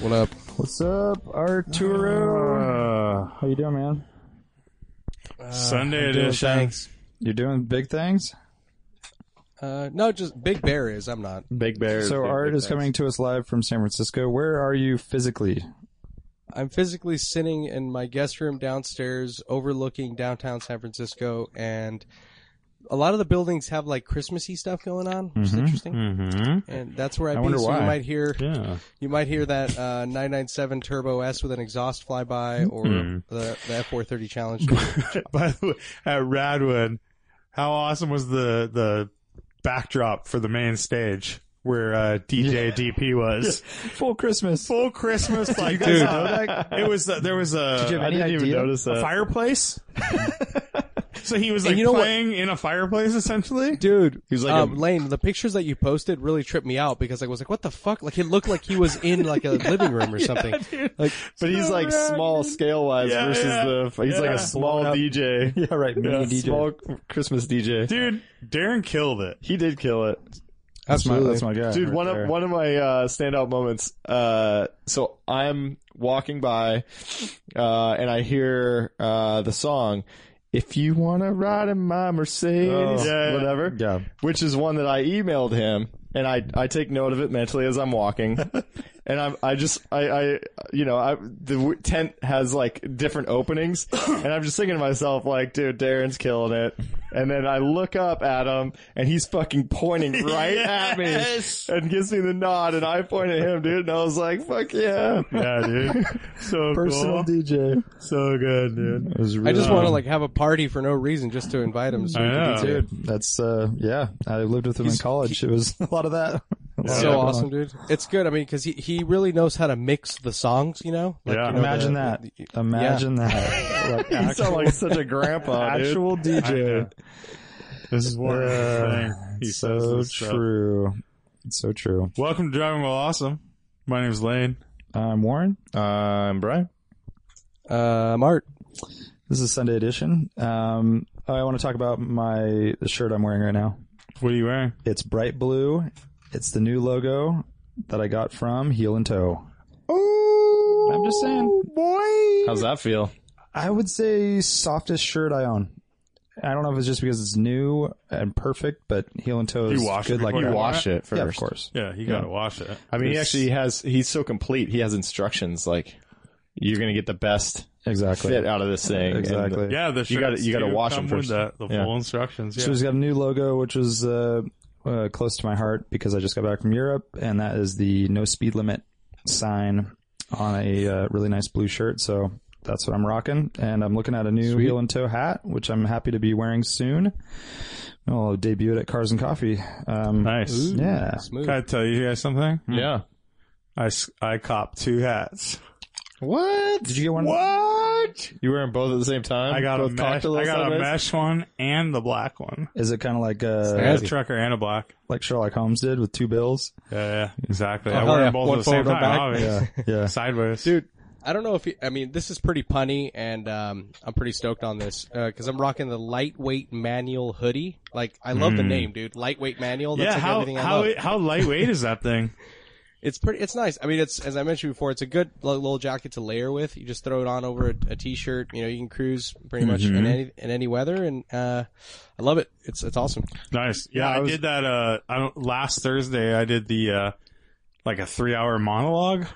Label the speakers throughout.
Speaker 1: what up?
Speaker 2: What's up, Arturo?
Speaker 3: Uh, how you doing, man?
Speaker 4: Sunday edition.
Speaker 3: You're doing big things.
Speaker 1: Uh, no, just Big Bear is. I'm not.
Speaker 5: Big Bear.
Speaker 3: So Art is coming to us live from San Francisco. Where are you physically?
Speaker 1: I'm physically sitting in my guest room downstairs, overlooking downtown San Francisco, and a lot of the buildings have like Christmassy stuff going on, which is interesting.
Speaker 4: Mm-hmm.
Speaker 1: And that's where I,
Speaker 3: I
Speaker 1: be.
Speaker 3: wonder
Speaker 1: So
Speaker 3: why.
Speaker 1: you might hear
Speaker 4: Yeah.
Speaker 1: you might hear that uh, 997 Turbo S with an exhaust flyby, or
Speaker 6: Mm-hmm.
Speaker 1: the, the F430 Challenge.
Speaker 4: By the way, at Radwood, how awesome was the the backdrop for the main stage where uh, DJ DP was?
Speaker 3: Full Christmas.
Speaker 4: Full Christmas, like
Speaker 3: guys
Speaker 4: dude.
Speaker 3: know that?
Speaker 4: It was uh, there was a
Speaker 3: Did you have
Speaker 2: I
Speaker 3: any
Speaker 2: didn't even
Speaker 3: idea?
Speaker 2: notice
Speaker 4: a
Speaker 2: that.
Speaker 4: fireplace. so he was like
Speaker 1: you know what-
Speaker 4: playing in a fireplace essentially.
Speaker 1: Dude,
Speaker 2: He was like
Speaker 1: um,
Speaker 2: a-
Speaker 1: Lane, the pictures that you posted really tripped me out because I was like, "What the fuck?" Like it looked like he was in like a living room or something.
Speaker 2: Like, but he's like small scale wise
Speaker 4: Yeah,
Speaker 2: versus
Speaker 4: yeah.
Speaker 2: the. He's like
Speaker 4: Yeah.
Speaker 2: a small
Speaker 3: Blown up.
Speaker 2: DJ.
Speaker 3: Yeah, right. Mini
Speaker 2: Yeah,
Speaker 3: DJ.
Speaker 2: Small Christmas DJ.
Speaker 4: Dude, Darren killed it.
Speaker 2: He did kill it.
Speaker 3: that's my that's my guy.
Speaker 2: Dude,
Speaker 3: right
Speaker 2: one
Speaker 3: there.
Speaker 2: of one of my uh, standout moments. Uh, so I'm walking by, uh, and I hear uh, the song. If you wanna ride in my Mercedes,
Speaker 3: Oh.
Speaker 4: Yeah, yeah.
Speaker 2: whatever,
Speaker 3: Yeah.
Speaker 2: which is one that I emailed him, and I, I take note of it mentally as I'm walking, and I'm I just I, I you know I the w- tent has like different openings, and I'm just thinking to myself like, dude, Darren's killing it, and then I look up at him, and he's fucking pointing right at me,
Speaker 4: Yes.
Speaker 2: and gives me the nod, and I point at him, dude, and I was like, fuck yeah,
Speaker 4: Yeah, dude. So
Speaker 3: personal
Speaker 4: cool.
Speaker 3: DJ.
Speaker 4: So good, dude.
Speaker 3: It was
Speaker 1: I
Speaker 3: really
Speaker 1: just want to like have a party for no reason just to invite him. So,
Speaker 4: I know.
Speaker 3: dude. That's uh yeah. I lived with him in college. it was a lot of that.
Speaker 4: Yeah.
Speaker 1: so awesome, dude. It's good. I mean, because he, he really knows how to mix the songs. You know, like,
Speaker 4: Yeah.
Speaker 1: you know,
Speaker 3: Imagine
Speaker 1: the-
Speaker 3: that.
Speaker 1: the-
Speaker 3: Imagine that. Like
Speaker 2: you
Speaker 3: actual,
Speaker 2: sound like such a grandpa, dude.
Speaker 3: actual DJ.
Speaker 4: This is one thing he says.
Speaker 3: so
Speaker 4: this stuff.
Speaker 3: true. It's so true.
Speaker 4: Welcome to Driving While Awesome. My name's Lane.
Speaker 3: I'm Um, Warren.
Speaker 4: Um,
Speaker 2: I'm Brian.
Speaker 1: Uh, Mart.
Speaker 3: This is Sunday edition. Um, I want to talk about my the shirt I'm wearing right now.
Speaker 4: What are you wearing?
Speaker 3: It's bright blue. It's the new logo that I got from Heel and Toe. Oh, I'm just saying.
Speaker 4: Boy.
Speaker 2: How's that feel?
Speaker 3: I would say softest shirt I own. I don't know if it's just because it's new and perfect, but Heel and Toe
Speaker 4: You
Speaker 3: is
Speaker 4: wash it
Speaker 3: good like
Speaker 4: before you
Speaker 3: that.
Speaker 2: Wash it first.
Speaker 3: Yeah, of course.
Speaker 4: Yeah, you gotta wash it.
Speaker 2: I mean, he
Speaker 4: This-
Speaker 2: actually has. He's so complete. He has instructions like you're going to get the best
Speaker 3: Exactly.
Speaker 2: fit out of this thing. and-
Speaker 3: Exactly.
Speaker 4: Yeah, the shirts
Speaker 2: You gotta- you gotta
Speaker 4: do
Speaker 2: wash
Speaker 4: come
Speaker 2: them
Speaker 4: with
Speaker 2: first.
Speaker 4: The, the
Speaker 2: Yeah.
Speaker 4: full instructions.
Speaker 3: So
Speaker 4: Yeah.
Speaker 3: he's got a new logo, which was uh, uh, close to my heart because I just got back from Europe, and that is the no speed limit sign on a uh, really nice blue shirt. So that's what I'm rocking, and I'm looking at a new heel and toe hat, which I'm happy to be wearing soon. I'll debut it at Cars and Coffee. Um,
Speaker 4: Nice.
Speaker 3: Yeah.
Speaker 1: Smooth.
Speaker 4: Can I tell you guys something?
Speaker 2: yeah.
Speaker 4: I, s- I copped two hats.
Speaker 2: What?
Speaker 3: Did you get one?
Speaker 4: What?
Speaker 2: You wearing both at the same time?
Speaker 4: I got a
Speaker 2: Both
Speaker 4: mesh.
Speaker 2: cocktail
Speaker 4: I got a
Speaker 2: Sundays?
Speaker 4: mesh one and the black one.
Speaker 3: Is it kind of like
Speaker 4: I
Speaker 3: uh,
Speaker 4: got a trucker and a black.
Speaker 3: like Sherlock Holmes did with two bills?
Speaker 4: Yeah, yeah, exactly. I
Speaker 1: hell
Speaker 4: wear
Speaker 1: Oh, yeah.
Speaker 4: them both
Speaker 1: One
Speaker 4: at the same
Speaker 1: forward, one
Speaker 4: time.
Speaker 1: back.
Speaker 4: obviously.
Speaker 3: Yeah.
Speaker 4: Sideways,
Speaker 1: dude. I don't know if he, I mean this is pretty punny, and um, I'm pretty stoked on this because I'm rocking the lightweight manual hoodie. Like I love the name, dude. Lightweight manual. That's
Speaker 4: Yeah,
Speaker 1: like
Speaker 4: how
Speaker 1: everything I love.
Speaker 4: how how lightweight is that thing?
Speaker 1: It's pretty. It's nice. I mean, it's as I mentioned before. It's a good li- little jacket to layer with. You just throw it on over a, a t-shirt. You know, you can cruise pretty much
Speaker 4: Mm-hmm.
Speaker 1: in any in any weather, and uh, I love it. It's it's awesome.
Speaker 4: Nice. Yeah, I,
Speaker 3: I was-
Speaker 4: did that. Uh, I don't, last Thursday I did the uh, like a three hour monologue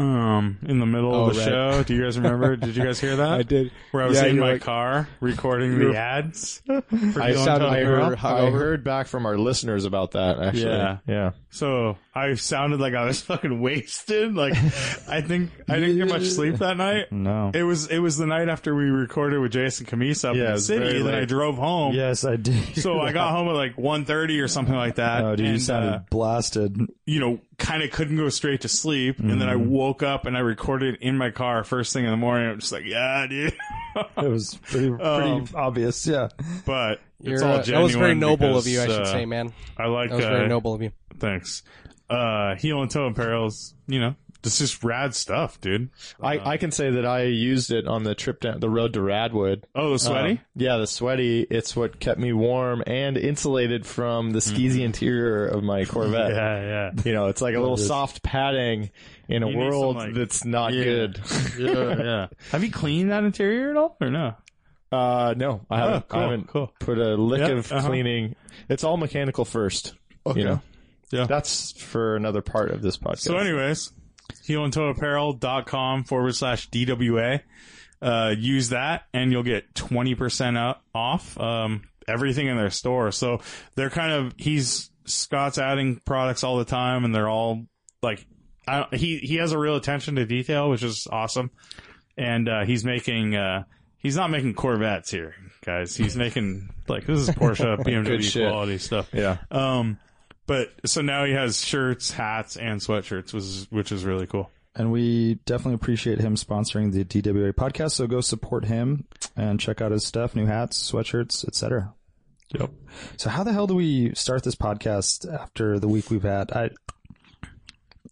Speaker 4: um in the middle
Speaker 1: Oh,
Speaker 4: of the
Speaker 1: right.
Speaker 4: show. Do you guys remember? Did you guys hear that?
Speaker 1: I did.
Speaker 4: Where I was
Speaker 1: Yeah,
Speaker 4: in
Speaker 1: you're
Speaker 4: my
Speaker 1: like-
Speaker 4: car recording the ads. for
Speaker 2: I,
Speaker 4: Dylan
Speaker 1: sounded like
Speaker 2: I
Speaker 4: Tucker.
Speaker 1: you were
Speaker 2: heard, I
Speaker 1: hungover.
Speaker 2: heard back from our listeners about that, actually.
Speaker 4: Yeah.
Speaker 2: Yeah.
Speaker 4: So I sounded like I was fucking wasted. Like I think I didn't get much sleep that night.
Speaker 3: No.
Speaker 4: It was it was the night after we recorded with Jason Camise up
Speaker 2: Yeah,
Speaker 4: in
Speaker 2: it
Speaker 4: the
Speaker 2: was
Speaker 4: city.
Speaker 2: very
Speaker 4: Then I
Speaker 2: late.
Speaker 4: drove home.
Speaker 3: Yes, I did.
Speaker 4: So I got home at like 1.30 or something like that.
Speaker 3: Oh, dude, you
Speaker 4: and,
Speaker 3: sounded
Speaker 4: uh,
Speaker 3: blasted.
Speaker 4: you know, kind of couldn't go straight to sleep. And then I
Speaker 1: Mm-hmm.
Speaker 4: woke up and I recorded in my car first thing in the morning. I'm just like, yeah, dude.
Speaker 3: It was pretty, pretty
Speaker 4: Um,
Speaker 3: obvious. Yeah.
Speaker 4: but it's
Speaker 1: You're,
Speaker 4: all
Speaker 1: uh,
Speaker 4: genuine.
Speaker 1: that was very noble
Speaker 4: because,
Speaker 1: of you, I should
Speaker 4: uh,
Speaker 1: say, man.
Speaker 4: I like
Speaker 1: That was
Speaker 4: uh,
Speaker 1: very noble of you.
Speaker 4: Thanks. Uh, heel and toe imperils. You know, this is rad stuff, dude.
Speaker 2: I, I can say that I used it on the trip down the road to Radwood.
Speaker 4: Oh, the sweaty.
Speaker 2: Um, yeah, the sweaty. It's what kept me warm and insulated from the skeezy interior of my Corvette.
Speaker 4: Uh, yeah,
Speaker 2: You know, it's like a little soft padding in a
Speaker 4: You need some,
Speaker 2: world
Speaker 4: like-
Speaker 2: that's not good.
Speaker 4: yeah, yeah, yeah. Have you cleaned that interior at all, or no?
Speaker 2: Uh, no, I haven't,
Speaker 4: Oh, cool,
Speaker 2: I haven't
Speaker 4: cool.
Speaker 2: put a lick
Speaker 4: Yeah,
Speaker 2: of
Speaker 4: uh-huh.
Speaker 2: cleaning. It's all mechanical first. Okay. You know?
Speaker 4: Yeah.
Speaker 2: That's for another part of this podcast.
Speaker 4: So, anyways, heelandtoeapparel.com forward slash DWA. Uh, use that and you'll get 20% o- off um, everything in their store. So they're kind of, he's, Scott's adding products all the time and they're all like, I don't, he, he has a real attention to detail, which is awesome. And uh, he's making, uh, he's not making Corvettes here, guys. He's making, like, this is Porsche, BMW
Speaker 2: shit.
Speaker 4: quality stuff.
Speaker 2: yeah.
Speaker 4: Um, but so now he has shirts, hats, and sweatshirts, which is, which is really cool.
Speaker 3: And we definitely appreciate him sponsoring the DWA podcast. So go support him and check out his stuff, new hats, sweatshirts, etc.
Speaker 4: Yep.
Speaker 3: So how the hell do we start this podcast after the week we've had? I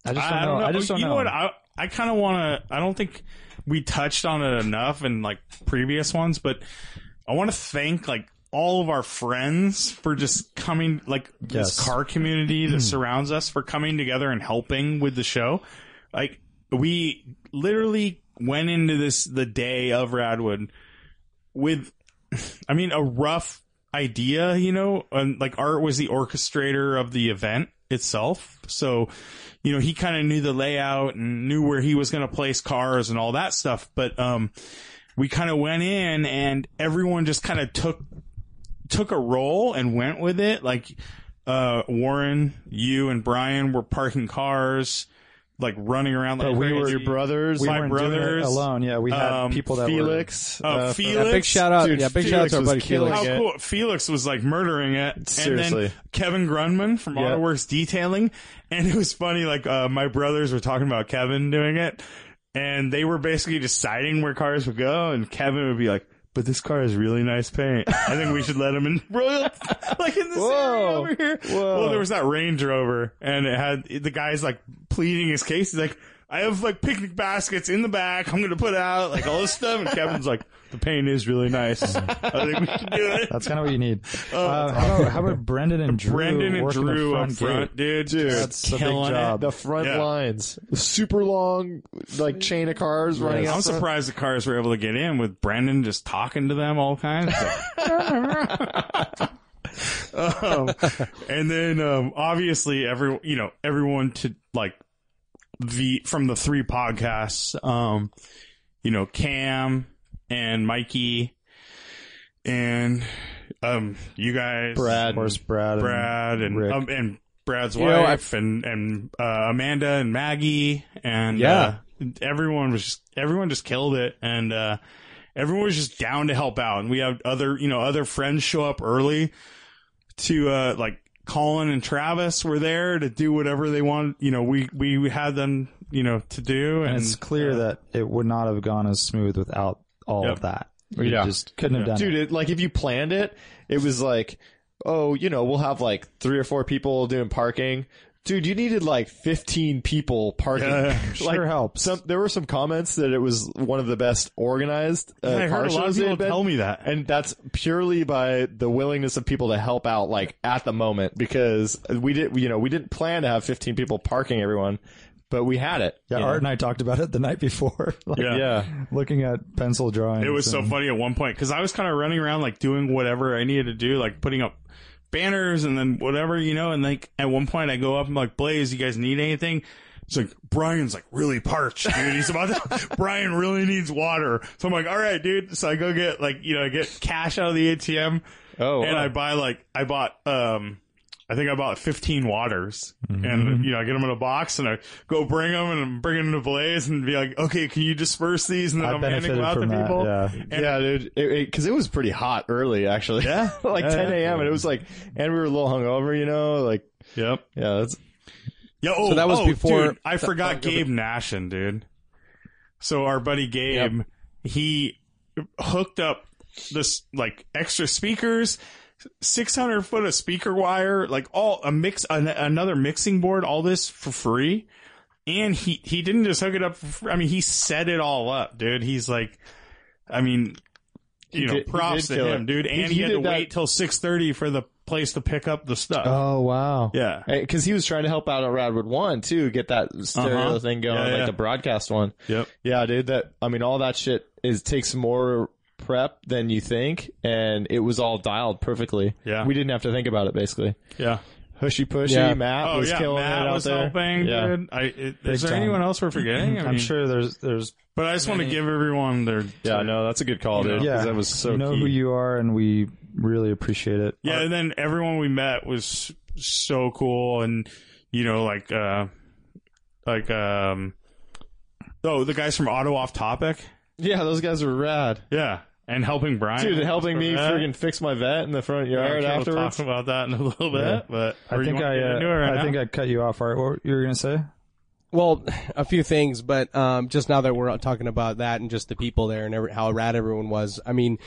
Speaker 3: I just don't,
Speaker 4: I, I don't know.
Speaker 3: I just don't
Speaker 4: you know.
Speaker 3: know.
Speaker 4: what? I I kind of want to. I don't think we touched on it enough in like previous ones, but I want to thank like all of our friends for just coming, like
Speaker 3: Yes.
Speaker 4: this car community that surrounds us for coming together and helping with the show. Like we literally went into this the day of Radwood with, I mean, a rough idea, you know, and like Art was the orchestrator of the event itself. So, you know, he kind of knew the layout and knew where he was going to place cars and all that stuff. But, um, we kind of went in and everyone just kind of took, took a role and went with it. Like, uh, Warren, you and Brian were parking cars, like running around like
Speaker 2: But we were
Speaker 4: crazy.
Speaker 2: your brothers.
Speaker 3: we
Speaker 4: my
Speaker 3: weren't doing it
Speaker 4: brothers,
Speaker 3: alone. Yeah, we had
Speaker 4: um,
Speaker 3: people that
Speaker 2: Felix.
Speaker 4: Oh,
Speaker 2: uh,
Speaker 4: Felix.
Speaker 1: Yeah, big shout out.
Speaker 2: Dude,
Speaker 1: yeah, big shout out
Speaker 2: Felix
Speaker 1: to our
Speaker 2: was
Speaker 1: buddy
Speaker 2: killing
Speaker 1: Felix.
Speaker 2: it.
Speaker 4: How cool! Felix was like murdering it. And
Speaker 2: uh, Seriously.
Speaker 4: then Kevin Grunman from
Speaker 2: Yeah.
Speaker 4: AutoWorks Detailing, and it was funny. Like uh, my brothers were talking about Kevin doing it, and they were basically deciding where cars would go, and Kevin would be like. But this car has really nice paint. I think we should let him in Royal, like in this area
Speaker 2: Whoa.
Speaker 4: over here.
Speaker 2: Whoa.
Speaker 4: Well, there was that Range Rover, and it had the guy's like pleading his case. He's like, "I have like picnic baskets in the back. I'm gonna put out like all this stuff." And Kevin's like, "The paint is really nice. I think we should do it."
Speaker 3: That's kind of what you need. uh, how, about, how about Brendan and Drew?
Speaker 4: Brendan and
Speaker 3: working the
Speaker 4: Drew
Speaker 3: front
Speaker 4: up front,
Speaker 3: gate?
Speaker 4: dude.
Speaker 2: Dude,
Speaker 3: That's a big
Speaker 4: killing it.
Speaker 3: job.
Speaker 2: The front
Speaker 4: Yeah.
Speaker 2: lines, super long, like chain of cars running out.
Speaker 4: I'm
Speaker 2: front.
Speaker 4: surprised the cars were able to get in with Brendan just talking to them all kinds. um, and then um, obviously every you know everyone to like the from the three podcasts, um, you know Cam and Mikey and um, you guys,
Speaker 3: Of course, Brad. and-
Speaker 4: Brad and
Speaker 3: Rick.
Speaker 4: um, and Brad's
Speaker 1: You know,
Speaker 4: wife and and uh, Amanda and Maggie and
Speaker 1: Yeah.
Speaker 4: uh, everyone was just everyone just killed it and uh, everyone was just down to help out and we have other you know other friends show up early to uh, like Colin and Travis were there to do whatever they wanted you know we we had them you know to do and,
Speaker 3: And it's clear that it would not have gone as smooth without all
Speaker 4: Yep.
Speaker 3: of that. We
Speaker 2: Yeah.
Speaker 3: just couldn't have done
Speaker 2: dude.
Speaker 3: it.
Speaker 2: It, like if you planned it, it was like, oh, you know, we'll have like three or four people doing parking. Dude, you needed like 15 people parking.
Speaker 4: Yeah,
Speaker 2: like,
Speaker 3: sure helps.
Speaker 2: Some, there were some comments that it was one of the best organized uh,
Speaker 4: I
Speaker 2: car
Speaker 4: heard a lot of
Speaker 2: shows they
Speaker 4: people
Speaker 2: had been.
Speaker 4: tell me that
Speaker 2: and that's purely by the willingness of people to help out like at the moment because we did you know we didn't plan to have 15 people parking everyone but we had it
Speaker 3: Yeah,
Speaker 2: you
Speaker 3: Art and
Speaker 2: know?
Speaker 3: I talked about it the night before. Like,
Speaker 4: Yeah.
Speaker 2: yeah
Speaker 3: Looking at pencil drawings.
Speaker 4: It was so
Speaker 3: and-
Speaker 4: funny at one point because I was kind of running around like doing whatever I needed to do, like putting up banners and then whatever you know. And like at one point, I go up and like, Blaze, you guys need anything? It's like Brian's like really parched, dude. He's about to, Brian really needs water. So I'm like, all right, dude. So I go get like you know I get cash out of the ATM.
Speaker 2: Oh,
Speaker 4: and
Speaker 2: wow.
Speaker 4: I buy like I bought um I think I bought 15 waters
Speaker 3: Mm-hmm.
Speaker 4: and you know I get them in a box and I go bring them and I'm bringing them to Blaze and be like, okay, can you disperse these and then
Speaker 3: I
Speaker 4: am handing them
Speaker 3: benefited
Speaker 4: out to
Speaker 3: from that,
Speaker 4: people.
Speaker 3: yeah.
Speaker 4: And
Speaker 2: yeah, dude. Because it, was pretty hot early, actually. Yeah, like 10 a.m. and it was like, and we were a little hungover, you know, like,
Speaker 4: Yep.
Speaker 2: yeah, that's
Speaker 4: Yeah. Oh,
Speaker 1: So that was
Speaker 4: oh,
Speaker 1: before-
Speaker 4: dude, I forgot Gabe Nashin, dude. So our buddy Gabe, he hooked up this like extra speakers, six hundred foot of speaker wire, like all a mix, an, another mixing board, all this for free. And he he didn't just hook it up. For free. I mean, he set it all up, dude. He's like, I mean, you know,
Speaker 2: did- he
Speaker 4: props
Speaker 2: did
Speaker 4: to
Speaker 2: kill
Speaker 4: him,
Speaker 2: it.
Speaker 4: dude. And
Speaker 2: He-
Speaker 4: he,
Speaker 2: he
Speaker 4: had
Speaker 2: did
Speaker 4: to
Speaker 2: that-
Speaker 4: wait till six thirty for the place to pick up the stuff.
Speaker 2: Oh wow!
Speaker 4: Yeah.
Speaker 2: because he was trying to help out on Radwood One too, get that stereo
Speaker 4: Uh-huh.
Speaker 2: thing going,
Speaker 4: Yeah,
Speaker 2: like
Speaker 4: yeah.
Speaker 2: the broadcast one.
Speaker 4: Yep.
Speaker 2: Yeah, dude. That I mean, all that shit is takes more prep than you think, and it was all dialed perfectly.
Speaker 4: Yeah.
Speaker 2: we didn't have to think about it. Basically,
Speaker 4: Yeah.
Speaker 2: hushy pushy.
Speaker 1: Yeah.
Speaker 2: Matt was killing
Speaker 4: Oh, Matt
Speaker 2: it out
Speaker 4: was
Speaker 2: there.
Speaker 4: helping,
Speaker 2: yeah.
Speaker 4: dude. I, it, is there
Speaker 3: time.
Speaker 4: anyone else we're forgetting? I
Speaker 3: I'm
Speaker 4: mean,
Speaker 3: sure there's there's
Speaker 4: but I just want to give everyone their
Speaker 2: Yeah, no, that's a good call, dude. 'cause
Speaker 3: yeah.
Speaker 2: that was so
Speaker 3: you know
Speaker 2: key.
Speaker 3: who you are, and we really appreciate it.
Speaker 4: yeah. And then everyone we met was so cool, and you know, like, uh, like, um, oh, the guys from Auto Off Topic,
Speaker 2: yeah, those guys were rad,
Speaker 4: yeah, and helping Brian,
Speaker 2: dude. Helping me
Speaker 4: Yeah.
Speaker 2: freaking fix my vet in the front
Speaker 4: Yeah,
Speaker 2: yard
Speaker 4: we'll
Speaker 2: afterwards.
Speaker 4: talk about that in a little bit,
Speaker 3: Yeah.
Speaker 4: but
Speaker 3: I think I uh, I think I cut you off. All right, what you were gonna say?
Speaker 1: Well, a few things, but um, just now that we're talking about that and just the people there and every, how rad everyone was, I mean,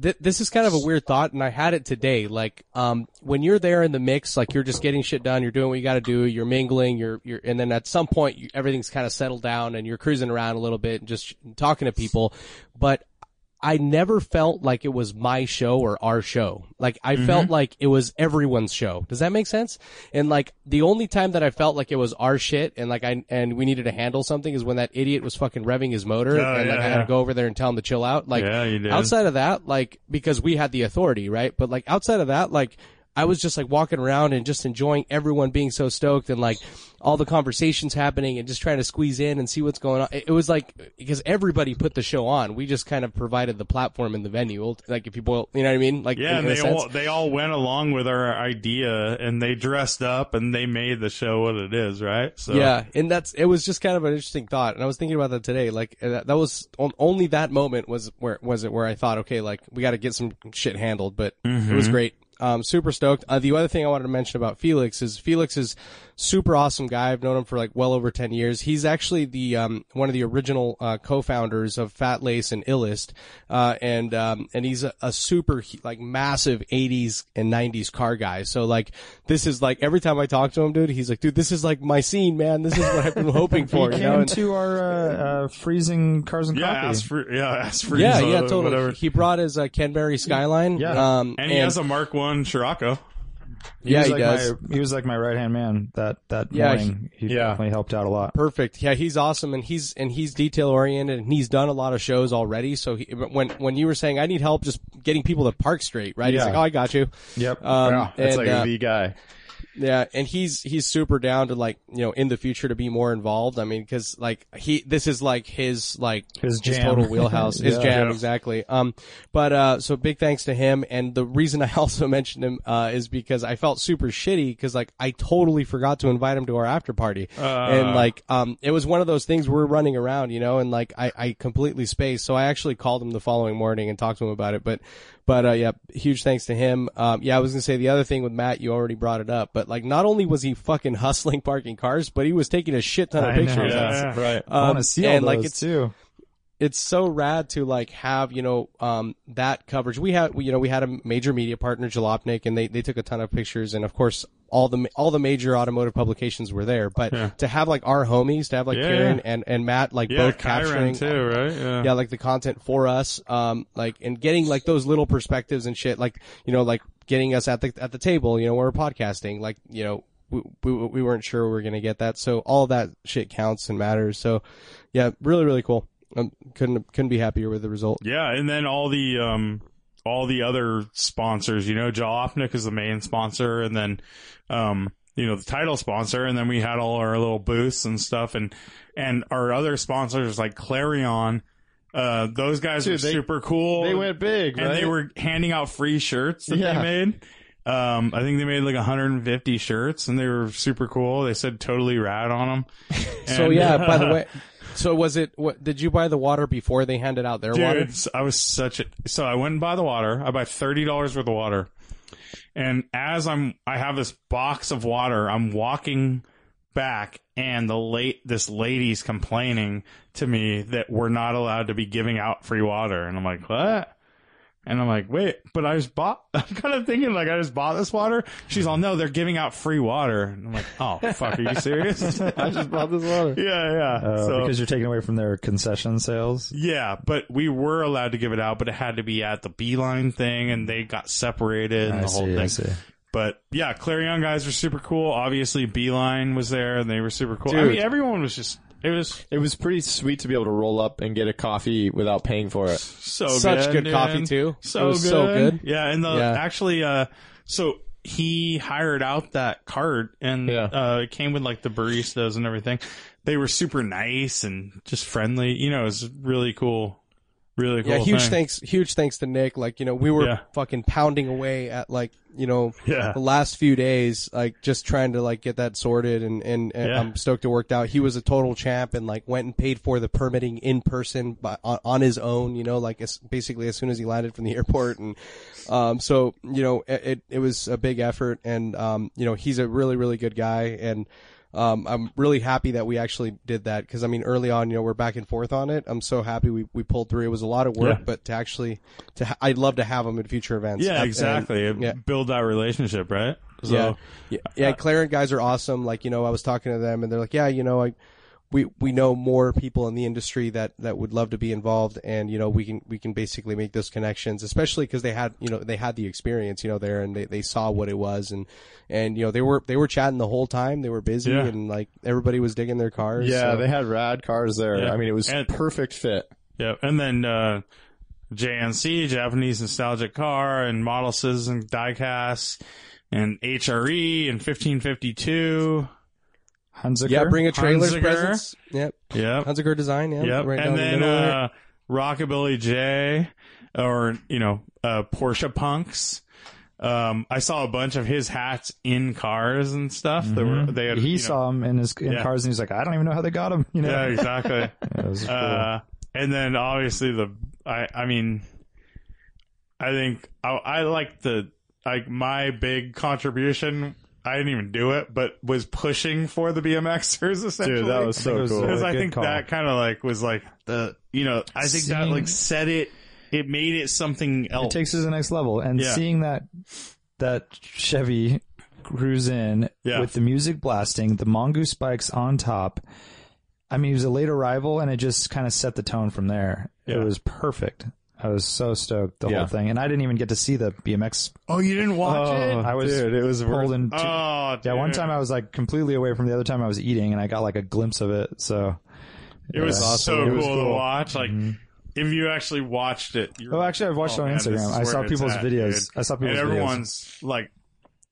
Speaker 1: th- this is kind of a weird thought, and I had it today. Like, um, when you're there in the mix, like you're just getting shit done, you're doing what you got to do, you're mingling, you're, you're, and then at some point, you, everything's kind of settled down, and you're cruising around a little bit and just talking to people. But I never felt like it was my show or our show. Like I
Speaker 4: Mm-hmm.
Speaker 1: felt like it was everyone's show. Does that make sense? And like the only time that I felt like it was our shit and like I and we needed to handle something is when that idiot was fucking revving his motor
Speaker 4: Oh,
Speaker 1: and like
Speaker 4: yeah,
Speaker 1: I had
Speaker 4: yeah.
Speaker 1: to go over there and tell him to chill out. Like
Speaker 4: Yeah, you did.
Speaker 1: outside of that, like because we had the authority, right? But like outside of that, like I was just like walking around and just enjoying everyone being so stoked and like all the conversations happening and just trying to squeeze in and see what's going on. It it was like because everybody put the show on. We just kind of provided the platform and the venue. Like if you boil, you know what I mean? Like
Speaker 4: yeah,
Speaker 1: in, in
Speaker 4: and
Speaker 1: a
Speaker 4: they
Speaker 1: sense.
Speaker 4: all they all went along with our idea, and they dressed up, and they made the show what it is, right? So
Speaker 1: Yeah, and that's it was just kind of an interesting thought, and I was thinking about that today. Like uh, that, that was on, only that moment was where was it where I thought, okay, like we got to get some shit handled, but it was great. Um, super stoked. Uh, the other thing I wanted to mention about Felix is Felix is super awesome guy. I've known him for like well over ten years. He's actually the um, one of the original uh, co-founders of Fat Lace and Illist, uh, and um, and he's a, a super he- like massive '80s and '90s car guy. So like this is like every time I talk to him, dude, he's like, dude, this is like my scene, man. This is what I've been hoping for.
Speaker 3: He
Speaker 1: you
Speaker 3: came
Speaker 1: know? And-
Speaker 3: to our uh, uh, freezing cars and
Speaker 4: Yeah,
Speaker 3: coffee.
Speaker 4: ask for yeah, ask for
Speaker 1: yeah,
Speaker 4: his, uh,
Speaker 1: yeah, totally.
Speaker 4: whatever.
Speaker 1: He brought his uh, Canberry Skyline.
Speaker 3: Yeah.
Speaker 1: um,
Speaker 4: And he has a Mark One Scirocco.
Speaker 1: yeah,
Speaker 3: was
Speaker 1: he
Speaker 3: like
Speaker 1: does.
Speaker 3: My, he was like my right hand man that that
Speaker 1: Yeah, Uh,
Speaker 3: morning. He,
Speaker 2: yeah.
Speaker 3: definitely helped out a lot.
Speaker 1: Perfect. Yeah, he's awesome, and he's and he's detail oriented, and he's done a lot of shows already. So he, but when when you were saying I need help just getting people to park straight, right? He's
Speaker 2: Yeah.
Speaker 1: like, oh, I got you.
Speaker 3: Yep.
Speaker 1: Um,
Speaker 2: Yeah, that's
Speaker 1: and,
Speaker 2: like
Speaker 1: uh,
Speaker 2: the guy.
Speaker 1: Yeah, and he's he's super down to like you know in the future to be more involved. I mean, because like he this is like his like
Speaker 3: His jam.
Speaker 1: total wheelhouse, his
Speaker 3: Yeah.
Speaker 1: jam
Speaker 4: Yeah.
Speaker 1: exactly. Um, but uh, so big thanks to him. And the reason I also mentioned him uh is because I felt super shitty because like I totally forgot to invite him to our after party,
Speaker 3: Uh.
Speaker 1: and like um it was one of those things we're running around, you know, and like I I completely spaced. So I actually called him the following morning and talked to him about it, but. But uh, yeah, huge thanks to him. Um, yeah, I was gonna say the other thing with Matt, you already brought it up, but like not only was he fucking hustling parking cars, but he was taking a shit ton of
Speaker 3: I know,
Speaker 1: pictures.
Speaker 3: yeah.
Speaker 2: Right.
Speaker 3: I
Speaker 1: Um,
Speaker 3: want to see all
Speaker 1: and
Speaker 3: those
Speaker 1: like it's
Speaker 3: too.
Speaker 1: it's so rad to like have you know um that coverage. We had you know we had a major media partner Jalopnik, and they they took a ton of pictures, and of course all the all the major automotive publications were there. But to have like our homies, to have like
Speaker 4: Yeah,
Speaker 1: Karen
Speaker 4: yeah.
Speaker 1: and and Matt like
Speaker 4: Yeah,
Speaker 1: both
Speaker 4: Kyron
Speaker 1: capturing
Speaker 4: too, right? Yeah.
Speaker 1: yeah, like the content for us, um, like and getting like those little perspectives and shit, like you know, like getting us at the at the table, you know, when we're podcasting, like you know, we we, we weren't sure we were gonna get that, so all that shit counts and matters. So, yeah, really really cool. Um, couldn't couldn't be happier with the result.
Speaker 4: Yeah, and then all the um all the other sponsors, you know, Jalopnik is the main sponsor and then um you know, the title sponsor. And then we had all our little booths and stuff and, and our other sponsors like Clarion. Uh, those guys were
Speaker 2: Dude, they-
Speaker 4: super cool.
Speaker 2: They went big,
Speaker 4: and they
Speaker 2: right?
Speaker 4: were handing out free shirts that
Speaker 2: Yeah.
Speaker 4: they made. Um, I think they made like 150 shirts and they were super cool. They said totally rad on them.
Speaker 1: So yeah, by the way, so was it? What did you buy the water before they handed out their water?
Speaker 4: Dude, s- I was such a so I went and buy the water. I buy thirty dollars worth of water, and as I'm, I have this box of water. I'm walking back, and the late this lady's complaining to me that we're not allowed to be giving out free water, and I'm like, what? And I'm like, wait, but I just bought. I'm kind of thinking like I just bought this water. She's all, no, they're giving out free water. And I'm like, oh fuck, are you serious? yeah,
Speaker 2: I just Oh, bought this water.
Speaker 4: yeah.
Speaker 3: Uh,
Speaker 4: so,
Speaker 3: because you're taking away from their concession sales.
Speaker 4: yeah, but we were allowed to give it out, but it had to be at the beeline thing, and they got separated and
Speaker 3: I
Speaker 4: the whole
Speaker 3: see,
Speaker 4: thing.
Speaker 3: I see.
Speaker 4: But yeah, Clarion guys were super cool. Obviously, beeline was there, and they were super cool. I
Speaker 2: Dude.
Speaker 4: mean, everyone was just it was
Speaker 2: It was pretty sweet to be able to roll up and get a coffee without paying for it.
Speaker 4: so
Speaker 1: Such
Speaker 4: good,
Speaker 1: good coffee,
Speaker 4: dude.
Speaker 1: too. It
Speaker 4: So
Speaker 1: was
Speaker 4: good.
Speaker 1: so good.
Speaker 4: Yeah, and the
Speaker 1: Yeah.
Speaker 4: actually, uh, so he hired out that cart, and
Speaker 2: Yeah.
Speaker 4: uh, it came with like the baristas and everything. They were super nice and just friendly. You know, it was really cool. Really cool.
Speaker 1: yeah, huge
Speaker 4: thing.
Speaker 1: thanks, huge thanks to Nick. Like you know, we were
Speaker 4: Yeah.
Speaker 1: fucking pounding away at like you know
Speaker 4: Yeah.
Speaker 1: the last few days, like just trying to like get that sorted. And and, and
Speaker 4: Yeah.
Speaker 1: I'm stoked it worked out. He was a total champ and like went and paid for the permitting in person by, on, on his own. You know, like as, basically as soon as he landed from the airport. And um, so you know, it, it it was a big effort. And um, you know, he's a really really good guy. And um, I'm really happy that we actually did that because I mean, early on, you know, we're back and forth on it. I'm so happy we, we pulled through. It was a lot of work,
Speaker 4: Yeah.
Speaker 1: but to actually, to ha- I'd love to have them at future events.
Speaker 4: Yeah,
Speaker 1: And-
Speaker 4: exactly. It
Speaker 1: yeah.
Speaker 4: Build that relationship, right? So, uh,
Speaker 1: yeah, yeah, yeah. Clarent guys are awesome. Like you know, I was talking to them, and they're like, yeah, you know, I we we know more people in the industry that that would love to be involved, and you know, we can we can basically make those connections, especially because they had you know they had the experience, you know, there, and they, they saw what it was, and and you know they were they were chatting the whole time, they were busy,
Speaker 4: Yeah.
Speaker 1: and like everybody was digging their cars.
Speaker 2: Yeah,
Speaker 1: so-
Speaker 2: they had rad cars there.
Speaker 4: Yeah.
Speaker 2: I mean, it was
Speaker 4: And-
Speaker 2: perfect fit.
Speaker 4: yeah. And then uh, JNC, Japanese Nostalgic Car, and Model Citizen Diecast, and HRE, and 1552.
Speaker 3: Hanziker.
Speaker 1: yeah, bring a trailer's
Speaker 4: Hunziker.
Speaker 1: presence. Yep,
Speaker 4: Yep.
Speaker 1: Hunziker design. Yeah,
Speaker 4: Yep.
Speaker 1: right down
Speaker 4: and
Speaker 1: the
Speaker 4: then
Speaker 1: middle there.
Speaker 4: uh, Rockabilly J, or, you know, uh, Porsche Punks. Um, I saw a bunch of his hats in cars and stuff. They
Speaker 1: Mm-hmm.
Speaker 4: were, they had,
Speaker 3: he
Speaker 4: you know-
Speaker 3: saw him in his in
Speaker 4: Yeah.
Speaker 3: cars, and he's like, I don't even know how they got him. You know,
Speaker 4: Yeah, exactly.
Speaker 3: Yeah, it was cool.
Speaker 4: Uh, and then obviously the I I mean, I think I, I like the like my big contribution. I didn't even do it, but was pushing for the BMXers essentially.
Speaker 2: Dude, that was
Speaker 3: think it
Speaker 2: so
Speaker 3: was
Speaker 2: cool.
Speaker 4: because I
Speaker 3: Good
Speaker 4: think
Speaker 3: call.
Speaker 4: that kind of like was like the you know I think that
Speaker 3: Seeing-
Speaker 4: like set it. It made it something
Speaker 3: it
Speaker 4: else.
Speaker 3: takes it to the next level, and
Speaker 4: Yeah.
Speaker 3: seeing that that Chevy cruise in
Speaker 4: Yeah.
Speaker 3: with the music blasting, the mongoose spikes on top. I mean, he was a late arrival, and it just kind of set the tone from there.
Speaker 4: Yeah.
Speaker 3: It was perfect. I was so stoked the
Speaker 2: Yeah.
Speaker 3: whole thing, and I didn't even get to see the BMX.
Speaker 4: oh, you didn't watch it?
Speaker 3: I was
Speaker 2: dude, it was worth-
Speaker 3: holding. two-
Speaker 4: Oh,
Speaker 3: yeah, one
Speaker 4: dude.
Speaker 3: time I was like completely away from the other time I was eating, and I got like a glimpse of it. So
Speaker 4: it was
Speaker 3: Yeah.
Speaker 4: so
Speaker 2: It
Speaker 4: cool,
Speaker 2: was
Speaker 4: to
Speaker 2: cool.
Speaker 4: watch. Like. If you actually watched it, you're
Speaker 3: Oh,
Speaker 4: like,
Speaker 3: actually, I've watched
Speaker 4: Oh,
Speaker 3: it on
Speaker 4: man, this
Speaker 3: Instagram.
Speaker 4: is
Speaker 3: I
Speaker 4: where
Speaker 3: saw
Speaker 4: it's
Speaker 3: people's
Speaker 4: at,
Speaker 3: videos.
Speaker 4: dude.
Speaker 3: I saw people's
Speaker 4: and
Speaker 3: videos.
Speaker 4: everyone's like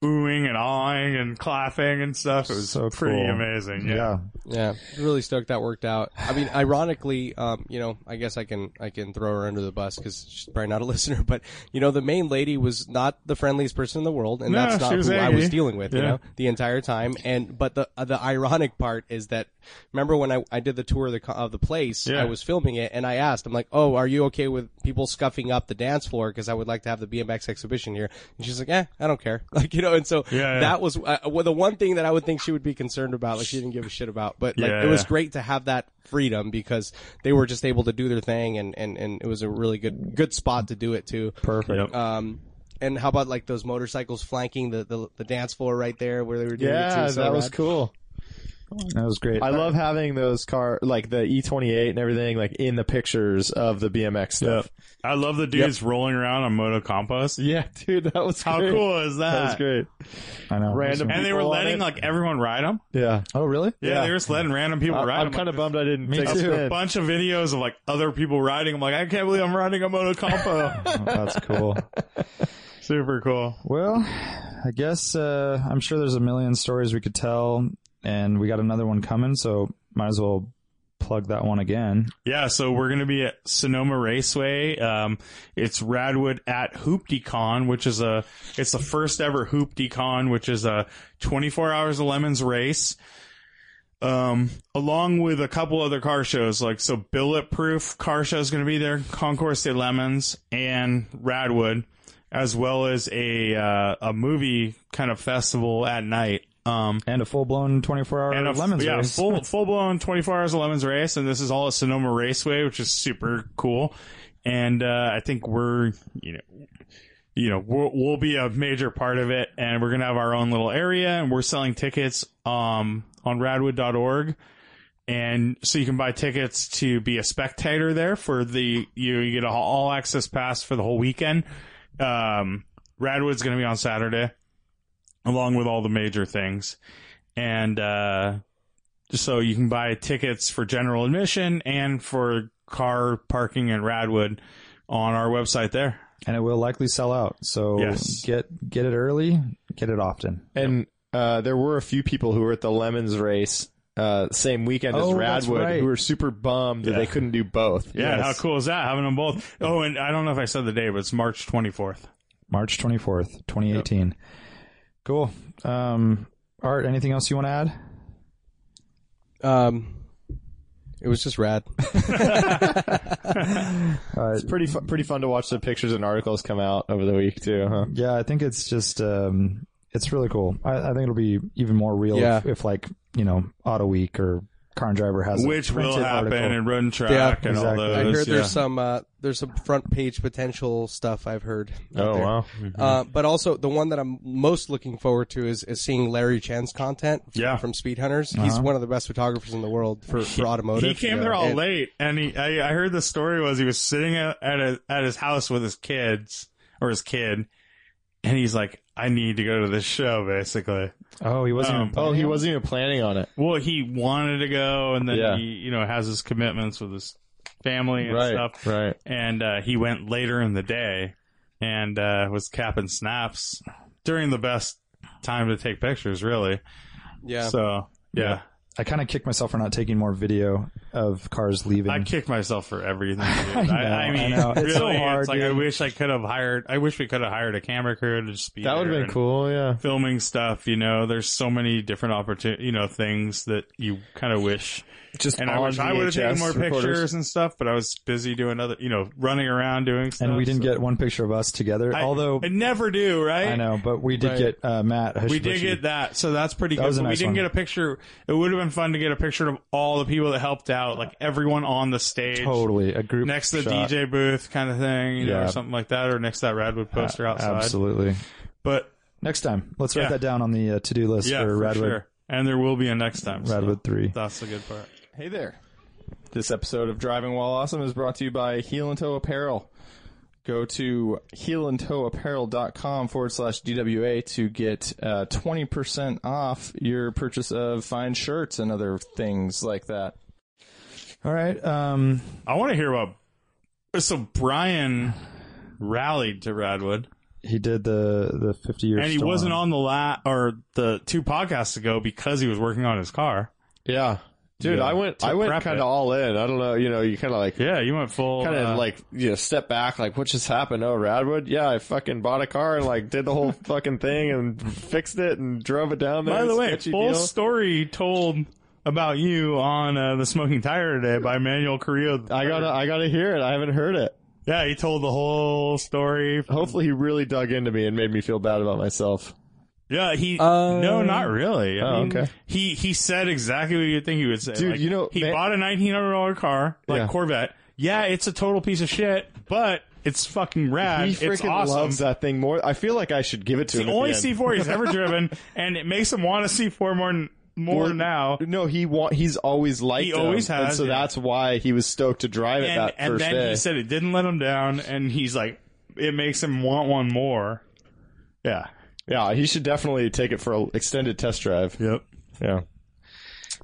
Speaker 4: oohing and awing and clapping and stuff. It was
Speaker 3: So
Speaker 4: pretty
Speaker 3: cool.
Speaker 4: amazing. Yeah.
Speaker 3: Yeah.
Speaker 1: Yeah, really stoked that worked out. I mean, ironically, um, you know, I guess I can I can throw her under the bus because she's probably not a listener. But you know, the main lady was not the friendliest person in the world, and
Speaker 4: No,
Speaker 1: that's not
Speaker 4: she was
Speaker 1: who I
Speaker 4: angry.
Speaker 1: was dealing with, you
Speaker 4: Yeah.
Speaker 1: know, the entire time. And but the uh, the ironic part is that remember when I, I did the tour of the co- of the place,
Speaker 4: Yeah.
Speaker 1: I was filming it, and I asked, I'm like, oh, are you okay with people scuffing up the dance floor because I would like to have the BMX exhibition here? And she's like, eh, I don't care, like you know. And so
Speaker 4: Yeah, yeah.
Speaker 1: that was uh, well, the one thing that I would think she would be concerned about, like she didn't give a shit about, but like
Speaker 4: Yeah,
Speaker 1: it was
Speaker 4: yeah.
Speaker 1: great to have that freedom because they were just able to do their thing and and and it was a really good good spot to do it too.
Speaker 3: Perfect.
Speaker 4: Yep.
Speaker 1: Um, and how about like those motorcycles flanking the the, the dance floor right there where they were doing it
Speaker 2: Yeah,
Speaker 1: too? So
Speaker 2: that was
Speaker 1: rad.
Speaker 2: cool.
Speaker 3: That was great.
Speaker 2: I love having those car, like the E28 and everything, like in the pictures of the BMX stuff.
Speaker 4: I love the dudes rolling around on Moto Compost.
Speaker 2: Yeah, dude, that was
Speaker 4: How
Speaker 2: great.
Speaker 4: cool is that?
Speaker 2: That was great.
Speaker 3: I know.
Speaker 2: Random-
Speaker 4: And they were
Speaker 2: People on
Speaker 4: letting
Speaker 2: it.
Speaker 4: like everyone ride them.
Speaker 2: Yeah,
Speaker 3: Oh, really?
Speaker 4: Yeah,
Speaker 2: Yeah.
Speaker 4: they were just letting random people
Speaker 2: I,
Speaker 4: ride.
Speaker 2: am
Speaker 4: them.
Speaker 2: kind of bummed I didn't take
Speaker 4: I
Speaker 2: a
Speaker 4: see a
Speaker 2: spin.
Speaker 4: bunch of videos of like other people riding. I'm like, I can't believe I'm riding a Moto Compo.
Speaker 3: Oh, that's cool.
Speaker 4: Super cool.
Speaker 3: Oh, Well, I guess uh, I'm sure there's a million stories we could tell, and we got another one coming, so might as well plug that one again.
Speaker 4: Yeah, so we're going to be at Sonoma Raceway. Um, it's Radwood at HooptyCon, which is a, it's the first ever HooptyCon, which is a 24 hours of lemons race. Um, along with a couple other car shows, like, so Bulletproof car show is going to be there, Concourse de Lemons and Radwood, as well as a, uh, a movie kind of festival at night. Um,
Speaker 3: And a full blown 24 hour
Speaker 4: and a
Speaker 3: lemons
Speaker 4: yeah,
Speaker 3: race.
Speaker 4: full full blown twenty four hours of lemons race, and this is all at Sonoma Raceway, which is super cool. And uh, I think we're you know you know we'll, we'll be a major part of it, and we're gonna have our own little area, and we're selling tickets um on Radwood.org. And so you can buy tickets to be a spectator there for the you, you get a all access pass for the whole weekend. Um, Radwood's going to be on Saturday, along with all the major things and uh, so you can buy tickets for general admission and for car parking in Radwood on our website there.
Speaker 3: and it will likely sell out. So
Speaker 4: Yes.
Speaker 3: get get it early, get it often.
Speaker 2: And uh, there were a few people who were at the Lemons race uh, same weekend
Speaker 3: Oh,
Speaker 2: as
Speaker 3: that's
Speaker 2: Radwood
Speaker 3: right.
Speaker 2: who were super bummed that they couldn't do both.
Speaker 4: Yeah,
Speaker 2: Yes.
Speaker 4: how cool is that? Having them both. Oh, and I don't know if I said the day, but it's March 24th.
Speaker 3: March 24th, 2018. Cool. Um, Art, anything else you want to add?
Speaker 1: Um, it was just rad.
Speaker 3: Uh,
Speaker 2: It's pretty fu- pretty fun to watch the pictures and articles come out over the week too. Huh?
Speaker 3: Yeah, I think it's just um, it's really cool. I, I think it'll be even more real
Speaker 1: Yeah.
Speaker 3: if, if like you know Auto Week or Car and Driver has a
Speaker 4: Which will
Speaker 3: printed
Speaker 4: happen
Speaker 3: article.
Speaker 4: in Run Track
Speaker 1: Yeah,
Speaker 4: and all
Speaker 3: exactly.
Speaker 4: those.
Speaker 3: I
Speaker 1: I heard
Speaker 4: yeah.
Speaker 1: there's some uh, there's some front page potential stuff I've heard. out
Speaker 2: Oh
Speaker 1: there.
Speaker 2: wow!
Speaker 1: Uh, but also the one that I'm most looking forward to is, is seeing Larry Chen's content. f-
Speaker 4: Yeah. Uh-huh.
Speaker 1: From Speed Hunters, he's one of the best photographers in the world for, for automotive.
Speaker 4: He came there all
Speaker 1: And-
Speaker 4: late, and he. I, I heard the story was he was sitting at at, a, at his house with his kids or his kid, and he's like, "I need to go to this show." Basically,
Speaker 3: Oh, he wasn't.
Speaker 4: Um,
Speaker 3: even
Speaker 2: Oh, he wasn't even planning on it.
Speaker 4: Well, he wanted to go, and then
Speaker 2: Yeah.
Speaker 4: he, you know, has his commitments with his family and stuff.
Speaker 2: right.
Speaker 4: And uh, he went later in the day and uh, was capping snaps during the best time to take pictures, really.
Speaker 1: Yeah.
Speaker 4: So, yeah,
Speaker 3: I kind of kicked myself for not taking more video of cars leaving.
Speaker 4: I kick myself for everything. dude. I,
Speaker 3: know,
Speaker 4: I,
Speaker 3: I
Speaker 4: mean,
Speaker 3: know.
Speaker 4: really,
Speaker 3: It's so hard,
Speaker 4: it's like I
Speaker 3: dude.
Speaker 4: wish I could have hired. I wish we could have hired a camera crew to just be
Speaker 2: That would
Speaker 4: there
Speaker 2: have been
Speaker 4: and
Speaker 2: cool. Yeah.
Speaker 4: Filming stuff, you know, there's so many different opportunity, you know, things that you kind of wish
Speaker 2: Just
Speaker 4: and I wish I would have taken more pictures and stuff, but I was busy doing other, you know, running around doing stuff.
Speaker 3: and we didn't
Speaker 4: so-
Speaker 3: get one picture of us together.
Speaker 4: I-
Speaker 3: although
Speaker 4: I never do, right?
Speaker 3: I know, but we did
Speaker 1: Right.
Speaker 3: get uh, Matt.
Speaker 4: We
Speaker 3: Hushibushi.
Speaker 4: did get that, so that's pretty
Speaker 3: That
Speaker 4: good.
Speaker 3: was a
Speaker 4: but we
Speaker 3: nice
Speaker 4: didn't
Speaker 3: one.
Speaker 4: get a picture. It would have been fun to get a picture of all the people that helped out, like everyone on the stage,
Speaker 3: totally a group
Speaker 4: next to the
Speaker 3: shot.
Speaker 4: DJ booth, kind of thing, you know,
Speaker 3: Yeah.
Speaker 4: or something like that, or next to that Radwood poster outside.
Speaker 3: Uh, Absolutely.
Speaker 4: But
Speaker 3: Next time, let's write
Speaker 4: Yeah.
Speaker 3: that down on the uh, to-do list
Speaker 4: yeah,
Speaker 3: for
Speaker 4: for,
Speaker 3: Radwood.
Speaker 4: sure. And there will be a next time. so
Speaker 3: Radwood three.
Speaker 4: that's the good part.
Speaker 2: Hey there. This episode of Driving While Awesome is brought to you by Heel and Toe Apparel. Go to heelandtoeapparel.com forward slash DWA to get uh, 20% off your purchase of fine shirts and other things like that.
Speaker 3: All right. Um,
Speaker 4: I want to hear about. So Brian rallied to Radwood.
Speaker 3: he did the the 50 year
Speaker 4: and he
Speaker 3: storm.
Speaker 4: wasn't on the la or the two podcasts ago because he was working on his car.
Speaker 2: Yeah. Dude,
Speaker 4: Yeah.
Speaker 2: I went
Speaker 4: To
Speaker 2: I went
Speaker 4: prep
Speaker 2: kind
Speaker 4: it.
Speaker 2: of all in. I don't know, you know, you kind of like
Speaker 4: Yeah, you went full
Speaker 2: kind of
Speaker 4: uh,
Speaker 2: like you know, step back like what just happened oh radwood yeah i fucking bought a car and like did the whole fucking thing and fixed it and drove it down there
Speaker 4: By the way,
Speaker 2: Sketchy
Speaker 4: full
Speaker 2: deal.
Speaker 4: story told about you on uh, the Smoking Tire today by Manuel Carrillo.
Speaker 2: i gotta i gotta hear it i haven't heard it
Speaker 4: yeah, he told the whole story.
Speaker 2: hopefully he really dug into me and made me feel bad about myself
Speaker 4: Yeah, he no, not really. I
Speaker 2: Oh,
Speaker 4: mean,
Speaker 2: okay.
Speaker 4: He he said exactly what you think he would say.
Speaker 2: Dude,
Speaker 4: Like,
Speaker 2: you know,
Speaker 4: he
Speaker 2: man-
Speaker 4: bought a nineteen hundred dollar car like
Speaker 2: Yeah.
Speaker 4: Corvette. Yeah, it's a total piece of shit, but it's fucking rad.
Speaker 2: he
Speaker 4: it's
Speaker 2: freaking
Speaker 4: awesome.
Speaker 2: loves that thing more i feel like i should give it to
Speaker 4: It's
Speaker 2: him
Speaker 4: the
Speaker 2: at
Speaker 4: only
Speaker 2: end.
Speaker 4: C4 he's ever driven, and it makes him want to C4 more n- more
Speaker 2: Well,
Speaker 4: now.
Speaker 2: no he want he's always liked
Speaker 4: He
Speaker 2: them,
Speaker 4: always
Speaker 2: and
Speaker 4: has,
Speaker 2: so
Speaker 4: yeah.
Speaker 2: that's why he was stoked to drive it
Speaker 4: And,
Speaker 2: that
Speaker 4: and
Speaker 2: first
Speaker 4: then
Speaker 2: day
Speaker 4: he said it didn't let him down, and he's like, it makes him want one more.
Speaker 2: yeah yeah he should definitely take it for an extended test drive
Speaker 4: Yep.
Speaker 2: yeah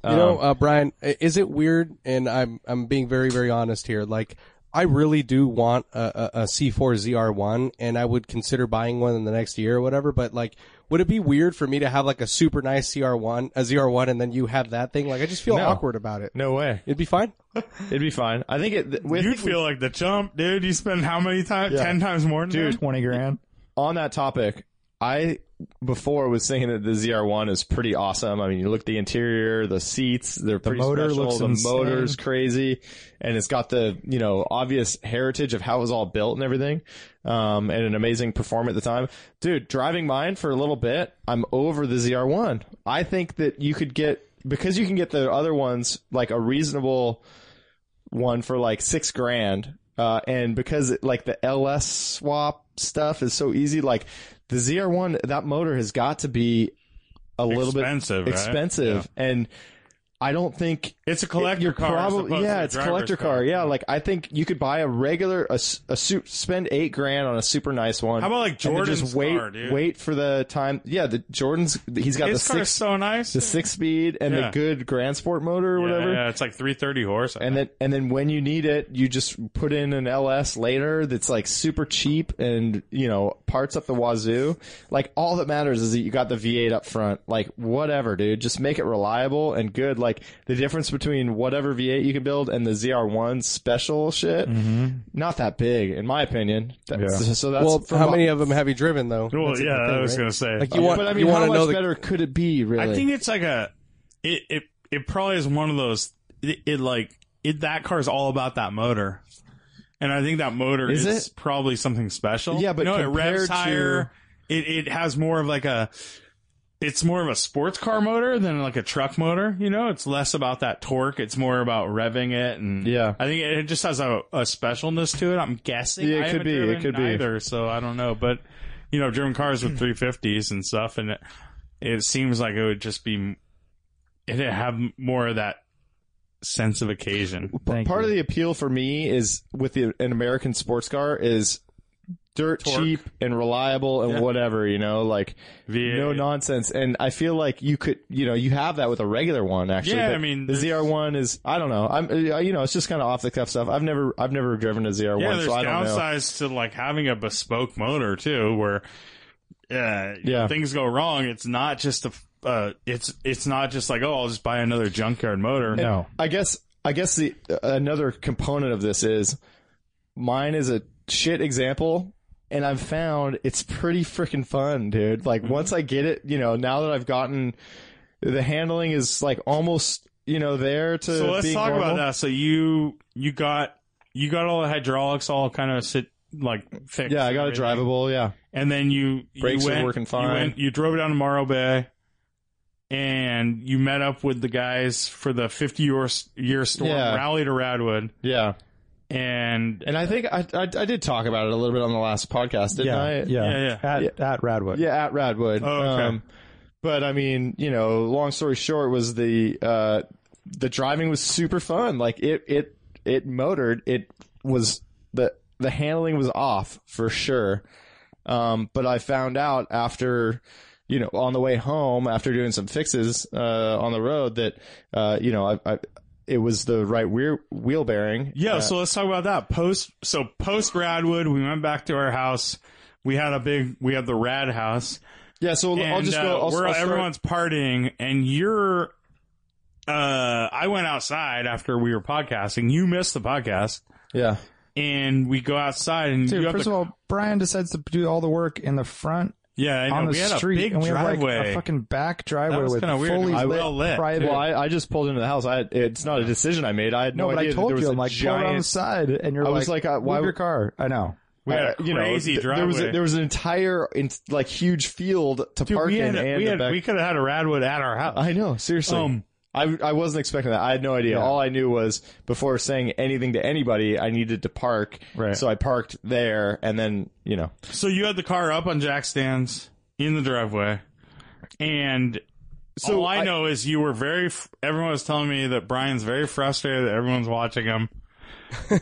Speaker 1: You know,
Speaker 4: um,
Speaker 1: uh, Brian, i- is it weird? And I'm I'm being very very honest here. Like, I really do want a, a, a C4 ZR1, and I would consider buying one in the next year or whatever. But like, Would it be weird for me to have like a super nice CR1, a ZR1, and then you have that thing? Like, I just feel
Speaker 2: No.
Speaker 1: awkward about it.
Speaker 2: No way.
Speaker 1: It'd be fine.
Speaker 2: It'd be fine. I think it. With,
Speaker 4: You'd feel like the chump, dude. You spend how many times?
Speaker 2: Yeah.
Speaker 4: Ten times more, than
Speaker 3: Dude,
Speaker 4: that?
Speaker 3: twenty grand.
Speaker 2: on that topic, I before was saying that the ZR1 is pretty awesome. I mean, you look at the interior, the seats, they're pretty
Speaker 3: motor
Speaker 2: special.
Speaker 3: looks
Speaker 2: the
Speaker 3: insane.
Speaker 2: motor's crazy, and it's got the you know obvious heritage of how it was all built and everything, um, and an amazing perform at the time. Dude, driving mine for a little bit, I'm over the ZR1. I think that you could get because you can get the other ones like a reasonable one for like six grand. Uh, and because it, like the LS swap stuff is so easy, like the ZR1, that motor has got to be a little bit
Speaker 4: Expensive, right?
Speaker 2: expensive. And I don't think
Speaker 4: It's a collector
Speaker 2: you're
Speaker 4: car. as
Speaker 2: probab-
Speaker 4: opposed to
Speaker 2: yeah,
Speaker 4: a
Speaker 2: it's a
Speaker 4: driver's
Speaker 2: collector car. Yeah, like I think you could buy a regular, a, s- a su- spend eight grand on a super nice one.
Speaker 4: How about, like,
Speaker 2: and then
Speaker 4: Jordan's
Speaker 2: Just wait,
Speaker 4: car, dude?
Speaker 2: wait for the time. Yeah, the Jordan's. He's got
Speaker 4: His
Speaker 2: the
Speaker 4: car's
Speaker 2: six,
Speaker 4: so nice.
Speaker 2: the six speed and
Speaker 4: Yeah.
Speaker 2: the good Grand Sport motor or
Speaker 4: Yeah,
Speaker 2: whatever.
Speaker 4: Yeah, it's like 330 horse. I
Speaker 2: And then, and then when you need it, you just put in an LS later that's like super cheap and, you know, parts up the wazoo. Like all that matters is that you got the V8 up front. Like whatever, dude. Just make it reliable and good. Like the difference between whatever V8 you can build and the ZR1 special shit, not that big in my opinion. That's, So that's
Speaker 1: Well,
Speaker 2: from
Speaker 1: how
Speaker 2: a-
Speaker 1: many of them have you driven though?
Speaker 4: Well,
Speaker 1: That's the
Speaker 4: yeah,
Speaker 1: thing,
Speaker 4: I was
Speaker 1: right?
Speaker 4: gonna say.
Speaker 1: Like you want,
Speaker 2: but I
Speaker 1: you
Speaker 2: mean, how
Speaker 1: want to
Speaker 2: much
Speaker 1: know the
Speaker 2: better could it be really?
Speaker 4: I think it's like a it it it probably is one of those it, it like it that car is all about that motor. And I think that motor is,
Speaker 2: Is it?
Speaker 4: probably something special.
Speaker 2: Yeah, but
Speaker 4: no, it revs
Speaker 2: compared to-
Speaker 4: higher. It it has more of like a it's more of a sports car motor than like a truck motor, you know? It's less about that torque, it's more about revving it and
Speaker 2: Yeah.
Speaker 4: I think it, it just has a, a specialness to it, I'm guessing.
Speaker 2: Yeah, it
Speaker 4: I haven't
Speaker 2: could be, it
Speaker 4: driven
Speaker 2: could be.
Speaker 4: either, so I don't know, but you know, I've driven cars with 350s and stuff and it, it seems like it would just be it'd have more of that sense of occasion.
Speaker 2: P-
Speaker 3: Thank
Speaker 2: part
Speaker 3: you.
Speaker 2: of the appeal for me is with the, an American sports car is dirt
Speaker 4: Torque.
Speaker 2: cheap and reliable and
Speaker 4: Yeah.
Speaker 2: whatever, you know, like
Speaker 4: V8.
Speaker 2: no nonsense. And I feel like you could, you know, you have that with a regular one actually.
Speaker 4: Yeah,
Speaker 2: but
Speaker 4: I mean,
Speaker 2: the
Speaker 4: there's-
Speaker 2: ZR1 is, I don't know. I'm, uh, you know, it's just kind of off the cuff stuff. I've never, I've never driven a ZR1,
Speaker 4: Yeah, there's
Speaker 2: so I don't know.
Speaker 4: downsides to like having a bespoke motor too, where yeah,
Speaker 2: Yeah.
Speaker 4: things go wrong. It's not just a uh, it's it's not just like oh, I'll just buy another junkyard motor.
Speaker 3: No.
Speaker 2: I guess I guess the another component of this is mine is a shit example and I've found it's pretty freaking fun, dude. Like
Speaker 4: Mm-hmm.
Speaker 2: once I get it, you know, now that I've gotten the handling is like almost, you know, there to
Speaker 4: So let's
Speaker 2: being
Speaker 4: talk
Speaker 2: normal.
Speaker 4: about that. So you you got you got all the hydraulics all kind of sit like fixed.
Speaker 2: Yeah, I got
Speaker 4: and
Speaker 2: a
Speaker 4: everything.
Speaker 2: drivable, yeah.
Speaker 4: and then you
Speaker 2: Brakes
Speaker 4: you
Speaker 2: are
Speaker 4: went,
Speaker 2: working
Speaker 4: You,
Speaker 2: fine.
Speaker 4: went, you drove down to Morro Bay, and you met up with the guys for the 50 year year storm
Speaker 2: Yeah.
Speaker 4: rally to Radwood,
Speaker 2: Yeah.
Speaker 4: and
Speaker 2: And I think I, I I did talk about it a little bit on the last podcast, didn't I?
Speaker 3: yeah, yeah,
Speaker 4: Yeah,
Speaker 3: At at Radwood.
Speaker 2: Yeah, at Radwood. Um,
Speaker 4: Oh, okay.
Speaker 2: but I mean, you know, long story short was the uh, the driving was super fun. Like it it it motored. It was the the handling was off for sure. Um, but I found out after you know on the way home after doing some fixes uh, on the road that uh, you know I, I it was the right wheel wheel bearing.
Speaker 4: yeah. so let's talk about that post. So post Radwood, we went back to our house. We had a big. We had the Rad House.
Speaker 2: Yeah, so I'll
Speaker 4: And,
Speaker 2: just
Speaker 4: uh,
Speaker 2: go. I'll,
Speaker 4: we're-
Speaker 2: I'll start-
Speaker 4: everyone's partying, and you're. Uh, I went outside after we were podcasting. You missed the podcast,
Speaker 2: Yeah,
Speaker 4: and we go outside, and
Speaker 3: Dude,
Speaker 4: you have
Speaker 3: first
Speaker 4: the
Speaker 3: of all, Brian decides to do all the work in the front
Speaker 4: Yeah, I know.
Speaker 3: on the
Speaker 4: we had
Speaker 3: street,
Speaker 4: a big
Speaker 3: and we
Speaker 4: driveway.
Speaker 3: have like a fucking back driveway
Speaker 4: That was
Speaker 3: with
Speaker 4: kinda weird.
Speaker 3: fully
Speaker 4: It was
Speaker 3: lit,
Speaker 4: well lit.
Speaker 3: private.
Speaker 2: Well, I, I just pulled into the house. I it's not a decision I made. I had no,
Speaker 3: no, but
Speaker 2: idea
Speaker 3: I told
Speaker 2: that there was
Speaker 3: you,
Speaker 2: a
Speaker 3: I'm like,
Speaker 2: giant.
Speaker 3: pull outside, and you're
Speaker 2: I was like, uh,
Speaker 3: move
Speaker 2: why-
Speaker 3: your car? I know.
Speaker 4: we had a
Speaker 2: uh, you know,
Speaker 4: crazy
Speaker 2: th-
Speaker 4: driveway.
Speaker 2: there was a, there was an entire in, like huge field to
Speaker 4: Dude,
Speaker 2: park
Speaker 4: we had
Speaker 2: in
Speaker 4: a-
Speaker 2: and
Speaker 4: we,
Speaker 2: the
Speaker 4: had-
Speaker 2: back.
Speaker 4: we could have had a Radwood at our house.
Speaker 2: I know, seriously.
Speaker 4: Um,
Speaker 2: I I wasn't expecting that. I had no idea. All I knew was before saying anything to anybody, I needed to park.
Speaker 3: Right.
Speaker 2: So I parked there, and then you know,
Speaker 4: So you had the car up on jack stands in the driveway, and so all I,
Speaker 2: I-
Speaker 4: know is you were very. f- Everyone was telling me that Brian's very frustrated that everyone's watching him.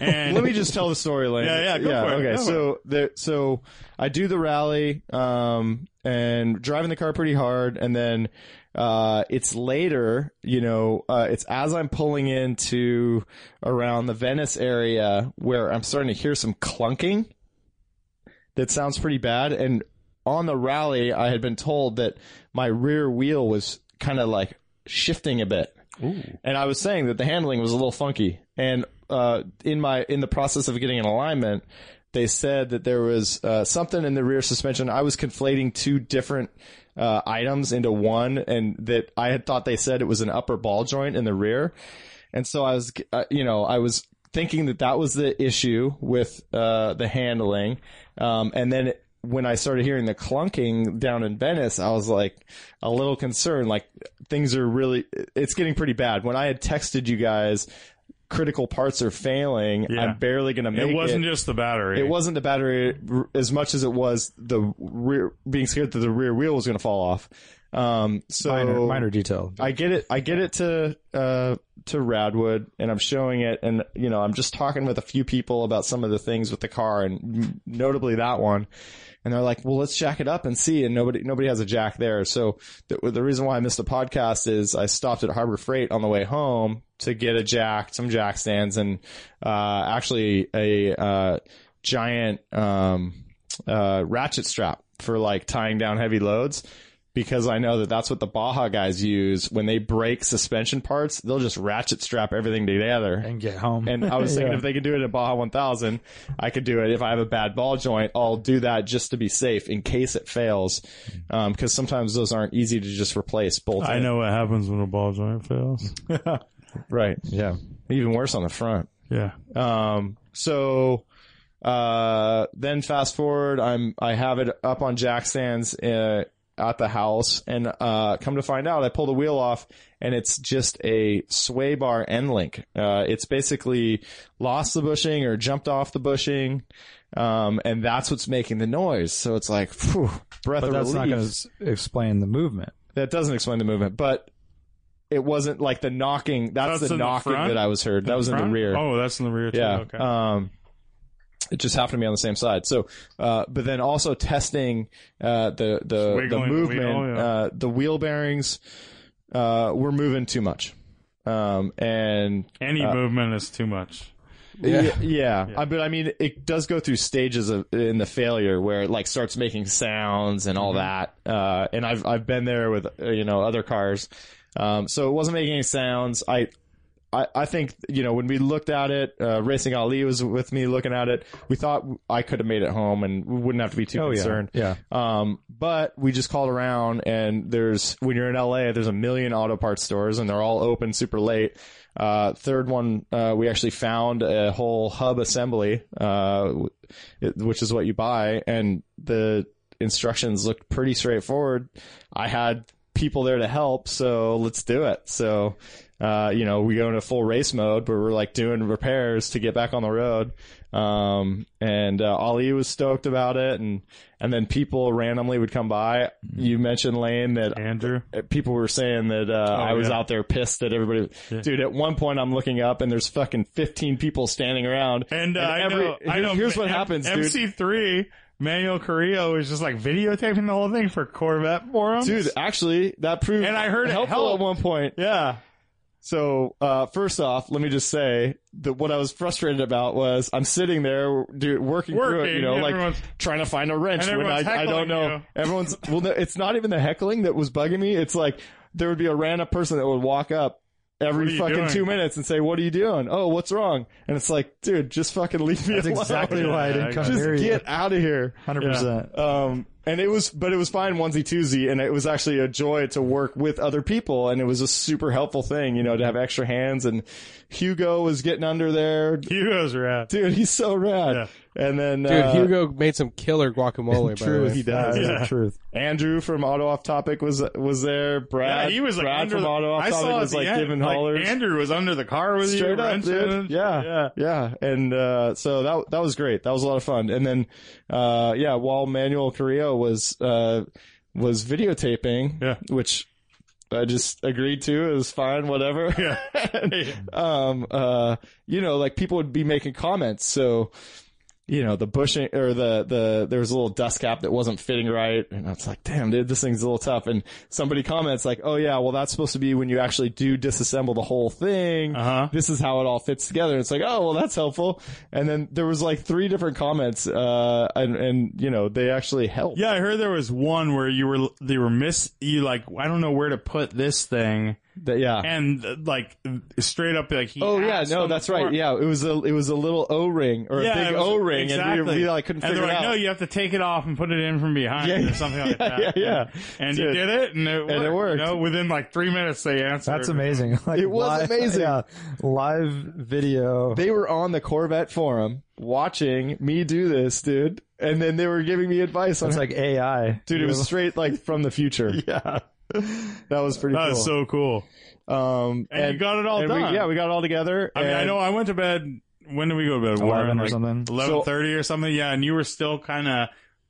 Speaker 4: And
Speaker 2: let me just tell the story, Lane.
Speaker 4: Yeah, yeah, go for it,
Speaker 2: Okay,
Speaker 4: go for
Speaker 2: so there, so I do the rally, um, and driving the car pretty hard, and then uh, it's later, you know, uh, it's as I'm pulling into around the Venice area where I'm starting to hear some clunking that sounds pretty bad, and on the rally, I had been told that my rear wheel was kind of like shifting a bit. And I was saying that the handling was a little funky. And uh, in my in the process of getting an alignment, they said that there was uh, something in the rear suspension. I was conflating two different uh, items into one, and that I had thought they said it was an upper ball joint in the rear. And so I was, uh, you know, I was thinking that that was the issue with uh, the handling. Um, and then when I started hearing the clunking down in Venice, I was like a little concerned. Like things are really, it's getting pretty bad. When I had texted you guys, critical parts are failing.
Speaker 4: Yeah.
Speaker 2: I'm barely going to make it.
Speaker 4: It wasn't just the battery.
Speaker 2: It wasn't the battery r- as much as it was the rear being scared that the rear wheel was going to fall off. Um, so
Speaker 3: minor, minor detail.
Speaker 2: I get it. I get it to uh, to Radwood, and I'm showing it, and you know, I'm just talking with a few people about some of the things with the car, and notably that one. And they're like, "Well, let's jack it up and see." And nobody nobody has a jack there. So the, the reason why I missed the podcast is I stopped at Harbor Freight on the way home to get a jack, some jack stands, and uh, actually a uh, giant um, uh, ratchet strap for like tying down heavy loads because I know that that's what the Baja guys use when they break suspension parts. They'll just ratchet strap everything together.
Speaker 3: and get home.
Speaker 2: And I was thinking
Speaker 3: Yeah.
Speaker 2: if they could do it at Baja 1000, I could do it. If I have a bad ball joint, I'll do that just to be safe in case it fails. Um, cause sometimes those aren't easy to just replace both.
Speaker 4: I know what happens when a ball joint fails.
Speaker 2: Right.
Speaker 3: yeah,
Speaker 2: Even worse on the front.
Speaker 4: yeah.
Speaker 2: Um, so, uh, then fast forward, I'm, I have it up on jack stands, uh, at the house and, uh, come to find out I pull the wheel off and it's just a sway bar end link. Uh, it's basically lost the bushing or jumped off the bushing. Um, and that's what's making the noise. So it's like, phew, breath
Speaker 3: but
Speaker 2: of
Speaker 3: that's
Speaker 2: relief
Speaker 3: not going to explain the movement.
Speaker 2: that doesn't explain the movement, but it wasn't like the knocking. That's,
Speaker 4: That's
Speaker 2: the
Speaker 4: in the
Speaker 2: knocking
Speaker 4: front?
Speaker 2: that I was heard. that was in
Speaker 4: Front?
Speaker 2: the rear.
Speaker 4: Oh, that's in the rear too.
Speaker 2: yeah.
Speaker 4: Okay.
Speaker 2: Um, it just happened to be on the same side. So, uh, but then also testing uh, the the, the
Speaker 4: Wiggling the
Speaker 2: movement,
Speaker 4: wheel, yeah.
Speaker 2: uh, the wheel bearings uh, were moving too much, um, and
Speaker 4: Any movement is too much.
Speaker 2: yeah, yeah. I, but I mean, it does go through stages of in the failure where it like starts making sounds and all that. Uh, and I've I've been there with uh, you know other cars, um, so it wasn't making any sounds. I. I, I think you know when we looked at it, uh, Racing Ali was with me looking at it. We thought I could have made it home and we wouldn't have to be too concerned.
Speaker 3: Yeah,
Speaker 2: Um, but we just called around and there's, when you're in LA, there's a million auto parts stores and they're all open super late. Uh, third one, uh, we actually found a whole hub assembly, uh, w- it- which is what you buy and the instructions looked pretty straightforward. I had people there to help. So let's do it. So, uh, you know, we go into full race mode, but we're like doing repairs to get back on the road. Um, and uh, Ali was stoked about it, and and then people randomly would come by. You mentioned Lane that
Speaker 4: Andrew.
Speaker 2: Uh, people were saying that uh, I was
Speaker 4: Oh, yeah.
Speaker 2: out there pissed that everybody. Dude, at one point I'm looking up and there's fucking 15 people standing around.
Speaker 4: And, uh, I
Speaker 2: every-
Speaker 4: know. I
Speaker 2: here-
Speaker 4: know.
Speaker 2: Here's what
Speaker 4: M-
Speaker 2: happens, dude.
Speaker 4: MC3 Manuel Carrillo was just like videotaping the whole thing for Corvette forums.
Speaker 2: Dude, actually, that proved
Speaker 4: And I heard it
Speaker 2: helpful
Speaker 4: helped.
Speaker 2: at one point.
Speaker 4: yeah.
Speaker 2: So, uh, first off, let me just say that what I was frustrated about was I'm sitting there, dude, working, through it,
Speaker 4: Working,
Speaker 2: you know, like
Speaker 4: everyone's-
Speaker 2: trying to find a wrench
Speaker 4: And
Speaker 2: when I,
Speaker 4: everyone's
Speaker 2: I don't
Speaker 4: heckling
Speaker 2: know.
Speaker 4: you.
Speaker 2: Everyone's, well, no, it's not even the heckling that was bugging me. It's like there would be a random person that would walk up
Speaker 4: What are
Speaker 2: every
Speaker 4: you
Speaker 2: fucking
Speaker 4: doing?
Speaker 2: two minutes and say, what are you doing? Oh, what's wrong? And it's like, dude, just fucking leave me alone.
Speaker 3: exactly why I didn't come
Speaker 2: Just
Speaker 3: near you.
Speaker 2: get out of here.
Speaker 3: hundred percent.
Speaker 2: Um, and it was, but it was fine onesie twosie, and it was actually a joy to work with other people, and it was a super helpful thing, you know, to have extra hands. And Hugo was getting under there,
Speaker 4: Hugo's rad.
Speaker 2: dude. He's so rad. And then
Speaker 1: Dude,
Speaker 2: uh,
Speaker 1: Hugo made some killer guacamole.
Speaker 3: True,
Speaker 1: by the way.
Speaker 3: he does.
Speaker 4: Yeah.
Speaker 3: The truth.
Speaker 2: Andrew from Auto Off Topic was was there. Brad,
Speaker 4: yeah, he was like
Speaker 2: Brad
Speaker 4: under
Speaker 2: from
Speaker 4: the,
Speaker 2: Auto Off
Speaker 4: I
Speaker 2: Topic
Speaker 4: saw at
Speaker 2: was
Speaker 4: the
Speaker 2: like
Speaker 4: end,
Speaker 2: giving
Speaker 4: like,
Speaker 2: hollers.
Speaker 4: Andrew was under the car with you,
Speaker 2: Straight up,
Speaker 4: wrenching.
Speaker 2: dude. Yeah,
Speaker 4: yeah.
Speaker 2: yeah. And uh, so that that was great. That was a lot of fun. And then, uh, yeah, while Manuel Carrillo was uh, was videotaping,
Speaker 4: Yeah.
Speaker 2: which I just agreed to. It was fine, whatever.
Speaker 4: Yeah.
Speaker 2: um, uh, you know, like people would be making comments. So you know, the bushing or the, the, there was a little dust cap that wasn't fitting right. And I was like, damn, dude, this thing's a little tough. And somebody comments like, oh yeah, well, that's supposed to be when you actually do disassemble the whole thing.
Speaker 4: Uh-huh.
Speaker 2: This is how it all fits together. It's like, oh, well, that's helpful. And then there was like three different comments, uh, and, and, you know, they actually helped.
Speaker 4: Yeah, I heard there was one where you were they were miss you like I don't know where to put this thing
Speaker 2: That- yeah.
Speaker 4: and uh, like straight up like he
Speaker 2: Oh yeah,
Speaker 4: asked
Speaker 2: no,
Speaker 4: on the
Speaker 2: that's right.
Speaker 4: forum-
Speaker 2: Yeah, it was a it was a little O ring or
Speaker 4: Yeah,
Speaker 2: a big
Speaker 4: it was-
Speaker 2: O ring,
Speaker 4: exactly.
Speaker 2: and we, we like couldn't
Speaker 4: and
Speaker 2: figure
Speaker 4: they're
Speaker 2: it
Speaker 4: like,
Speaker 2: out.
Speaker 4: No, you have to take it off and put it in from behind
Speaker 2: Yeah,
Speaker 4: or something like that.
Speaker 2: yeah, yeah.
Speaker 4: And you
Speaker 2: Dude.
Speaker 4: did it, and it worked.
Speaker 2: it worked.
Speaker 4: You know, within like three minutes, they answered.
Speaker 3: That's amazing. Like,
Speaker 2: It was
Speaker 3: live-
Speaker 2: amazing.
Speaker 3: Yeah, live video.
Speaker 2: they were on the Corvette forum watching me do this, dude, and then they were giving me advice on
Speaker 3: It's
Speaker 2: like,
Speaker 3: like AI.
Speaker 2: dude, it was straight like from the future.
Speaker 3: yeah.
Speaker 2: That was pretty
Speaker 4: That's
Speaker 2: cool.
Speaker 4: so cool.
Speaker 2: um,
Speaker 4: And, you got it all
Speaker 2: and we-
Speaker 4: done.
Speaker 2: yeah, we got it all together.
Speaker 4: I mean, I
Speaker 2: and-
Speaker 4: know I went to bed. When did we go to bed?
Speaker 3: 11 or something.
Speaker 4: Eleven thirty or something. Yeah, and you were still kind of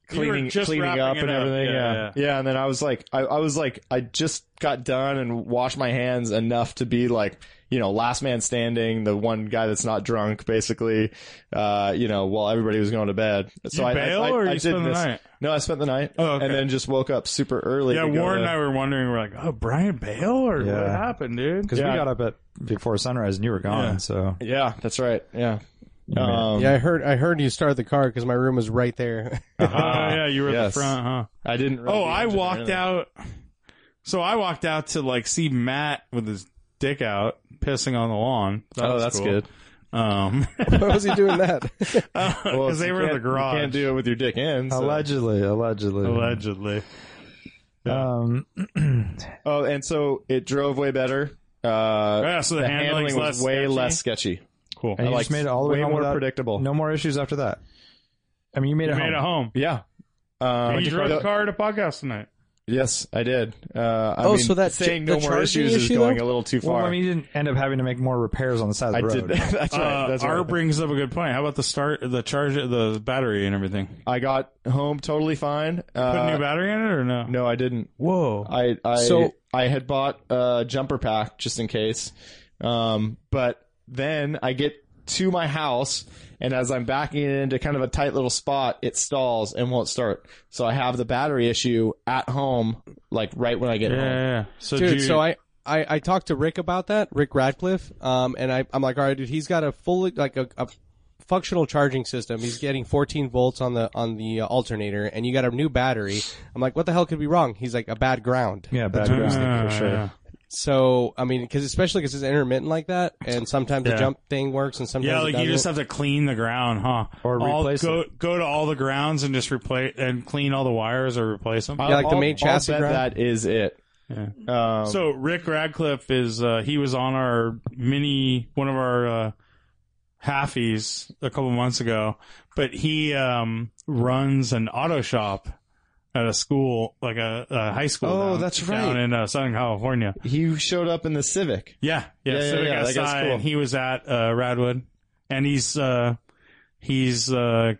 Speaker 2: cleaning cleaning up and everything. Yeah. yeah, And then I was like, I, I was like, I just got done and washed my hands enough to be like, you know, last man standing, the one guy that's not drunk, basically. Uh, you know, while everybody was going to bed. So
Speaker 4: You
Speaker 2: I, I-
Speaker 4: bail
Speaker 2: I,
Speaker 4: or
Speaker 2: I
Speaker 4: you
Speaker 2: did
Speaker 4: spend the
Speaker 2: this.
Speaker 4: night?
Speaker 2: No, I spent the night,
Speaker 4: Oh, okay.
Speaker 2: and then just woke up super early.
Speaker 4: Yeah,
Speaker 2: to go
Speaker 4: Warren
Speaker 2: to-
Speaker 4: and I were wondering. We're like, oh, Brian Bale, or
Speaker 3: Yeah.
Speaker 4: what happened, dude?
Speaker 3: Because
Speaker 2: Yeah.
Speaker 3: we got up at before sunrise and you were gone.
Speaker 4: Yeah.
Speaker 3: So
Speaker 2: Yeah, that's right. Yeah.
Speaker 3: Oh,
Speaker 2: Um,
Speaker 1: Yeah, I heard. I heard you start the car because my room was right there.
Speaker 4: Oh yeah, you were at
Speaker 2: Uh-huh. Yes.
Speaker 4: the front, huh?
Speaker 2: I didn't. Really
Speaker 4: Oh, I
Speaker 2: enjoy
Speaker 4: walked
Speaker 2: anything.
Speaker 4: out. So I walked out to like see Matt with his dick out pissing on the lawn. That
Speaker 2: Oh,
Speaker 4: was
Speaker 2: that's
Speaker 4: cool.
Speaker 2: good.
Speaker 4: Um,
Speaker 1: Why was he doing that?
Speaker 2: Well,
Speaker 4: because they
Speaker 2: you
Speaker 4: were in the
Speaker 2: can't-
Speaker 4: garage.
Speaker 2: You can't do it with your dick in. so-
Speaker 3: allegedly, allegedly,
Speaker 4: allegedly.
Speaker 3: Um,
Speaker 2: Oh, and so it drove way better. Uh,
Speaker 4: Yeah, so the,
Speaker 2: the
Speaker 4: handling's
Speaker 2: handling was
Speaker 4: less
Speaker 2: way
Speaker 4: sketchy.
Speaker 2: less sketchy.
Speaker 4: cool.
Speaker 3: and you
Speaker 2: like
Speaker 3: just made it all the way,
Speaker 2: way
Speaker 3: home
Speaker 2: more
Speaker 3: without-
Speaker 2: predictable.
Speaker 3: No more issues after that. I mean, you made
Speaker 4: You
Speaker 3: it
Speaker 4: made
Speaker 3: home.
Speaker 4: it home.
Speaker 2: Yeah. Um,
Speaker 4: And you drove
Speaker 2: the-
Speaker 4: the car to podcast tonight.
Speaker 2: Yes, I did. Uh, I
Speaker 1: Oh,
Speaker 2: mean,
Speaker 1: so that
Speaker 2: saying
Speaker 1: ch-
Speaker 2: no
Speaker 1: the
Speaker 2: more
Speaker 1: charging
Speaker 2: issues is
Speaker 1: issue,
Speaker 2: going
Speaker 1: though?
Speaker 2: a little too
Speaker 3: Well,
Speaker 2: far.
Speaker 3: I mean, you didn't end up having to make more repairs on the side of
Speaker 2: I
Speaker 3: the road.
Speaker 2: did. that's right.
Speaker 4: Uh,
Speaker 2: That's
Speaker 4: R
Speaker 2: right.
Speaker 4: brings up a good point. How about the start, the charge, the battery, and everything?
Speaker 2: I got home totally fine.
Speaker 4: Put a new
Speaker 2: Uh,
Speaker 4: battery in it or no?
Speaker 2: no, I didn't.
Speaker 4: Whoa.
Speaker 2: I I
Speaker 1: So-
Speaker 2: I had bought a jumper pack just in case. Um, but then I get to my house and as I'm backing it into kind of a tight little spot, it stalls and won't start. So I have the battery issue at home, like right when I get
Speaker 4: yeah,
Speaker 2: home.
Speaker 4: yeah, yeah. So
Speaker 1: dude.
Speaker 4: did you-
Speaker 1: So I, I, I talked to Rick about that, Rick Radcliffe, um, and I, I'm like, all right, dude, he's got a fully like a, a functional charging system. He's getting 14 volts on the on the uh, alternator, and you got a new battery. I'm like, what the hell could be wrong? He's like, a bad ground.
Speaker 3: Yeah, bad
Speaker 4: Ah,
Speaker 3: ground for sure.
Speaker 4: yeah.
Speaker 1: So I mean, because especially because it's intermittent like that, and sometimes
Speaker 4: Yeah.
Speaker 1: the jump thing works, and sometimes
Speaker 4: Yeah,
Speaker 1: it
Speaker 4: like you just
Speaker 1: doesn't.
Speaker 4: have to clean the ground, huh?
Speaker 3: Or
Speaker 4: All-
Speaker 3: replace
Speaker 4: go, Go to all the grounds and just replace and clean all the wires or replace them.
Speaker 1: Yeah, like the
Speaker 2: I'll-
Speaker 1: main
Speaker 2: I'll
Speaker 1: chassis
Speaker 2: bet
Speaker 1: ground?
Speaker 2: That is it.
Speaker 4: Yeah.
Speaker 2: Um,
Speaker 4: so Rick Radcliffe is uh, he was on our mini one of our uh, halfies a couple months ago, but he um, runs an auto shop at a school like a, a high school.
Speaker 2: Oh,
Speaker 4: down-
Speaker 2: that's
Speaker 4: down
Speaker 2: right.
Speaker 4: in uh, Southern California.
Speaker 2: he showed up in the Civic.
Speaker 4: Yeah, yeah,
Speaker 2: Yeah, yeah,
Speaker 4: Civic
Speaker 2: yeah, that
Speaker 4: SI,
Speaker 2: guy's cool.
Speaker 4: and he was at uh, Radwood, and he's uh, he's uh,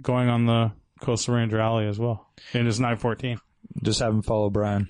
Speaker 4: going on the Coastal Range Rally as well in his 914.
Speaker 3: Just have him follow Brian.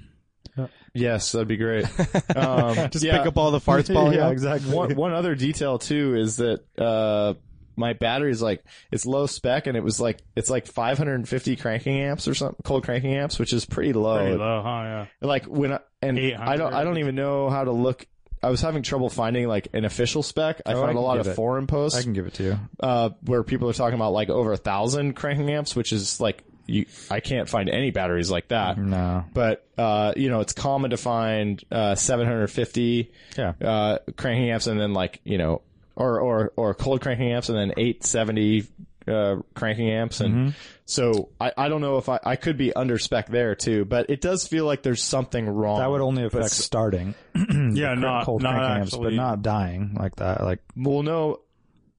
Speaker 2: Yes, that'd be great. Um,
Speaker 1: Just
Speaker 2: yeah.
Speaker 1: pick up all the farts falling
Speaker 3: yeah,
Speaker 1: out.
Speaker 3: exactly.
Speaker 2: One, one other detail too is that uh, my battery's like it's low spec and it was like it's like 550 cranking amps or something cold cranking amps, which is pretty low.
Speaker 4: Pretty low, huh? Yeah.
Speaker 2: Like when I, and
Speaker 4: 800.
Speaker 2: I don't I don't even know how to look. I was having trouble finding like an official spec. I
Speaker 3: Oh, I
Speaker 2: found
Speaker 3: can
Speaker 2: a lot
Speaker 3: get
Speaker 2: of
Speaker 3: it.
Speaker 2: forum posts
Speaker 3: I can give it to you.
Speaker 2: uh, where people are talking about like over a thousand cranking amps, which is like you I can't find any batteries like that.
Speaker 3: No.
Speaker 2: But uh, you know, it's common to find uh, 750
Speaker 3: Yeah.
Speaker 2: uh, cranking amps and then like you know or or or cold cranking amps and then 870 uh, cranking amps and
Speaker 3: Mm-hmm.
Speaker 2: so I, I don't know if I, I could be under spec there too but it does feel like there's something wrong
Speaker 3: That would only affect starting.
Speaker 4: Yeah, not
Speaker 3: cold
Speaker 4: not
Speaker 3: cranking amps,
Speaker 4: actually,
Speaker 3: but not dying like that. Like
Speaker 2: well no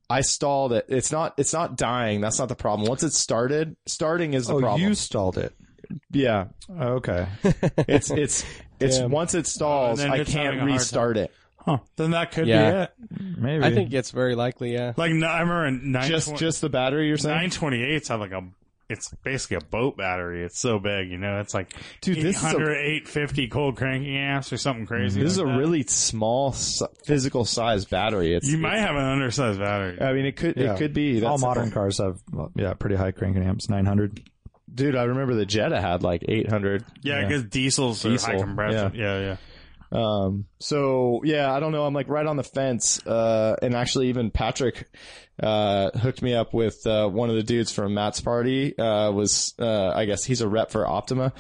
Speaker 2: I stalled it it's not it's not dying that's not the problem once it started starting is the
Speaker 3: oh,
Speaker 2: problem
Speaker 3: you stalled it.
Speaker 2: yeah
Speaker 3: Okay.
Speaker 2: it's it's it's once it stalls
Speaker 4: Oh, and then
Speaker 2: I
Speaker 4: it's having a
Speaker 2: can't
Speaker 4: hard
Speaker 2: restart it
Speaker 4: Huh. Then that could be
Speaker 1: Yeah.
Speaker 4: it.
Speaker 3: Maybe.
Speaker 1: I think it's very likely. Yeah.
Speaker 4: Like no, I remember in nine
Speaker 2: just just the battery you're saying
Speaker 4: nine twenty eights have like a it's basically a boat battery. It's so big, you know. It's like
Speaker 2: Dude, this is a-
Speaker 4: 800, 850 cold cranking amps or something crazy.
Speaker 2: This is a
Speaker 4: like that.
Speaker 2: really small si- physical size battery. It's,
Speaker 4: You might have an undersized battery.
Speaker 2: I mean, it could
Speaker 3: Yeah.
Speaker 2: it could be
Speaker 3: All
Speaker 2: that's-
Speaker 3: modern cars have, well, yeah, pretty high cranking amps, 900.
Speaker 2: Dude, I remember the Jetta had like 800.
Speaker 4: yeah, because diesels are high
Speaker 2: Diesel,
Speaker 4: compression. Yeah, yeah.
Speaker 2: Um, so yeah, I don't know. I'm like right on the fence. Uh, and actually even Patrick, uh, hooked me up with, uh, one of the dudes from Matt's party, uh, was, uh, I guess he's a rep for Optima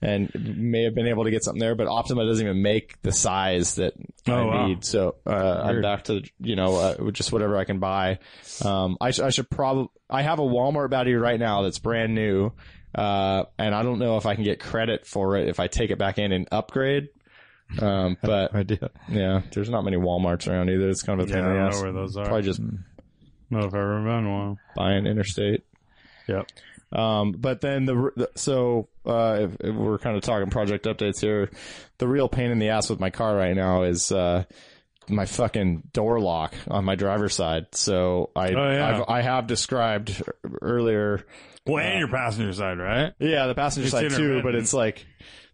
Speaker 2: and may have been able to get something there, but Optima doesn't even make the size that I
Speaker 4: Oh, wow.
Speaker 2: need. So, uh, I'm back to, you know, uh, just whatever I can buy. Um, I, sh- I should probably, I have a Walmart battery right now that's brand new. Uh, and I don't know if I can get credit for it if I take it back in and upgrade. Um, but
Speaker 3: Idea.
Speaker 2: yeah, there's not many Walmarts around either. It's kind of a pain
Speaker 4: Yeah, I
Speaker 2: in the
Speaker 4: don't
Speaker 2: ass.
Speaker 4: know where those are.
Speaker 2: Probably just
Speaker 4: No, if I've ever been one.
Speaker 2: buying interstate.
Speaker 4: Yep.
Speaker 2: Um, but then the, the so uh, if, if we're kind of talking project updates here. The real pain in the ass with my car right now is uh, my fucking door lock on my driver's side. So I
Speaker 4: Oh, yeah.
Speaker 2: I've, I have described earlier.
Speaker 4: Well, and your passenger side, right?
Speaker 2: Yeah, the passenger
Speaker 4: It's
Speaker 2: side too,
Speaker 4: intermittent.
Speaker 2: but it's like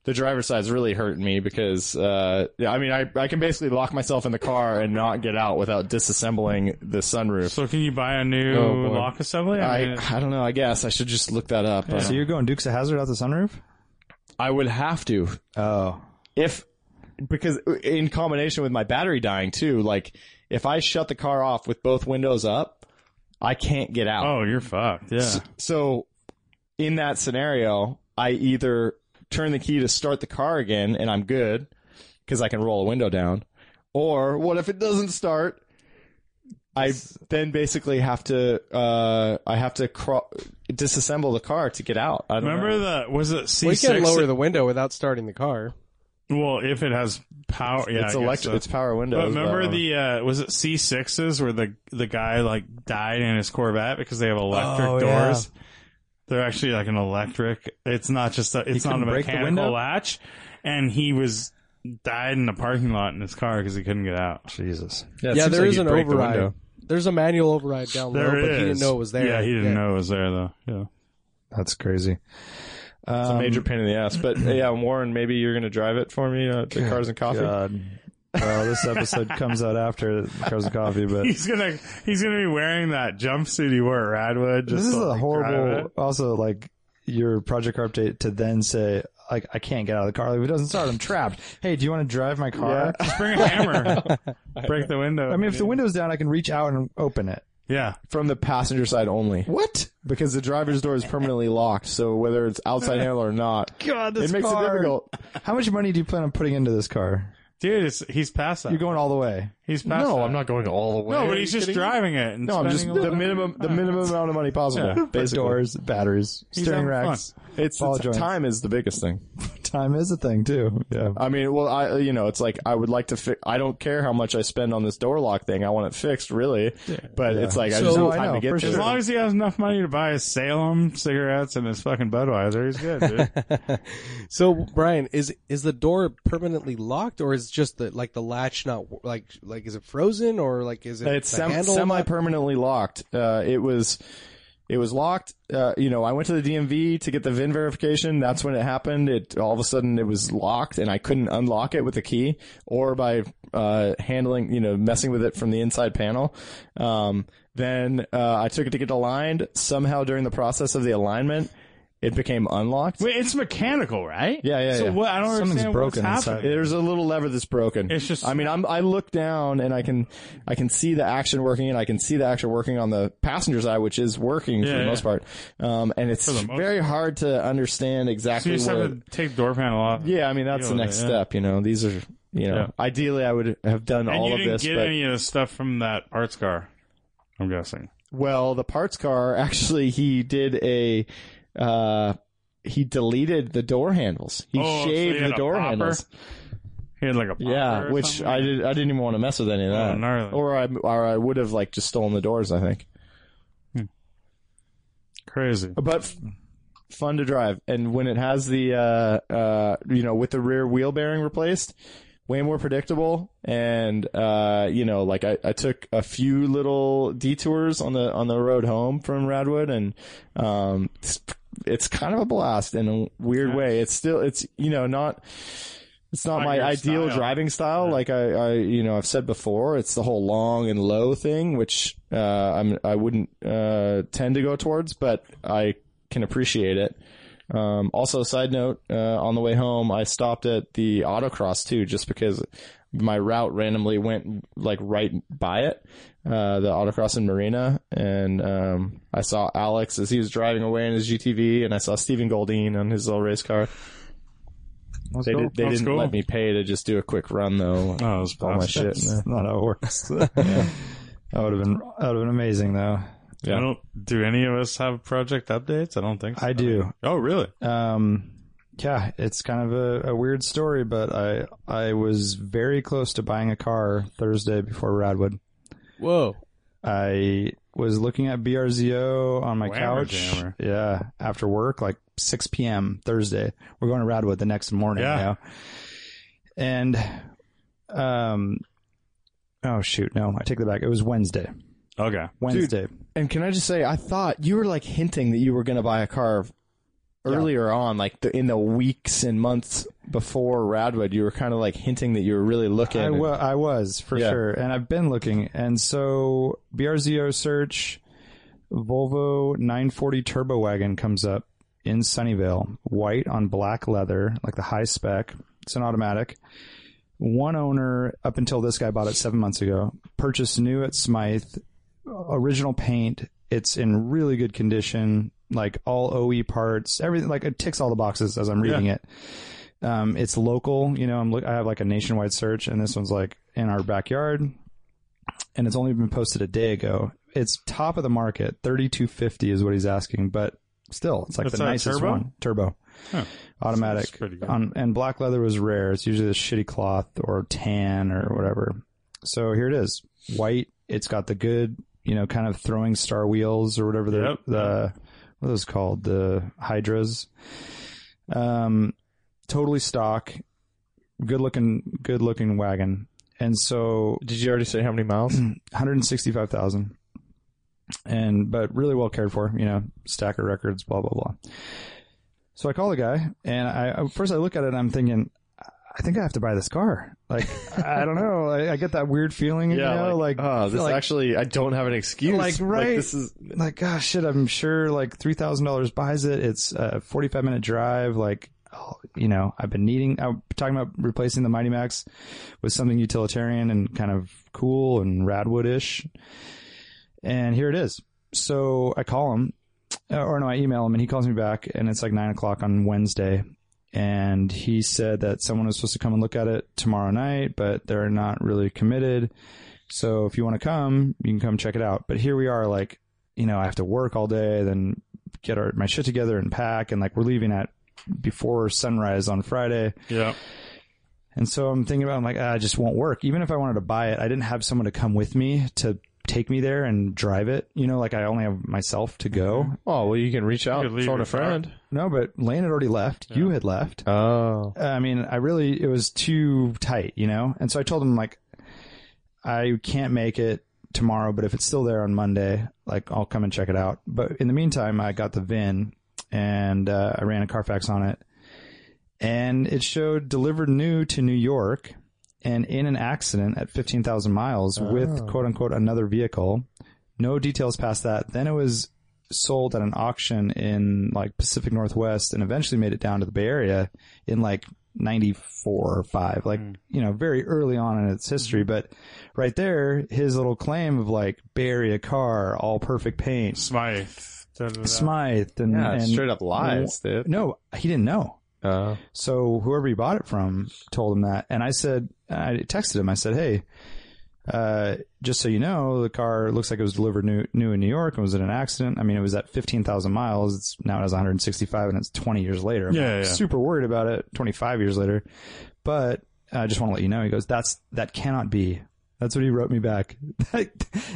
Speaker 2: the driver's side's really hurting me because uh yeah, I mean I, I can basically lock myself in the car and not get out without disassembling the sunroof.
Speaker 4: So can you buy a new
Speaker 2: Oh, boy.
Speaker 4: lock assembly? I,
Speaker 2: I
Speaker 4: mean,
Speaker 2: I don't know, I guess I should just look that up. Uh,
Speaker 3: Oh, So you're going Dukes of Hazard out the sunroof?
Speaker 2: I would have to
Speaker 3: Oh.
Speaker 2: if because in combination with my battery dying too, like if I shut the car off with both windows up, I can't get out.
Speaker 4: oh, you're fucked. Yeah.
Speaker 2: So in that scenario, I either turn the key to start the car again and I'm good because I can roll a window down, or what if it doesn't start? I then basically have to uh, I have to cro- disassemble the car to get out. I don't
Speaker 4: Remember
Speaker 2: know.
Speaker 4: the was it C6?
Speaker 1: We can lower the window without starting the car.
Speaker 4: well, if it has power, yeah,
Speaker 2: it's
Speaker 4: I guess
Speaker 2: electric.
Speaker 4: so.
Speaker 2: It's power
Speaker 4: But
Speaker 2: windows.
Speaker 4: remember
Speaker 2: um,
Speaker 4: the uh, was it C sixes where the the guy like died in his Corvette because they have electric
Speaker 3: Oh, yeah.
Speaker 4: doors. They're actually like an electric. It's not just a, it's not a
Speaker 3: couldn't break the
Speaker 4: mechanical
Speaker 3: window?
Speaker 4: latch. And he was died in the parking lot in his car because he couldn't get out.
Speaker 3: Jesus.
Speaker 2: it
Speaker 1: yeah,
Speaker 2: seems
Speaker 1: there
Speaker 2: like
Speaker 1: is
Speaker 2: you
Speaker 1: an
Speaker 2: break the
Speaker 1: override.
Speaker 2: window.
Speaker 1: There's a manual override down
Speaker 4: There
Speaker 1: low, but
Speaker 4: it
Speaker 1: he didn't
Speaker 4: is.
Speaker 1: know it was there.
Speaker 4: Yeah, he didn't know it was there though. Yeah.
Speaker 3: That's crazy.
Speaker 2: It's
Speaker 1: Um,
Speaker 2: a major pain in the ass. But yeah, Warren, maybe you're gonna drive it for me. Uh, the cars and coffee.
Speaker 3: God. Well, this episode comes out after Cars and Coffee, but
Speaker 4: He's gonna he's gonna be wearing that jumpsuit he wore at Radwood. Just
Speaker 3: this is
Speaker 4: to,
Speaker 3: a
Speaker 4: like, drive
Speaker 3: horrible.
Speaker 4: it.
Speaker 3: Also, like your project car update to then say, like, I can't get out of the car. Like, if it doesn't start, I'm trapped. Hey, do you want to drive my car?
Speaker 4: Just bring a hammer. Break the window.
Speaker 3: I mean, if the window's down, I can reach out and open it.
Speaker 4: yeah.
Speaker 2: from the passenger side only.
Speaker 3: What?
Speaker 2: Because the driver's door is permanently locked, so whether it's outside handle or not,
Speaker 3: God, this
Speaker 2: it makes
Speaker 3: car.
Speaker 2: it difficult.
Speaker 3: How much money do you plan on putting into this car?
Speaker 4: Dude, it's, he's past that.
Speaker 3: You're going all the way.
Speaker 4: he's past that.
Speaker 2: not going all the way.
Speaker 4: No, but he's just driving it. And
Speaker 2: No, I'm just the minimum, the minimum amount of money possible.
Speaker 3: Base
Speaker 2: basically.
Speaker 3: doors, batteries, steering
Speaker 4: having
Speaker 3: racks.
Speaker 2: It's,
Speaker 3: Ball
Speaker 2: it's
Speaker 3: joints.
Speaker 2: time is the biggest thing.
Speaker 3: Time is a thing too. Yeah.
Speaker 2: I mean, well, I you know, it's like I would like to. Fi- I don't care how much I spend on this door lock thing. I want it fixed, really. But it's like I
Speaker 3: So-
Speaker 2: just
Speaker 3: No,
Speaker 2: need
Speaker 3: I
Speaker 2: time
Speaker 3: know,
Speaker 2: to get
Speaker 3: for
Speaker 2: there.
Speaker 4: As long as he has enough money to buy his Salem cigarettes and his fucking Budweiser, he's good, dude.
Speaker 1: So Brian, is is the door permanently locked, or is just the like the latch not like like is it frozen or like is it
Speaker 2: It's
Speaker 1: the
Speaker 2: sem-
Speaker 1: handle
Speaker 2: semi permanently locked. Uh, it was, it was locked. Uh, you know, I went to the DMV to get the VIN verification. That's when it happened. It all of a sudden it was locked, and I couldn't unlock it with a key or by uh, handling, you know, messing with it from the inside panel. Um, then uh, I took it to get aligned. Somehow during the process of the alignment, it became unlocked.
Speaker 4: Wait, it's mechanical, right?
Speaker 2: Yeah, yeah,
Speaker 4: So
Speaker 2: yeah.
Speaker 4: what? I don't
Speaker 3: Something's
Speaker 4: understand
Speaker 3: broken
Speaker 4: what's
Speaker 3: inside.
Speaker 4: happening.
Speaker 2: There's a little lever that's broken.
Speaker 4: It's just-
Speaker 2: I mean, I'm, I look down and I can, I can see the action working and I can see the action working on the passenger side, which is working for
Speaker 4: Yeah,
Speaker 2: the
Speaker 4: yeah.
Speaker 2: most part. Um, and it's
Speaker 4: the most
Speaker 2: very hard to understand
Speaker 4: So you
Speaker 2: exactly
Speaker 4: just
Speaker 2: where.
Speaker 4: have to take the door panel off.
Speaker 2: yeah, I mean, that's
Speaker 4: deal
Speaker 2: the
Speaker 4: with
Speaker 2: next
Speaker 4: it, yeah.
Speaker 2: step. You know, these are, you know,
Speaker 4: Yeah.
Speaker 2: ideally I would have done
Speaker 4: And
Speaker 2: all
Speaker 4: you
Speaker 2: of
Speaker 4: didn't
Speaker 2: this,
Speaker 4: get
Speaker 2: but
Speaker 4: any of the stuff from that parts car, I'm guessing.
Speaker 2: well, the parts car actually he did a, uh, he deleted the door handles. He
Speaker 4: Oh, so
Speaker 2: shaved
Speaker 4: he had
Speaker 2: the
Speaker 4: a
Speaker 2: door
Speaker 4: popper?
Speaker 2: handles.
Speaker 4: He had like a popper
Speaker 2: Yeah,
Speaker 4: or
Speaker 2: which
Speaker 4: something? Oh,
Speaker 2: I did. I didn't even want to mess with any of that.
Speaker 4: gnarly.
Speaker 2: or I or I would have like just stolen the doors. I think,
Speaker 4: crazy. Oh,
Speaker 2: but f- fun to drive. And when it has the uh uh you know with the rear wheel bearing replaced, way more predictable. And uh you know like I, I took a few little detours on the on the road home from Radwood, and um s- it's kind of a blast in a weird way. It's still it's you know not it's not
Speaker 4: Not
Speaker 2: my
Speaker 4: your
Speaker 2: ideal
Speaker 4: style.
Speaker 2: driving style. Like I, I you know I've said before, it's the whole long and low thing, which uh, I'm I wouldn't uh, tend to go towards, but I can appreciate it. Um, also, side note: uh, on the way home, I stopped at the autocross too, just because my route randomly went like right by it, uh, the autocross in Marina, and um, I saw Alex as he was driving away in his GTV, and I saw Stephen Goldine on his little race car. They, did, they
Speaker 4: That's
Speaker 2: didn't
Speaker 4: cool.
Speaker 2: let me pay to just do a quick run though.
Speaker 4: Oh, that's
Speaker 2: all my shit.
Speaker 3: That's
Speaker 2: in there.
Speaker 3: not how it works. That would have been that would have been amazing though.
Speaker 2: Yeah.
Speaker 4: I don't. Do any of us have project updates? I don't think. so.
Speaker 3: I do.
Speaker 4: Oh, really?
Speaker 3: Um, yeah, it's kind of a, a weird story, but I I was very close to buying a car Thursday before Radwood.
Speaker 1: Whoa.
Speaker 3: I was looking at BRZO on my
Speaker 4: Whammer
Speaker 3: couch.
Speaker 4: jammer.
Speaker 3: Yeah, after work, like 6 p.m. Thursday. We're going to Radwood the next morning.
Speaker 4: Yeah.
Speaker 3: you know? And, um, oh shoot, no, I take that back. It was Wednesday.
Speaker 4: Okay.
Speaker 3: Wednesday.
Speaker 2: And can I just say, I thought you were like hinting that you were going to buy a car earlier on, like the, in the weeks and months before Radwood. You were kind of like hinting that you were really looking.
Speaker 3: I, wa- I was for
Speaker 2: Yeah.
Speaker 3: sure, and I've been looking. And so BRZO search Volvo 940 Turbo Wagon comes up in Sunnyvale, white on black leather, like the high spec. It's an automatic. One owner, up until this guy bought it seven months ago, purchased new at Smythe, original paint. It's in really good condition, like all OE parts, everything. Like it ticks all the boxes as I'm reading it. Um, it's local, you know. I'm look, I have like a nationwide search, and this one's like in our backyard, and it's only been posted a day ago. It's top of the market, thirty two fifty is what he's asking, but still, it's like
Speaker 4: That's
Speaker 3: the
Speaker 4: a
Speaker 3: nicest
Speaker 4: turbo?
Speaker 3: one, turbo,
Speaker 4: Huh. Sounds
Speaker 3: automatic.
Speaker 4: pretty good.
Speaker 3: On, and black leather was rare. It's usually this shitty cloth or tan or whatever. So here it is, white. It's got the good, you know, kind of throwing star wheels or whatever the
Speaker 4: Yep.
Speaker 3: the what are those called the hydras. Um, totally stock, good looking, good looking wagon. And so
Speaker 2: Did you already say how many miles?
Speaker 3: 165,000. And, but really well cared for, you know, stacker records, blah, blah, blah. So I call the guy and I, I- first I look at it and I'm thinking, I think I have to buy this car. Like, I don't know. I, I get that weird feeling, you know, like,
Speaker 2: oh, this
Speaker 3: like,
Speaker 2: actually, I don't have an excuse.
Speaker 3: Like, right.
Speaker 2: this is
Speaker 3: like, gosh, shit, I'm sure like $3,000 buys it. It's a 45 minute drive. Like, oh, you know, I've been needing, I'm talking about replacing the Mighty Max with something utilitarian and kind of cool and Radwood ish. And here it is. So I call him, uh, or no, I email him and he calls me back and it's like nine o'clock on Wednesday. And he said that someone was supposed to come and look at it tomorrow night, but they're not really committed. So if you want to come, you can come check it out. But here we are, like, you know, I have to work all day, then get our, my shit together and pack. And like, we're leaving at before sunrise on Friday.
Speaker 4: Yeah.
Speaker 3: And so I'm thinking about, I'm like, ah, it just won't work. Even if I wanted to buy it, I didn't have someone to come with me to take me there and drive it. You know, like I only have myself to go.
Speaker 2: oh well, you can reach out,
Speaker 4: could leave
Speaker 2: phone
Speaker 4: your
Speaker 2: a friend.
Speaker 3: No, but Lane had already left. You had left.
Speaker 2: Oh,
Speaker 3: I mean, I really, it was too tight, you know? And so I told him, like, I can't make it tomorrow, but if it's still there on Monday, like, I'll come and check it out. But in the meantime, I got the VIN and uh, I ran a Carfax on it. And it showed delivered new to New York and in an accident at 15,000 miles
Speaker 2: Oh.
Speaker 3: with quote unquote another vehicle. No details past that. Then it was sold at an auction in like Pacific Northwest and eventually made it down to the Bay Area in like 94 or 5 like
Speaker 2: Hmm.
Speaker 3: you know very early on in its history but right there his little claim of like Bay Area car all perfect paint
Speaker 4: Smythe. Da-da-da.
Speaker 3: Smythe and,
Speaker 2: yeah,
Speaker 3: and-
Speaker 2: straight up lies, dude.
Speaker 3: no he didn't know
Speaker 2: Uh,
Speaker 3: so whoever he bought it from told him that, and I said, I texted him. I said, hey, uh, just so you know, the car looks like it was delivered new, new in New York and was in an accident. I mean, it was at fifteen thousand miles. It's now it has one hundred and sixty five, and it's twenty years later. I'm
Speaker 4: Yeah, yeah.
Speaker 3: super worried about it. Twenty five years later, but I just want to let you know. He goes, that's that cannot be. That's what he wrote me back. That,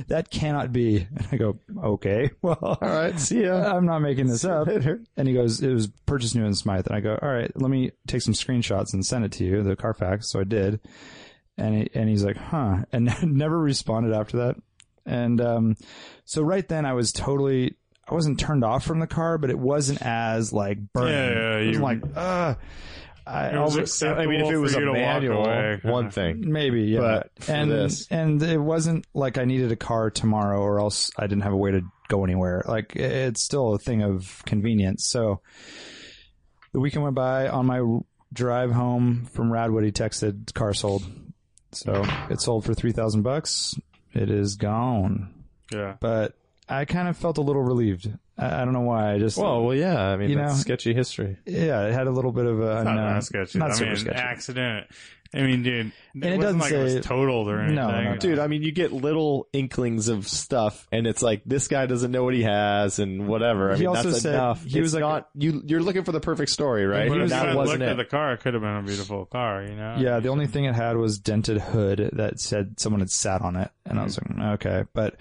Speaker 3: that cannot be. And I go, okay, well, all
Speaker 2: all right, see ya.
Speaker 3: I'm not making this up. And he goes, it was purchased new in Smythe. And I go, all right, let me take some screenshots and send it to you, the Carfax. So I did. And he, and he's like, huh. And never responded after that. And, um, so right then I was totally, I wasn't turned off from the car, but it wasn't as like burning.
Speaker 4: Yeah, yeah,
Speaker 3: it was
Speaker 4: you-
Speaker 3: like uh I
Speaker 4: It was
Speaker 3: I'll-
Speaker 4: acceptable
Speaker 2: I mean, if it was
Speaker 4: for
Speaker 2: a
Speaker 4: you to
Speaker 2: manual,
Speaker 4: walk away. Uh-huh.
Speaker 2: one thing.
Speaker 3: maybe yeah.
Speaker 2: But for
Speaker 3: and
Speaker 2: this-
Speaker 3: and it wasn't like I needed a car tomorrow, or else I didn't have a way to go anywhere. Like i- it's still a thing of convenience. So the weekend went by. On my drive home from Radwood, he texted, "Car sold." So it sold for three thousand bucks. It is gone.
Speaker 4: Yeah.
Speaker 3: but I kind of felt a little relieved. I, I don't know why. I just
Speaker 2: Well, well, yeah. I mean,
Speaker 3: You
Speaker 2: that's
Speaker 3: know-
Speaker 2: sketchy history.
Speaker 3: yeah, it had a little bit of a
Speaker 2: Uh,
Speaker 4: Not
Speaker 3: unknown-
Speaker 4: that sketchy.
Speaker 3: Not
Speaker 4: I
Speaker 3: super
Speaker 4: mean,
Speaker 3: sketchy.
Speaker 4: accident. I mean, dude, it,
Speaker 3: it
Speaker 4: wasn't
Speaker 3: doesn't
Speaker 4: like it
Speaker 3: say-
Speaker 4: was totaled or anything.
Speaker 3: No, no, no.
Speaker 2: Dude, I mean, you get little inklings of stuff, and it's like this guy doesn't know what he has, and whatever. I
Speaker 3: He
Speaker 2: mean,
Speaker 3: also
Speaker 2: that's
Speaker 3: said-
Speaker 2: enough.
Speaker 3: he
Speaker 2: It's
Speaker 3: was like-
Speaker 2: not you. You're looking for the perfect story, right?
Speaker 4: But if
Speaker 2: that
Speaker 4: I
Speaker 2: wasn't
Speaker 4: looked
Speaker 2: it.
Speaker 4: at the car, it could have been a beautiful car, you know?
Speaker 3: Yeah, the only thing it had was dented hood that said someone had sat on it, and I was like, okay, but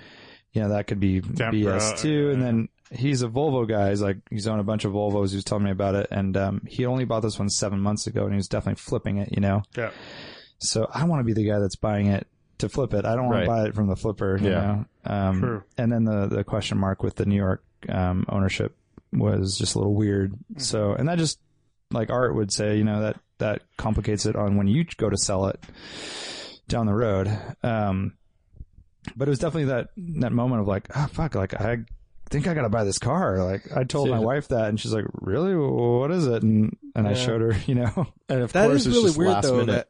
Speaker 3: you know that could be BS too.
Speaker 4: yeah.
Speaker 3: And then he's a Volvo guy. He's like he's owned a bunch of Volvos. He was telling me about it, and um, he only bought this one seven months ago, and he was definitely flipping it. You know,
Speaker 4: Yeah.
Speaker 3: so I want to be the guy that's buying it to flip it. I don't want
Speaker 2: Right.
Speaker 3: to buy it from the flipper. You
Speaker 2: Yeah.
Speaker 3: know? um,
Speaker 4: True.
Speaker 3: And then the the question mark with the New York um, ownership was just a little weird. So and that just like Art would say, you know that that complicates it on when you go to sell it down the road. Um, but it was definitely that that moment of like, oh fuck, like I think I gotta buy this car. Like I told my
Speaker 2: Yeah.
Speaker 3: wife that, and she's like, really, what is it? And and I
Speaker 1: Yeah.
Speaker 3: showed her, you know.
Speaker 2: and of
Speaker 1: That
Speaker 2: course,
Speaker 1: is
Speaker 2: it's
Speaker 1: really
Speaker 2: just
Speaker 1: weird
Speaker 2: last
Speaker 1: though.
Speaker 2: minute.
Speaker 1: That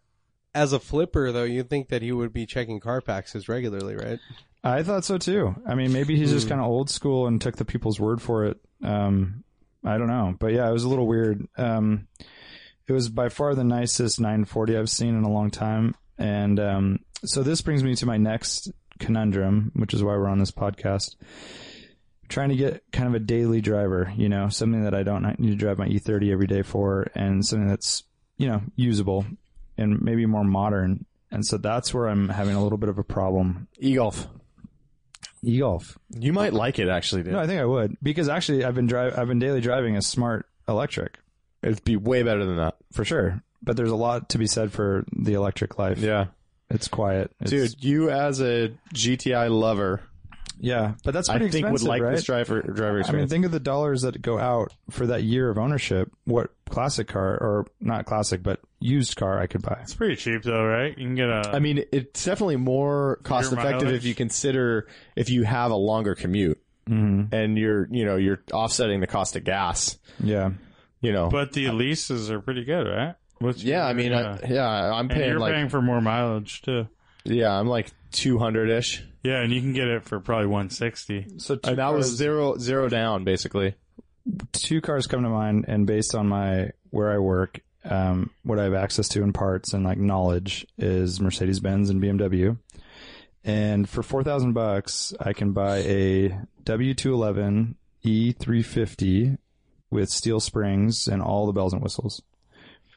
Speaker 1: as a flipper though, you'd think that he would be checking Carfaxes regularly, right?
Speaker 3: I thought so too. I mean, maybe he's just kind of old school and took the people's word for it. Um, I don't know, but yeah, it was a little weird. Um, it was by far the nicest 940 I've seen in a long time, and um, so this brings me to my next conundrum, which is why we're on this podcast. Trying to get kind of a daily driver, you know, something that I don't need to drive my E30 every day for, and something that's you know usable and maybe more modern. And so that's where I'm having a little bit of a problem.
Speaker 2: e-golf.
Speaker 3: E-golf.
Speaker 2: You might like it actually, dude.
Speaker 3: No, I think I would because actually I've been drive I've been daily driving a smart electric
Speaker 2: It'd be way better than that.
Speaker 3: for sure. But there's a lot to be said for the electric life.
Speaker 2: Yeah,
Speaker 3: It's quiet, It's-
Speaker 2: dude. You as a GTI lover,
Speaker 3: Yeah, but that's
Speaker 2: I
Speaker 3: pretty
Speaker 2: think would
Speaker 3: expensive,
Speaker 2: like
Speaker 3: right?
Speaker 2: this driver driver
Speaker 3: I mean,
Speaker 2: experience.
Speaker 3: think of the dollars that go out for that year of ownership. What classic car or not classic, but used car I could buy?
Speaker 4: It's pretty cheap, though, right? You can get a.
Speaker 2: I mean, it's definitely more cost effective
Speaker 4: mileage?
Speaker 2: if you consider if you have a longer commute
Speaker 3: Mm-hmm.
Speaker 2: and you're you know you're offsetting the cost of gas.
Speaker 3: Yeah,
Speaker 2: You know,
Speaker 4: but the leases are pretty good, right? What's
Speaker 2: yeah, I mean,
Speaker 4: yeah.
Speaker 2: I, yeah,
Speaker 4: and
Speaker 2: I'm paying
Speaker 4: you're
Speaker 2: like
Speaker 4: paying for more mileage too.
Speaker 2: yeah, I'm like two hundred ish,
Speaker 4: Yeah, and you can get it for probably 160.
Speaker 3: so
Speaker 2: and that was zero zero down basically.
Speaker 3: two cars come to mind, and based on my where I work, um, what I have access to in parts and like knowledge is Mercedes Benz and BMW. And for four thousand bucks, I can buy a W two eleven E three fifty with steel springs and all the bells and whistles,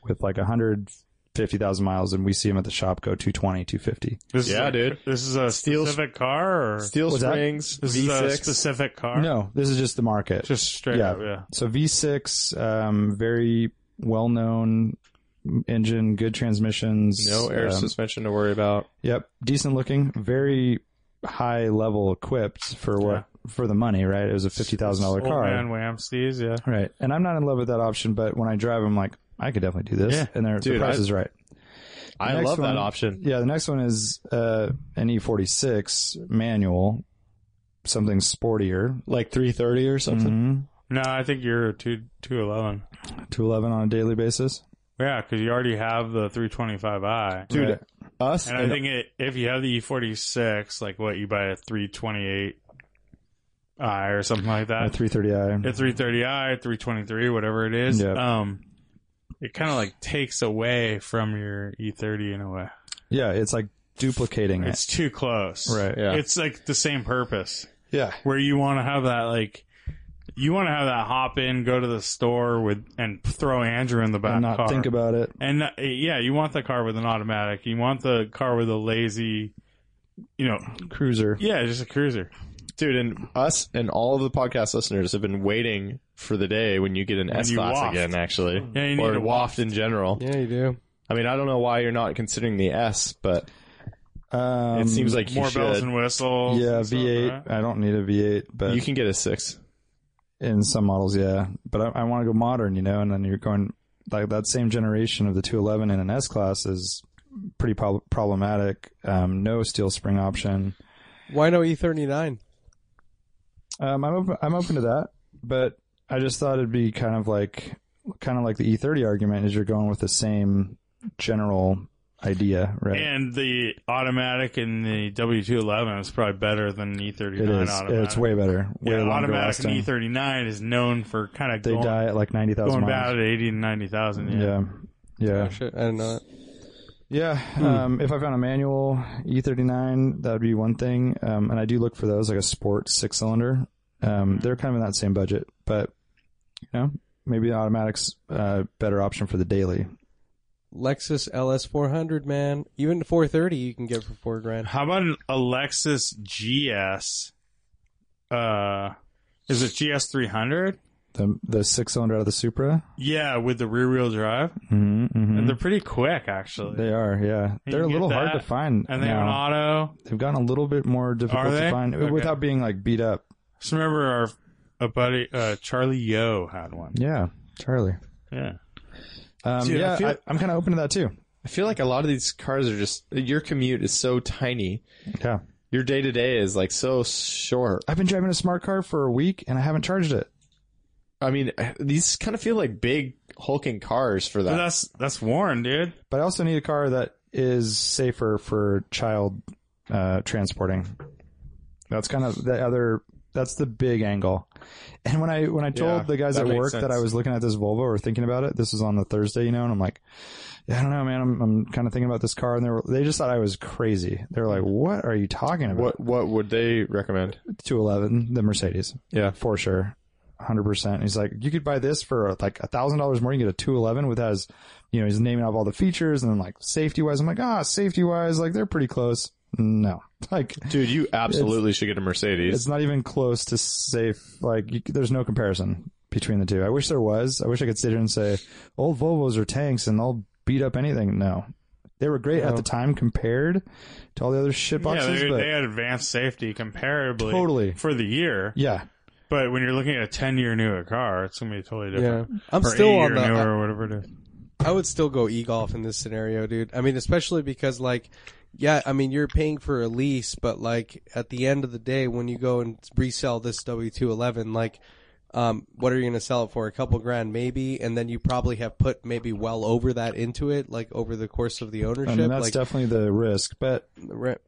Speaker 3: with like hundred fifty thousand miles, and we see them at the shop go 220, 250.
Speaker 4: This
Speaker 2: Yeah,
Speaker 4: is a,
Speaker 2: dude.
Speaker 4: This is a
Speaker 2: Steel-
Speaker 4: specific car, or
Speaker 2: Steel
Speaker 3: Was that-
Speaker 2: springs,
Speaker 4: this is uh, a
Speaker 2: V6.
Speaker 4: specific car.
Speaker 3: No, this is just the market.
Speaker 4: just straight
Speaker 3: Yeah.
Speaker 4: up. Yeah,
Speaker 3: So V6, um, very well known engine, good transmissions.
Speaker 2: no air
Speaker 3: um,
Speaker 2: suspension to worry about.
Speaker 3: Yep, decent looking, very high level equipped for what for the money, right? It was a fifty thousand dollar
Speaker 4: old
Speaker 3: car,
Speaker 4: man Wamsies. Yeah,
Speaker 3: right? And I'm not in love with that option, but when I drive, I'm like, I could definitely do this,
Speaker 4: Yeah.
Speaker 3: and they're- the
Speaker 2: Dude,
Speaker 3: price
Speaker 2: I-
Speaker 3: is right.
Speaker 2: I
Speaker 3: next
Speaker 2: love
Speaker 3: one-
Speaker 2: that option.
Speaker 3: Yeah, the next one is uh, an E46 manual, something sportier.
Speaker 2: Like three thirty or something.
Speaker 4: no, I think you're a two two eleven.
Speaker 3: Two eleven on a daily basis.
Speaker 4: Yeah, because you already have the 325i.
Speaker 2: Dude,
Speaker 3: Right.
Speaker 2: us
Speaker 4: And I think it, if you have the E46, like what you buy a 328i or something like
Speaker 3: A
Speaker 4: that,
Speaker 3: 330i.
Speaker 4: a 330i, 323, whatever it is,
Speaker 3: Yep.
Speaker 4: um, it kind of like takes away from your E30 in a way.
Speaker 3: Yeah, it's like duplicating it.
Speaker 4: It's too close.
Speaker 3: Right.
Speaker 2: Yeah.
Speaker 4: It's like the same purpose
Speaker 3: Yeah.
Speaker 4: where you want to have that like. You want to have that hop in, go to the store with, and throw Andrew in the back
Speaker 3: And not
Speaker 4: car.
Speaker 3: think about it.
Speaker 4: And uh, yeah, you want the car with an automatic. You want the car with a lazy, you know,
Speaker 3: Cruiser.
Speaker 4: yeah, just a cruiser.
Speaker 2: dude, and us and all of the podcast listeners have been waiting for the day when you get an S
Speaker 4: you
Speaker 2: class
Speaker 4: waft.
Speaker 2: again, actually,
Speaker 4: Yeah, you need
Speaker 2: or
Speaker 4: to
Speaker 2: waft in general.
Speaker 1: Yeah, you do.
Speaker 2: I mean, I don't know why you're not considering the S, but
Speaker 3: Um,
Speaker 2: it seems like you
Speaker 4: More bells
Speaker 2: should.
Speaker 4: and whistles.
Speaker 3: Yeah,
Speaker 4: and stuff,
Speaker 3: V8.
Speaker 4: right?
Speaker 3: I don't need a V8, but
Speaker 2: you can get a six.
Speaker 3: In some models, yeah, but I, I want to go modern, you know. And then you're going like that same generation of the 211 in an S class is pretty prob- problematic. Um, no steel spring option.
Speaker 1: Why no E E39?
Speaker 3: Um, I'm open, I'm open to that, but I just thought it'd be kind of like kind of like the E30 argument is you're going with the same general idea, right?
Speaker 4: And the automatic in the W211 is probably better than the E39
Speaker 3: it is.
Speaker 4: automatic.
Speaker 3: It's way better. Way
Speaker 4: yeah,
Speaker 3: longer
Speaker 4: automatic in
Speaker 3: lasting.
Speaker 4: E39 is known for kind of
Speaker 3: They
Speaker 4: going,
Speaker 3: die at like ninety thousand
Speaker 4: going E
Speaker 3: miles.
Speaker 4: bad at 80 to 90,000. Yeah.
Speaker 3: Yeah.
Speaker 1: Oh
Speaker 3: Yeah.
Speaker 1: shit, I didn't know that.
Speaker 3: Yeah. Um, if I found a manual E39, that would be one thing. Um, and I do look for those, like a sport six cylinder.
Speaker 4: Hmm.
Speaker 3: Um, they're kind of in that same budget, but, you know, maybe the automatic's uh, better option for the daily.
Speaker 1: Lexus LS400, man. Even the 430 you can get for four grand.
Speaker 4: How about an Alexis GS? Uh, is it GS300?
Speaker 3: The, the six cylinder out of the Supra?
Speaker 4: Yeah, with the rear wheel drive.
Speaker 3: Mm-hmm,
Speaker 4: They're pretty quick, actually.
Speaker 3: They are, yeah.
Speaker 4: You
Speaker 3: They're a
Speaker 4: get
Speaker 3: little hard
Speaker 4: that,
Speaker 3: to find.
Speaker 4: and they have
Speaker 3: now.
Speaker 4: an auto.
Speaker 3: They've gotten a little bit more difficult
Speaker 4: they?
Speaker 3: to find
Speaker 4: Okay.
Speaker 3: without being like beat up.
Speaker 4: Just remember our a buddy uh, Charlie Yo had one.
Speaker 3: Yeah, Charlie.
Speaker 4: Yeah.
Speaker 3: Um,
Speaker 2: Dude, I
Speaker 3: yeah, I
Speaker 2: feel-
Speaker 3: I'm kind of open to that too.
Speaker 2: I feel like a lot of these cars are just your commute is so tiny.
Speaker 3: Yeah.
Speaker 2: Your day to day is like so short.
Speaker 3: I've been driving a smart car for a week and I haven't charged it.
Speaker 2: I mean, these kind of feel like big hulking cars for
Speaker 4: But
Speaker 2: that.
Speaker 4: that's that's Warren, dude.
Speaker 3: But I also need a car that is safer for child uh, transporting. That's kind of the other. That's the big angle. And when I when I told
Speaker 2: Yeah,
Speaker 3: the guys
Speaker 2: that
Speaker 3: at
Speaker 2: makes
Speaker 3: work that
Speaker 2: sense.
Speaker 3: I was looking at this Volvo or thinking about it, this was on the Thursday, you know, and I'm like, yeah, I don't know, man. I'm, I'm kind of thinking about this car, and they were they just thought I was crazy. They were like, what are you talking about?
Speaker 2: What what would they recommend?
Speaker 3: 211, the Mercedes.
Speaker 2: Yeah.
Speaker 3: for sure. 100%. He's like, you could buy this for like a thousand dollars more. You can get a 211 with has, you know, he's naming off all the features and then like safety wise. I'm like, ah, safety wise, like they're pretty close. No, like
Speaker 2: Dude, you absolutely should get a Mercedes.
Speaker 3: it's not even close to safe. Like you, there's no comparison between the two. I wish there was. I wish I could sit here and say old Volvos are tanks and they'll beat up anything. No, they were great at the time compared to all the other shit boxes,
Speaker 4: yeah, they,
Speaker 3: but
Speaker 4: they had advanced safety comparably
Speaker 3: Totally.
Speaker 4: for the year.
Speaker 3: yeah,
Speaker 4: But when you're looking at a 10 year newer car, it's going to be totally
Speaker 1: Yeah.
Speaker 4: different.
Speaker 1: I'm
Speaker 4: Or
Speaker 1: still
Speaker 4: eight
Speaker 1: on
Speaker 4: year
Speaker 1: the
Speaker 4: newer or whatever it is.
Speaker 1: I would still go e-golf in this scenario, dude. I mean, especially because like, yeah, I mean, you're paying for a lease, but like at the end of the day, when you go and resell this W211, like, um, what are you going to sell it for? A couple grand maybe. And then you probably have put maybe well over that into it, like over the course of the ownership.
Speaker 3: I mean, that's
Speaker 1: like,
Speaker 3: definitely the risk, but
Speaker 1: right.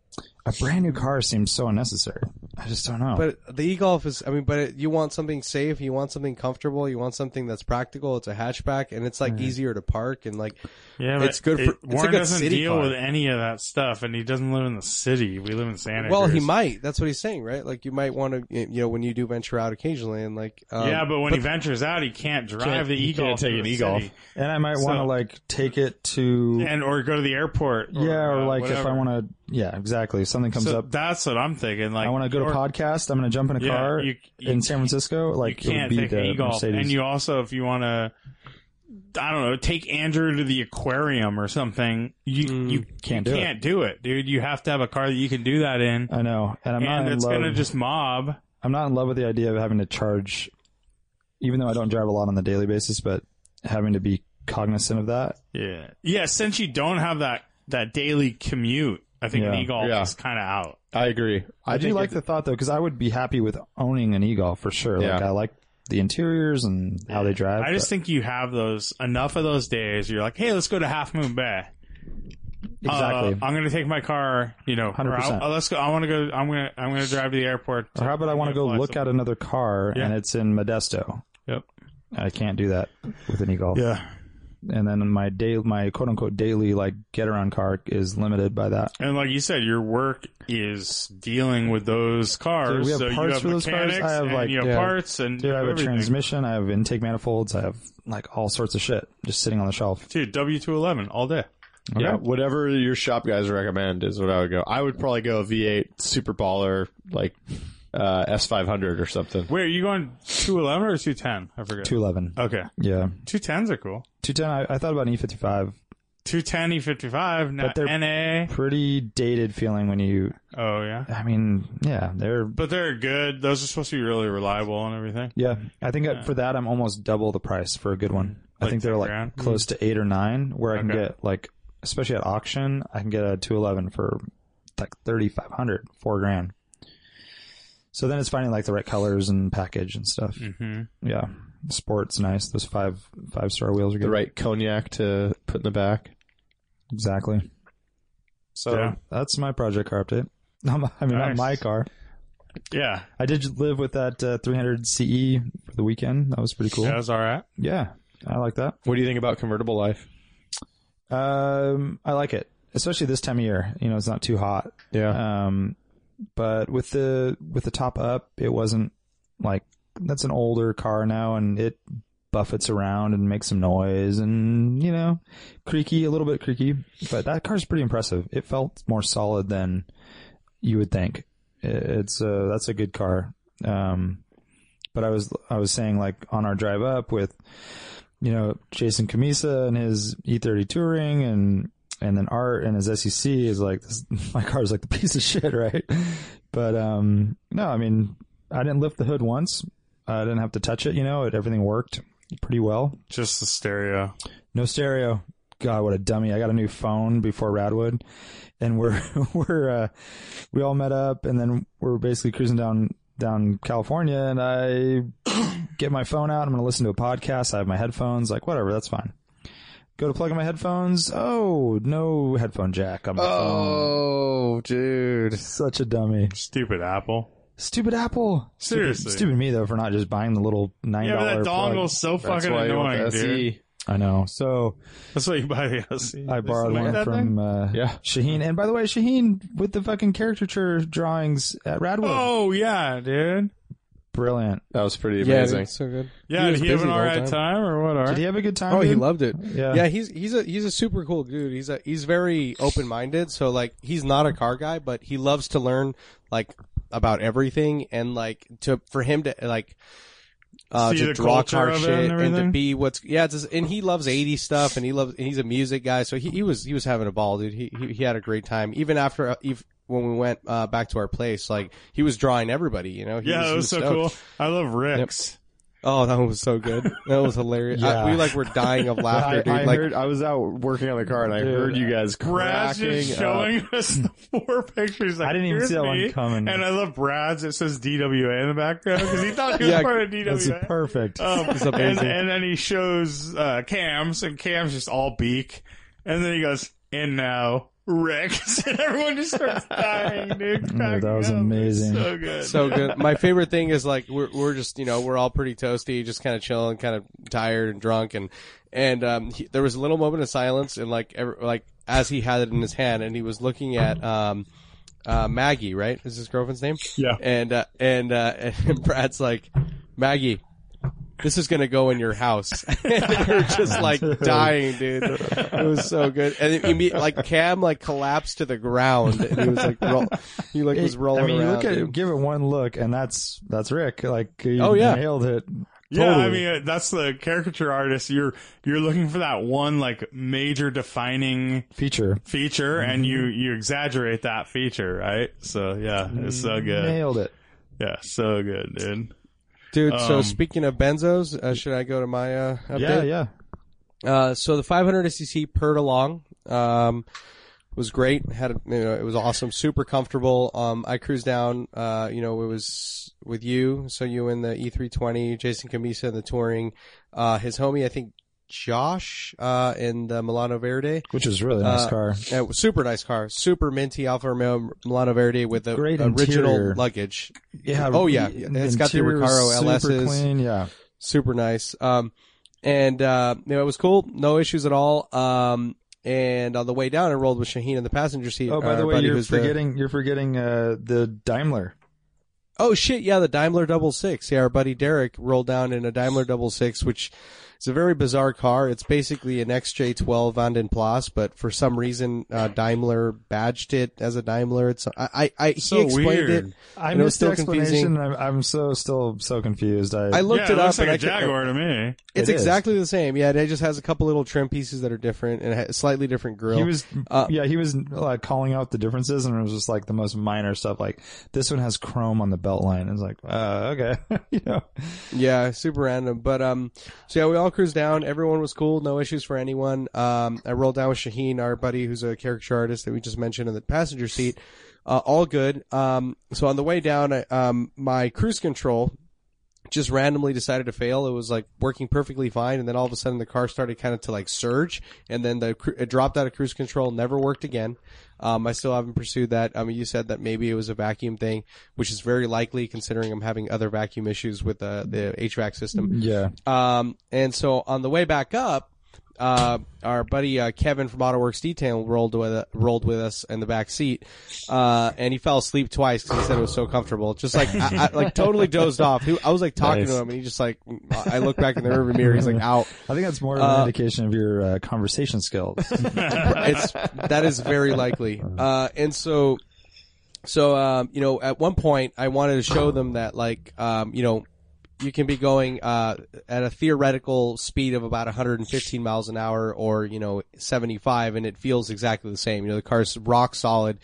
Speaker 3: a brand new car seems so unnecessary. I just don't know.
Speaker 1: But the e-golf is, I mean, but it, you want something safe, you want something comfortable, you want something that's practical. It's a hatchback, and it's like easier to park, and like
Speaker 4: Yeah,
Speaker 1: It's
Speaker 4: but
Speaker 1: good for-
Speaker 4: it-
Speaker 1: it's a
Speaker 4: Warren
Speaker 1: good
Speaker 4: doesn't
Speaker 1: city
Speaker 4: deal
Speaker 1: car.
Speaker 4: with any of that stuff, and he doesn't live in the city. We live in Santa
Speaker 1: Well, he
Speaker 4: Cruz.
Speaker 1: might. That's what he's saying, right? Like you might want to, you know, when you do venture out occasionally, and like, um,
Speaker 4: yeah, but when he ventures out, he can't drive the
Speaker 2: he
Speaker 4: e
Speaker 2: can't
Speaker 4: golf.
Speaker 2: take an e-golf.
Speaker 3: and I might
Speaker 4: So-
Speaker 3: want to like take it to
Speaker 4: and or go to the airport. Or,
Speaker 3: yeah, or
Speaker 4: uh,
Speaker 3: like if
Speaker 4: whatever.
Speaker 3: I want to yeah, exactly. If something comes
Speaker 4: So
Speaker 3: up,
Speaker 4: that's what I'm thinking. Like
Speaker 3: I want to go to
Speaker 4: or
Speaker 3: podcast. I'm going to jump in a
Speaker 4: Yeah,
Speaker 3: car
Speaker 4: you- you
Speaker 3: in San Francisco.
Speaker 4: You
Speaker 3: Like it would
Speaker 4: can't
Speaker 3: be
Speaker 4: take an
Speaker 3: the
Speaker 4: e-golf,
Speaker 3: Mercedes.
Speaker 4: and you also if you want to. I don't know. Take Andrew to the aquarium or something. You you
Speaker 3: can't
Speaker 4: you
Speaker 3: Mm. do it.
Speaker 4: can't do it, dude. You have to have a car that you can do that in,
Speaker 3: I know, and I'm
Speaker 4: and
Speaker 3: not in
Speaker 4: it's
Speaker 3: love.
Speaker 4: gonna just mob.
Speaker 3: I'm not in love with the idea of having to charge, even though I don't drive a lot on the daily basis, but having to be cognizant of that.
Speaker 4: Yeah, yeah. Since you don't have that that daily commute, I think an
Speaker 3: Yeah.
Speaker 4: e-golf
Speaker 2: Yeah.
Speaker 4: is kind of out.
Speaker 2: I agree.
Speaker 3: I, do
Speaker 2: think
Speaker 3: like the thought though, because I would be happy with owning an e-golf for sure. Like
Speaker 2: Yeah.
Speaker 3: I like the interiors and how they drive.
Speaker 4: I just think you have those enough of those days. You're like, hey, let's go to Half Moon Bay.
Speaker 3: but- exactly.
Speaker 4: Uh, I'm gonna take my car. You know, or
Speaker 3: 100%.
Speaker 4: I'll- uh, let's go. I want to go. I'm gonna. I'm gonna drive to the airport.
Speaker 3: Or how about I want to go
Speaker 4: Fly
Speaker 3: look
Speaker 4: some-
Speaker 3: at another car
Speaker 4: Yeah.
Speaker 3: and it's in Modesto.
Speaker 4: Yep.
Speaker 3: I can't do that with an e-golf.
Speaker 4: Yeah,
Speaker 3: And then my day, my quote unquote daily like get around car is limited by that.
Speaker 4: and like you said, your work is dealing with those cars.
Speaker 3: Dude, we have
Speaker 4: so you
Speaker 3: parts
Speaker 4: have
Speaker 3: for those cars.
Speaker 4: mechanics,
Speaker 3: I have,
Speaker 4: and
Speaker 3: like,
Speaker 4: you have
Speaker 1: yeah.
Speaker 4: parts, and
Speaker 3: Dude, I have a
Speaker 4: everything.
Speaker 3: transmission. I have intake manifolds. I have like all sorts of shit just sitting on the shelf.
Speaker 4: Dude, W two eleven all day.
Speaker 2: Yeah, whatever your shop guys recommend is what I would go. I would probably go a V8 Super Baller, like uh, S500 or something.
Speaker 4: Wait, are you going two eleven or two ten? I forget.
Speaker 3: Two eleven.
Speaker 4: Okay,
Speaker 3: Yeah.
Speaker 4: two tens are cool.
Speaker 3: E Two ten. I, I thought about an E55
Speaker 4: 210 E55, not
Speaker 3: they're-
Speaker 4: E NA.
Speaker 3: Pretty dated feeling when you.
Speaker 4: Oh, yeah.
Speaker 3: I mean, yeah, they're
Speaker 4: But they're good. Those are supposed to be really reliable and everything.
Speaker 3: yeah.
Speaker 2: Mm-hmm.
Speaker 3: I think for that I'm almost double the price for a good one. I
Speaker 4: Like
Speaker 3: think they're
Speaker 4: 10
Speaker 3: like
Speaker 4: grand?
Speaker 3: close to eight or nine, where I can
Speaker 4: Okay.
Speaker 3: get like, especially at auction, I can get a two eleven for like thirty five hundred, four grand. So then it's finding like the right colors and package and stuff.
Speaker 4: Mm-hmm.
Speaker 3: Yeah, sports nice. Those five five star wheels are good.
Speaker 2: The right cognac to put in the back.
Speaker 3: Exactly. So
Speaker 4: Yeah.
Speaker 3: that's my project car update. Not my- I mean, not
Speaker 4: Nice.
Speaker 3: my car.
Speaker 4: Yeah.
Speaker 3: I did live with that uh, 300 CE for the weekend. That was pretty cool.
Speaker 4: That
Speaker 3: Yeah,
Speaker 4: was all right.
Speaker 3: I like that.
Speaker 2: What do you think about convertible life?
Speaker 3: Um, I like it, especially this time of year. You know, it's not too hot.
Speaker 2: Yeah.
Speaker 3: Um, but with the with the top up, it wasn't like that's an older car now, and it buffets around and makes some noise, and you know, creaky a little bit creaky. But that car's pretty impressive. It felt more solid than you would think. I- It's uh that's a good car. Um, but I was I was saying like on our drive up with you know Jason Camisa and his E30 touring and and then Art and his SEC is like this, my car is like the piece of shit, right? But um, no, I mean I didn't lift the hood once. I didn't have to touch it. You know, it, everything worked pretty well.
Speaker 4: Just the stereo.
Speaker 3: No stereo. God, what a dummy! I got a new phone before Radwood, and we're we're uh, we all met up, and then we're basically cruising down down California, and I get my phone out. I'm going to listen to a podcast. I have my headphones. Like whatever, that's fine. Go to plug in my headphones. Oh, no headphone jack on my phone.
Speaker 2: oh, dude.
Speaker 3: Such a dummy.
Speaker 4: Stupid Apple.
Speaker 3: Stupid Apple. Stupid-
Speaker 4: Seriously.
Speaker 3: Stupid, me though for not just buying the little nine
Speaker 4: Yeah,
Speaker 3: dollar.
Speaker 4: but that
Speaker 3: plug.
Speaker 4: dongle's so
Speaker 2: That's
Speaker 4: fucking
Speaker 2: why you want
Speaker 4: annoying,
Speaker 2: the E.
Speaker 4: dude.
Speaker 2: SE.
Speaker 3: I know. So
Speaker 4: That's why you buy the SE.
Speaker 3: I
Speaker 4: They
Speaker 3: borrowed
Speaker 4: make
Speaker 3: one
Speaker 4: that
Speaker 3: from
Speaker 4: thing?
Speaker 3: uh,
Speaker 2: Yeah.
Speaker 3: Shaheen. And by the way, Shaheen with the fucking caricature drawings at Radwood.
Speaker 4: Oh yeah, dude.
Speaker 3: Brilliant.
Speaker 2: That was pretty
Speaker 1: Yeah,
Speaker 2: amazing.
Speaker 1: dude, so good.
Speaker 4: Yeah,
Speaker 1: He was
Speaker 4: did he have
Speaker 1: busy
Speaker 4: an
Speaker 1: the
Speaker 4: all
Speaker 1: whole
Speaker 4: right time.
Speaker 1: time.
Speaker 4: or what? All right.
Speaker 3: Did he have a good time?
Speaker 1: Oh, he
Speaker 3: dude?
Speaker 1: loved it.
Speaker 3: Yeah.
Speaker 1: yeah, he's he's a he's a super cool dude. He's a he's very open minded. So like he's not a car guy, but he loves to learn like about everything and like to for him to like uh,
Speaker 4: See
Speaker 1: to
Speaker 4: the
Speaker 1: draw
Speaker 4: culture
Speaker 1: car
Speaker 4: of it
Speaker 1: shit
Speaker 4: and
Speaker 1: and, to
Speaker 4: everything?
Speaker 1: be what's yeah. It's, just- and he loves eighty stuff and he loves and he's a music guy. So he, he was he was having a ball, dude. He he, he had a great time even after uh, if, when we went uh, back to our place. Like he was drawing everybody. You know. He
Speaker 4: yeah,
Speaker 1: was,
Speaker 4: that
Speaker 1: he
Speaker 4: was so
Speaker 1: stoked.
Speaker 4: cool. I love Rick's.
Speaker 1: Oh, that was so good. That was hilarious. I-
Speaker 3: Yeah.
Speaker 1: we like were dying of laughter,
Speaker 2: I,
Speaker 1: dude.
Speaker 2: I
Speaker 1: like
Speaker 2: heard I was out working on the car and I
Speaker 3: Dude,
Speaker 2: heard you guys
Speaker 4: Brad's
Speaker 2: cracking
Speaker 4: just
Speaker 2: up.
Speaker 4: showing us the four pictures. Like,
Speaker 3: I didn't even
Speaker 4: "Here's
Speaker 3: see that one
Speaker 4: me,"
Speaker 3: coming.
Speaker 4: And I love Brad's. It says DWA in the background because he thought he was
Speaker 1: Yeah,
Speaker 4: part of DWA.
Speaker 3: That's perfect.
Speaker 4: Um, and,
Speaker 1: amazing.
Speaker 4: and then he shows uh, Cam's, and Cam's just all beak. And then he goes, and now Rex. and everyone just starts dying, dude.
Speaker 3: that
Speaker 4: cracking
Speaker 3: was
Speaker 4: up. It's
Speaker 3: amazing.
Speaker 4: So good.
Speaker 1: so good. My favorite thing is like we're we're just you know we're all pretty toasty, just kind of chilling, kind of tired and drunk, and and um, he, there was a little moment of silence, and like every, like as he had it in his hand, and he was looking at um. Uh, Maggie, right? Is his girlfriend's name?
Speaker 4: Yeah.
Speaker 1: And uh, and uh, and Brad's like, Maggie, this is gonna go in your house. and you're just like dying, dude. It was so good. And it, imme- like Cam like collapsed to the ground, and he was like, roll, he like was rolling
Speaker 3: I mean, you
Speaker 1: around.
Speaker 3: look at
Speaker 1: dude.
Speaker 3: it, give it one look, and that's that's Rick. Like, you
Speaker 1: Oh, yeah.
Speaker 3: nailed it.
Speaker 4: Yeah, I
Speaker 3: Totally.
Speaker 4: mean uh, that's the caricature artist. You're you're looking for that one like major defining
Speaker 3: Feature
Speaker 4: feature, and you you exaggerate that feature, right? So yeah, it's so good.
Speaker 3: nailed it.
Speaker 4: Yeah, so good, dude.
Speaker 1: Dude, so
Speaker 4: Um,
Speaker 1: speaking of benzos, uh, should I go to my uh, update?
Speaker 3: Yeah, yeah.
Speaker 1: Uh, so the 500 cc purred along. Um, was great. Had a, you know, it was awesome. Super comfortable. Um, I cruised down. Uh, you know, it was with you. So you in the E320, Jason Camisa in the touring. Uh, his homie, I think Josh, uh, in the Milano Verde.
Speaker 3: Which is really nice
Speaker 1: Uh,
Speaker 3: car.
Speaker 1: Yeah, it was super nice car. Super minty Alfa Romeo Milano Verde with the
Speaker 3: Great
Speaker 1: original
Speaker 3: interior.
Speaker 1: luggage.
Speaker 3: Yeah.
Speaker 1: oh, yeah.
Speaker 3: the
Speaker 1: It's got the
Speaker 3: interior was
Speaker 1: Recaro
Speaker 3: Super
Speaker 1: LSs.
Speaker 3: clean. Yeah.
Speaker 1: super nice. Um, and uh, you know, it was cool, no issues at all. Um, and on the way down, I rolled with Shaheen in the passenger seat. Uh,
Speaker 3: Oh, by
Speaker 1: our
Speaker 3: the way,
Speaker 1: buddy
Speaker 3: you're
Speaker 1: who's the-
Speaker 3: forgetting you're forgetting uh, the Daimler.
Speaker 1: oh shit, yeah, the Daimler Double Six. Yeah, our buddy Derek rolled down in a Daimler Double Six, which It's a very bizarre car. It's basically an XJ12 Vanden Plas, but for some reason uh, Daimler badged it as a Daimler. It's I I, I
Speaker 4: So
Speaker 1: he explained
Speaker 4: weird.
Speaker 1: it.
Speaker 3: I
Speaker 1: and it
Speaker 3: missed
Speaker 1: was
Speaker 3: the
Speaker 1: still confusing.
Speaker 3: explanation. I'm, I'm so still so confused. I,
Speaker 1: I looked
Speaker 4: yeah,
Speaker 1: it up.
Speaker 4: looks like
Speaker 1: and
Speaker 4: a
Speaker 1: I could-
Speaker 4: Jaguar to me.
Speaker 1: It's
Speaker 3: It is.
Speaker 1: exactly the same. Yeah, it just has a couple little trim pieces that are different and it has a slightly different grill.
Speaker 3: he was
Speaker 1: Uh,
Speaker 3: yeah he was like calling out the differences and it was just like the most minor stuff like this one has chrome on the belt line it's like uh okay you know
Speaker 1: Yeah, super random. But um, so yeah, we all cruised down. Everyone was cool, no issues for anyone. Um, I rolled down with Shaheen, our buddy, who's a caricature artist that we just mentioned in the passenger seat. Uh, all good. Um, so on the way down, I, um, my cruise control just randomly decided to fail. It was like working perfectly fine, and then all of a sudden the car started kind of to like surge, and then the cru- it dropped out of cruise control, never worked again. Um, I still haven't pursued that. I mean, you said that maybe it was a vacuum thing, which is very likely considering I'm having other vacuum issues with uh, the HVAC system.
Speaker 3: yeah
Speaker 1: Um, and so on the way back up, uh, our buddy uh, Kevin from AutoWorks Detail rolled with rolled with us in the back seat, uh, and he fell asleep twice because he said it was so comfortable. Just like I, I, like totally dozed off. He- I was like talking to him, and he just like I look back in the rearview mirror, he's like out.
Speaker 3: I think that's more of an indication of your uh, conversation skills
Speaker 1: it's that is very likely. Uh, and so, so um, you know, at one point, I wanted to show them that, like, um, you know, you can be going uh, at a theoretical speed of about 115 miles an hour, or you know, 75, and it feels exactly the same. You know, the car's rock solid.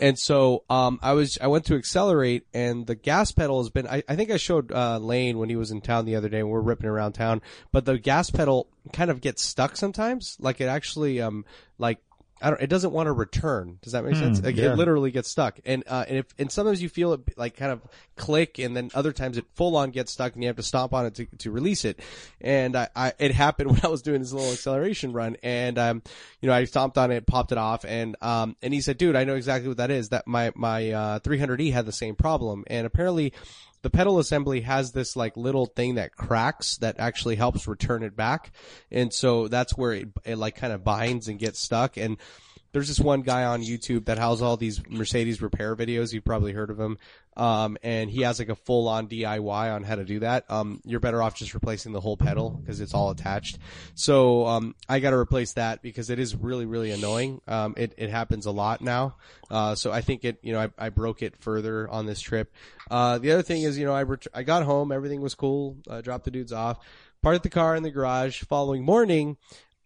Speaker 1: And so um, I was I went to accelerate, and the gas pedal has been. I, I think I showed uh, Lane when he was in town the other day, and we're ripping around town. But the gas pedal kind of gets stuck sometimes. Like it actually, um, like I don't. It doesn't want to return. Does that make sense? Like, It literally gets stuck, and uh, and if and sometimes you feel it like kind of click, and then other times it full on gets stuck, and you have to stomp on it to, to release it. And I, I it happened when I was doing this little acceleration run, and um, you know, I stomped on it, popped it off, and um, and he said, "Dude, I know exactly what that is. That my my uh 300e had the same problem, and apparently." the pedal assembly has this like little thing that cracks that actually helps return it back. And so that's where it, it like kind of binds and gets stuck. And there's this one guy on YouTube that has all these Mercedes repair videos. You've probably heard of him. Um, and he has like a full on DIY on how to do that. Um, you're better off just replacing the whole pedal because it's all attached. So, um, I got to replace that because it is really, really annoying. Um, it, it happens a lot now. Uh, so I think it, you know, I, I broke it further on this trip. Uh, the other thing is, you know, I ret- I got home, everything was cool. I dropped the dudes off, parked the car in the garage. Following morning,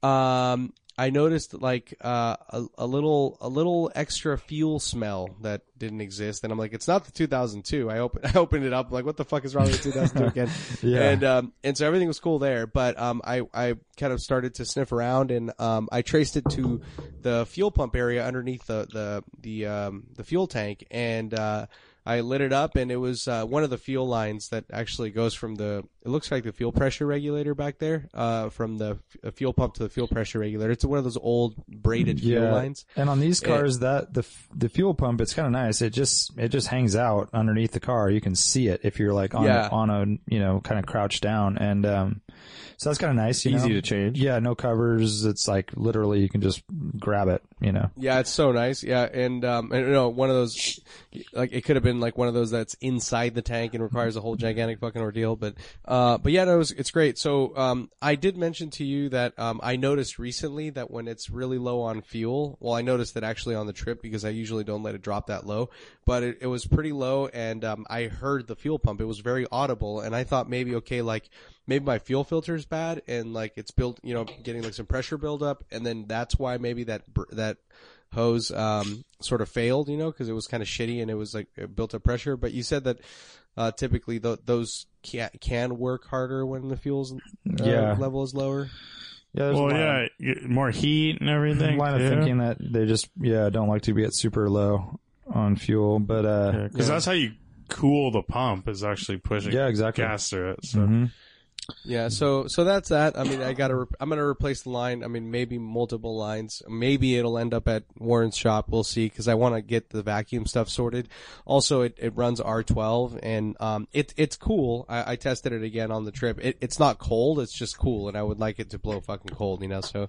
Speaker 1: um, I noticed like uh, a, a little a little extra fuel smell that didn't exist, and I'm like, it's not the 2002. I open I opened it up, like, what the fuck is wrong with the 2002 again?
Speaker 3: Yeah.
Speaker 1: And um, and so everything was cool there, but um, I I kind of started to sniff around, and um, I traced it to the fuel pump area underneath the the the um the fuel tank, and uh. I lit it up, and it was uh, one of the fuel lines that actually goes from the. It looks like the fuel pressure regulator back there, uh, from the f- fuel pump to the fuel pressure regulator. It's one of those old braided fuel lines. Eh,
Speaker 3: and on these cars that the f- the fuel pump it's kind of nice it just it just hangs out underneath the car you can see it if you're like on
Speaker 1: Yeah.
Speaker 3: a, on a you know kind of crouched down and um so that's kind of nice you
Speaker 2: Easy
Speaker 3: know?
Speaker 2: to change.
Speaker 3: yeah no covers it's like literally you can just grab it you know
Speaker 1: Yeah, it's so nice. Yeah, and um, and, you know, one of those, like it could have been like one of those that's inside the tank and requires a whole gigantic fucking ordeal. But uh, but yeah, no, it was, it's great. So um, I did mention to you that um, I noticed recently that when it's really low on fuel, well, I noticed that actually on the trip because I usually don't let it drop that low, but it, it was pretty low, and um, I heard the fuel pump. It was very audible, and I thought maybe okay, like maybe my fuel filter is bad and like it's built, you know, getting like some pressure buildup, and then that's why maybe that br- that hose um, sort of failed, you know, because it was kind of shitty and it was like it built up pressure. But you said that uh, typically th- those can, can work harder when the fuel's uh,
Speaker 3: Yeah.
Speaker 1: level is lower.
Speaker 3: yeah there's a
Speaker 4: Well,
Speaker 3: lot of-
Speaker 4: yeah, y- more heat and everything.
Speaker 3: line of
Speaker 4: too.
Speaker 3: thinking that they just yeah don't like to get super low on fuel, but uh,
Speaker 4: Yeah, Because that's how you cool the pump is actually pushing
Speaker 3: Yeah, exactly.
Speaker 4: gas through it. So.
Speaker 3: mhm.
Speaker 1: Yeah, so so that's that. I mean, I gotta. Re- I'm gonna replace the line. I mean, maybe multiple lines. Maybe it'll end up at Warren's shop. We'll see, because I want to get the vacuum stuff sorted. Also, it, it runs R12, and um, it it's cool. I, I tested it again on the trip. It, it's not cold. It's just cool, and I would like it to blow fucking cold, you know. So,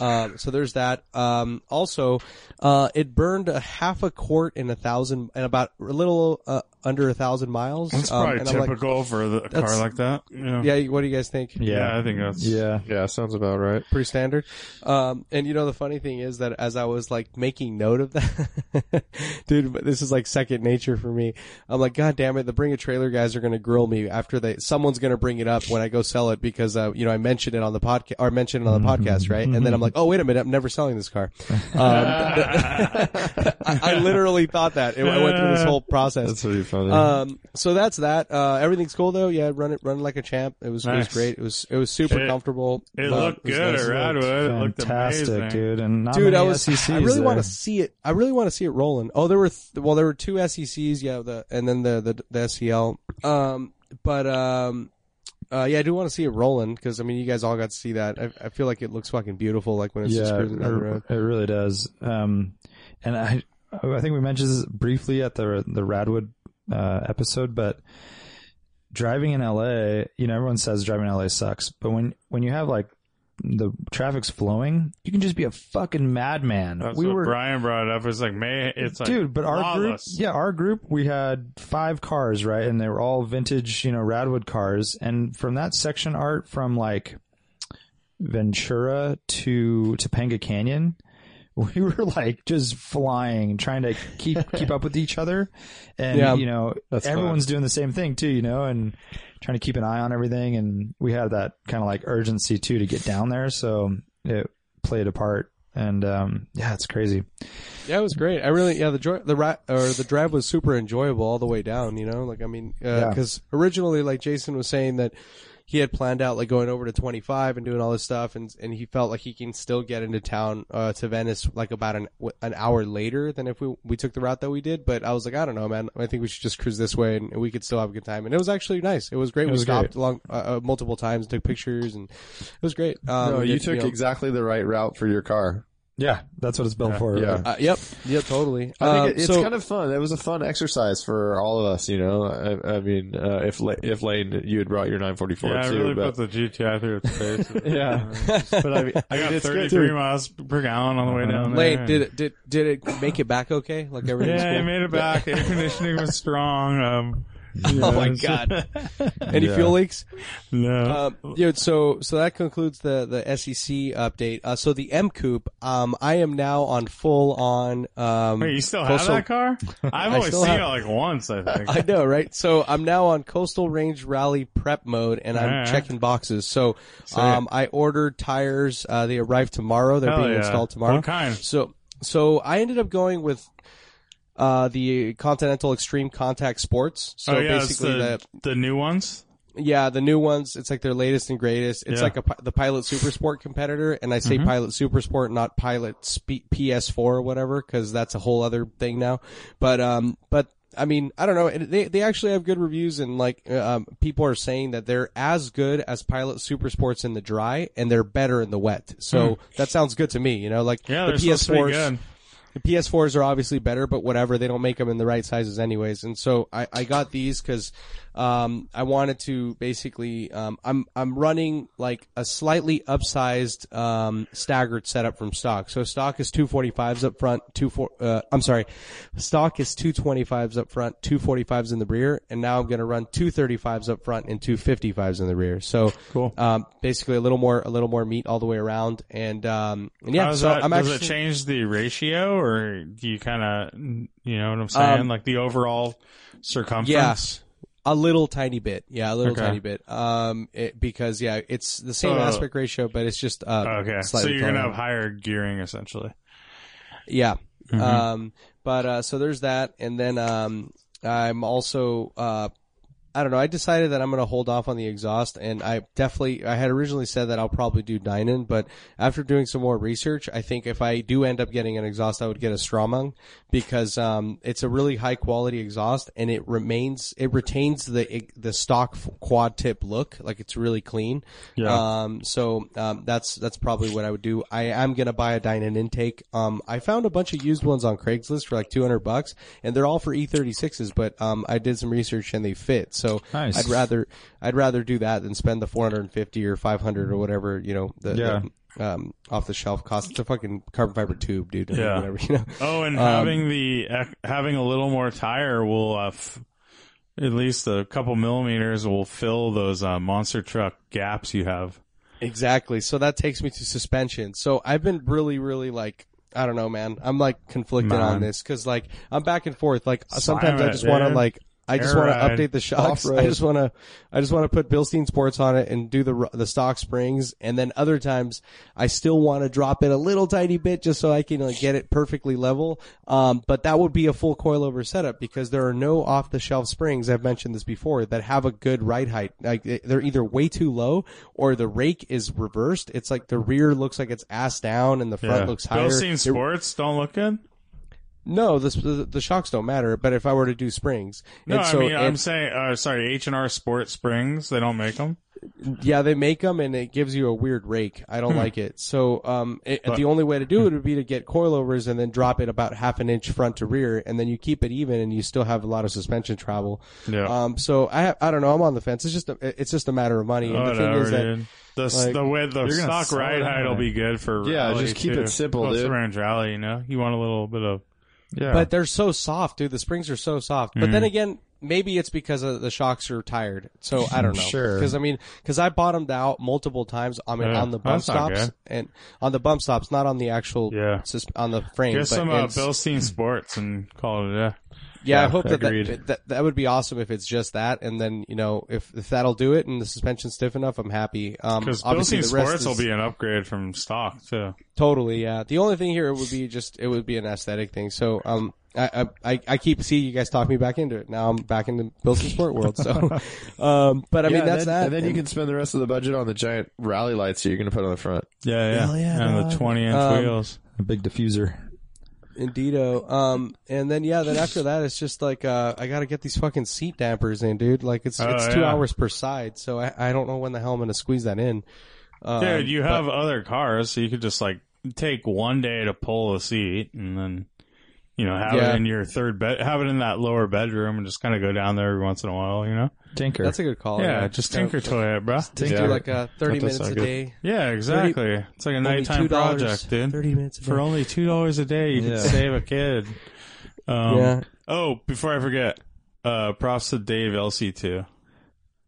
Speaker 1: um, so there's that. Um, also, uh, it burned a half a quart in a thousand, and about a little uh, under a thousand miles.
Speaker 4: That's
Speaker 1: Um,
Speaker 4: probably
Speaker 1: and I'm like,
Speaker 4: typical for the, a car
Speaker 1: that's-
Speaker 4: like that. Yeah.
Speaker 1: yeah, you, what do you guys think?
Speaker 3: Yeah.
Speaker 4: I think that's
Speaker 3: Yeah.
Speaker 2: Yeah, sounds about right.
Speaker 1: pretty standard. Um, and you know, the funny thing is that as I was like making note of that, dude, but this is like second nature for me. I'm like, God damn it. The bring a trailer guys are going to grill me after they, someone's going to bring it up when I go sell it because, uh, you know, I mentioned it on the podcast or I mentioned it on the podcast, right? And then I'm like, oh, wait a minute. I'm never selling this car. Um, I, I literally thought that I went through this whole process.
Speaker 2: That's pretty funny.
Speaker 1: Um, so that's that. Uh, everything's cool though. Yeah, run it, run like a champ. It was, it was
Speaker 4: Nice.
Speaker 1: great. It was, it was super
Speaker 4: It-
Speaker 1: comfortable.
Speaker 4: It
Speaker 1: Uh,
Speaker 4: looked
Speaker 1: was
Speaker 4: good
Speaker 1: nice.
Speaker 4: at Radwood. It looked
Speaker 3: Fantastic,
Speaker 4: amazing.
Speaker 3: dude. And not
Speaker 1: Dude,
Speaker 3: many
Speaker 1: I was.
Speaker 3: SECs
Speaker 1: I really
Speaker 3: there.
Speaker 1: want to see it. I really want to see it rolling. Oh, there were. Th- well, there were two SECs. Yeah, the and then the the, the SEL. Um, but um, uh, yeah, I do want to see it rolling because I mean, you guys all got to see that. I, I feel like it looks fucking beautiful. Like when it's just
Speaker 3: Yeah, it,
Speaker 1: cruising down the road.
Speaker 3: it really does. Um, and I, I think we mentioned this briefly at the the Radwood uh, episode, but driving in LA, you know, everyone says driving in LA sucks, but when when you have like the traffic's flowing, you can just be a fucking madman.
Speaker 4: That's
Speaker 3: we
Speaker 4: what
Speaker 3: were.
Speaker 4: Brian brought it up. It's like, man, it's like
Speaker 3: Dude, but our
Speaker 4: lawless.
Speaker 3: group, yeah, our group, we had five cars, right, and they were all vintage, you know, Radwood cars. And from that section art, from like Ventura to Topanga Canyon, we were like just flying, trying to keep keep up with each other, and
Speaker 1: Yeah.
Speaker 3: you know, everyone's doing the same thing too, you know, and trying to keep an eye on everything. And we had that kind of like urgency too to get down there, so it played a part. And um, yeah, it's crazy.
Speaker 1: Yeah, it was great. I really, yeah, the dri- the ra- or the drive was super enjoyable all the way down. You know, like I mean,
Speaker 3: Yeah.
Speaker 1: because originally, like Jason was saying that he had planned out like going over to 25 and doing all this stuff, and and he felt like he can still get into town uh, to Venice like about an w- an hour later than if we we took the route that we did. But I was like, I don't know, man. I think we should just cruise this way, and we could still have a good time. And it was actually nice. It was great. we
Speaker 3: was
Speaker 1: stopped long uh, uh, multiple times, took pictures, and it was great. Um,
Speaker 2: no,
Speaker 1: we
Speaker 2: you
Speaker 1: did,
Speaker 2: took
Speaker 1: know-
Speaker 2: exactly the right route for your car.
Speaker 3: Yeah, that's what it's built for.
Speaker 2: Yeah.
Speaker 3: right?
Speaker 1: uh, yep, yep, totally.
Speaker 2: I think
Speaker 1: Um,
Speaker 2: it- it's
Speaker 1: so-
Speaker 2: kind of fun. It was a fun exercise for all of us, you know. I, I mean, uh, if La- if Lane, you had brought your 944
Speaker 4: Yeah, I
Speaker 2: too,
Speaker 4: really
Speaker 2: but
Speaker 4: put the GTI through its face.
Speaker 2: yeah, but I mean, I
Speaker 4: I
Speaker 2: mean
Speaker 4: got
Speaker 2: it's good.
Speaker 4: 33 miles per gallon on the way down there.
Speaker 1: Late did it did did it make it back okay? Like everything's
Speaker 4: Yeah, I
Speaker 1: cool.
Speaker 4: made it back. Air conditioning was strong. Um,
Speaker 1: oh my god! Any fuel leaks?
Speaker 4: no.
Speaker 1: Um, yeah, so so that concludes the the SEC update. Uh, so the M Coupe, um, I am now on full on. Um,
Speaker 4: Wait, you still have
Speaker 1: coastal,
Speaker 4: that car? I've only
Speaker 1: still
Speaker 4: seen
Speaker 1: have-
Speaker 4: it like once, I think.
Speaker 1: I know, right? So I'm now on Coastal Range Rally prep mode, and I'm
Speaker 4: Alright.
Speaker 1: checking boxes. So, um, I ordered tires. Uh, they arrive tomorrow. They're
Speaker 4: Hell
Speaker 1: being
Speaker 4: yeah.
Speaker 1: installed tomorrow.
Speaker 4: What kind?
Speaker 1: So, so I ended up going with uh, the Continental Extreme Contact Sports. So
Speaker 4: oh, yeah, it's
Speaker 1: basically,
Speaker 4: the,
Speaker 1: the,
Speaker 4: the new ones?
Speaker 1: yeah, the new ones. It's like their latest and greatest. It's
Speaker 4: Yeah.
Speaker 1: like
Speaker 4: Mm-hmm.
Speaker 1: a, pi- the Pilot Super Sport competitor, and I say Pilot Super Sport, not Pilot Sp- PS4 or whatever, because that's a whole other thing now. But um, but I mean, I don't know. And They they actually have good reviews, and like uh, um, people are saying that they're as good as Pilot Super Sports in the dry, and they're better in the wet. So that sounds good to me. You know, like
Speaker 4: Hmm. Yeah,
Speaker 1: the
Speaker 4: they're supposed to be
Speaker 1: PS4s.
Speaker 4: good.
Speaker 1: The PS4s are obviously better, but whatever. They don't make them in the right sizes anyways. And so I, I got these because, um, I wanted to basically, um, I'm, I'm running like a slightly upsized, um, staggered setup from stock. So stock is 245s up front, two four, uh, I'm sorry. Stock is 225s up front, 245s in the rear. And now I'm going to run 235s up front and 255s in the rear. So,
Speaker 4: Cool.
Speaker 1: um, basically a little more, a little more meat all the way around. And, um, and yeah,
Speaker 4: How's
Speaker 1: so
Speaker 4: that-
Speaker 1: I'm
Speaker 4: does
Speaker 1: actually.
Speaker 4: it change the ratio, or do you kind of, you know what I'm saying?
Speaker 1: Um,
Speaker 4: like the overall circumference?
Speaker 1: A little tiny bit, yeah, a little
Speaker 4: Okay.
Speaker 1: tiny bit. Um, it, because yeah, it's the same
Speaker 4: So-
Speaker 1: aspect ratio, but it's just uh,
Speaker 4: Oh, Okay, so
Speaker 1: slightly
Speaker 4: you're gonna
Speaker 1: taller.
Speaker 4: have higher gearing essentially.
Speaker 1: yeah.
Speaker 4: mm-hmm.
Speaker 1: Um, but uh, so there's that, and then um, I'm also uh, I don't know. I decided that I'm gonna hold off on the exhaust, and I definitely I had originally said that I'll probably do Dynan, but after doing some more research, I think if I do end up getting an exhaust, I would get a Strawmung because um, it's a really high quality exhaust, and it remains it retains the the stock quad tip look, like it's really clean. Yeah. Um, so um, that's that's probably what I would do. I am gonna buy a Dynan intake. Um, I found a bunch of used ones on Craigslist for like 200 bucks, and they're all for E36s, but um, I did some research and they fit. So
Speaker 3: Nice.
Speaker 1: I'd rather I'd rather do that than spend the 450 or 500 or whatever you know the,
Speaker 3: Yeah.
Speaker 1: the, um, off the shelf cost. It's a fucking carbon fiber tube, dude. I mean,
Speaker 4: Yeah.
Speaker 1: whatever, you know.
Speaker 4: Oh, and having the ec- having a little more tire will uh, f- At least a couple millimeters will fill those uh, monster truck gaps you have.
Speaker 1: Exactly. So that takes me to suspension. So I've been really, really like, I don't know, man. I'm like conflicted on
Speaker 4: Man.
Speaker 1: this because like I'm back and forth. Like sometimes I
Speaker 4: Simon,
Speaker 1: just want to
Speaker 4: dude.
Speaker 1: like, I just want to
Speaker 4: Air ride.
Speaker 1: update the shocks. I just want to, I just want to put Bilstein Sports on it and do the ru- the stock springs. And then other times I still want to drop it a little tiny bit just so I can like get it perfectly level. Um, but that would be a full coilover setup because there are no off the shelf springs. I've mentioned this before that have a good ride height. Like they- they're either way too low or the rake is reversed. It's like the rear looks like it's ass down and the front looks higher.
Speaker 4: Bilstein Sports don't look good.
Speaker 1: No, the, the the shocks don't matter. But if I were to do springs,
Speaker 4: No,
Speaker 1: and so
Speaker 4: I mean
Speaker 1: it-
Speaker 4: I'm saying uh, sorry. H and R Sport Springs they don't make them.
Speaker 1: Yeah, they make them and it gives you a weird rake. I
Speaker 4: Hmm.
Speaker 1: don't like it. So, um, it, the only way to do it would be to get coilovers and then drop it about half an inch front to rear and then you keep it even and you still have a lot of suspension travel.
Speaker 4: Yeah.
Speaker 1: Um, so I, have, I don't know. I'm on the fence. It's just, a, it's just a matter of money. And the thing
Speaker 4: Oh, Whatever,
Speaker 1: is that,
Speaker 4: dude. The, s-
Speaker 1: like,
Speaker 4: the way the
Speaker 3: gonna
Speaker 4: stock
Speaker 3: sell
Speaker 4: ride
Speaker 3: it
Speaker 4: height will
Speaker 3: anyway.
Speaker 4: be good for
Speaker 2: Yeah,
Speaker 4: rally,
Speaker 2: just keep
Speaker 4: too.
Speaker 2: it simple,
Speaker 4: Close
Speaker 2: dude.
Speaker 4: range rally, you know, you want a little bit of
Speaker 3: Yeah.
Speaker 1: but they're so soft, dude. The springs are so soft. But
Speaker 4: Mm.
Speaker 1: then again, maybe it's because of the shocks are tired. So I don't know.
Speaker 3: Sure.
Speaker 1: Because I mean, because I bottomed out multiple times. I mean,
Speaker 4: Yeah,
Speaker 1: on the bump
Speaker 4: that's not
Speaker 1: stops
Speaker 4: good.
Speaker 1: and on the bump stops, not on the actual.
Speaker 4: Yeah.
Speaker 1: sus- on the frame.
Speaker 4: get
Speaker 1: but
Speaker 4: some uh,
Speaker 1: it's-
Speaker 4: Bilstein Sports and call it a day.
Speaker 1: Yeah, I hope that
Speaker 3: agreed.
Speaker 1: that, that that would be awesome if it's just that, and then you know if if that'll do it, and the suspension's stiff enough, I'm happy. Um,
Speaker 4: Because
Speaker 1: obviously
Speaker 4: Bilstein
Speaker 1: the rest
Speaker 4: Sports will
Speaker 1: is-
Speaker 4: be an upgrade from stock too.
Speaker 1: totally. Yeah, the only thing here would be just it would be an aesthetic thing. So um, I I I- I keep seeing you guys talk me back into it. Now I'm back into Bilson Sport world. So, um, but I mean that's
Speaker 2: and then,
Speaker 1: that.
Speaker 2: And then you can spend the rest of the budget on the giant rally lights that you're going to put on the front.
Speaker 4: Yeah, yeah, and the 20 inch
Speaker 1: Um,
Speaker 4: wheels.
Speaker 3: a big diffuser.
Speaker 1: Indeedo. Um, and then yeah, then after that, it's just like uh, I gotta get these fucking seat dampers in, dude. Like it's
Speaker 4: Oh,
Speaker 1: it's two
Speaker 4: yeah.
Speaker 1: hours per side, so I, I don't know when the hell I'm gonna squeeze that in. Um,
Speaker 4: Dude, you have other cars, so you could just like take one day to pull a seat and then, you know, have
Speaker 1: Yeah.
Speaker 4: it in your third bed, have it in that lower bedroom and just kind of go down there every once in a while, you know?
Speaker 3: Tinker.
Speaker 1: That's a good call.
Speaker 4: yeah, just tinker toy it, bro.
Speaker 1: Oh, Just do like uh, thirty
Speaker 3: That does
Speaker 1: minutes a
Speaker 3: sound good.
Speaker 1: day.
Speaker 4: Yeah, exactly. it's like a
Speaker 1: Only
Speaker 4: nighttime
Speaker 1: $2,
Speaker 4: project, dude.
Speaker 1: Thirty minutes a day.
Speaker 4: For only two dollars a day, you
Speaker 3: Yeah.
Speaker 4: can save a kid. Um,
Speaker 1: Yeah.
Speaker 4: Oh, before I forget, uh, props to Dave LC two.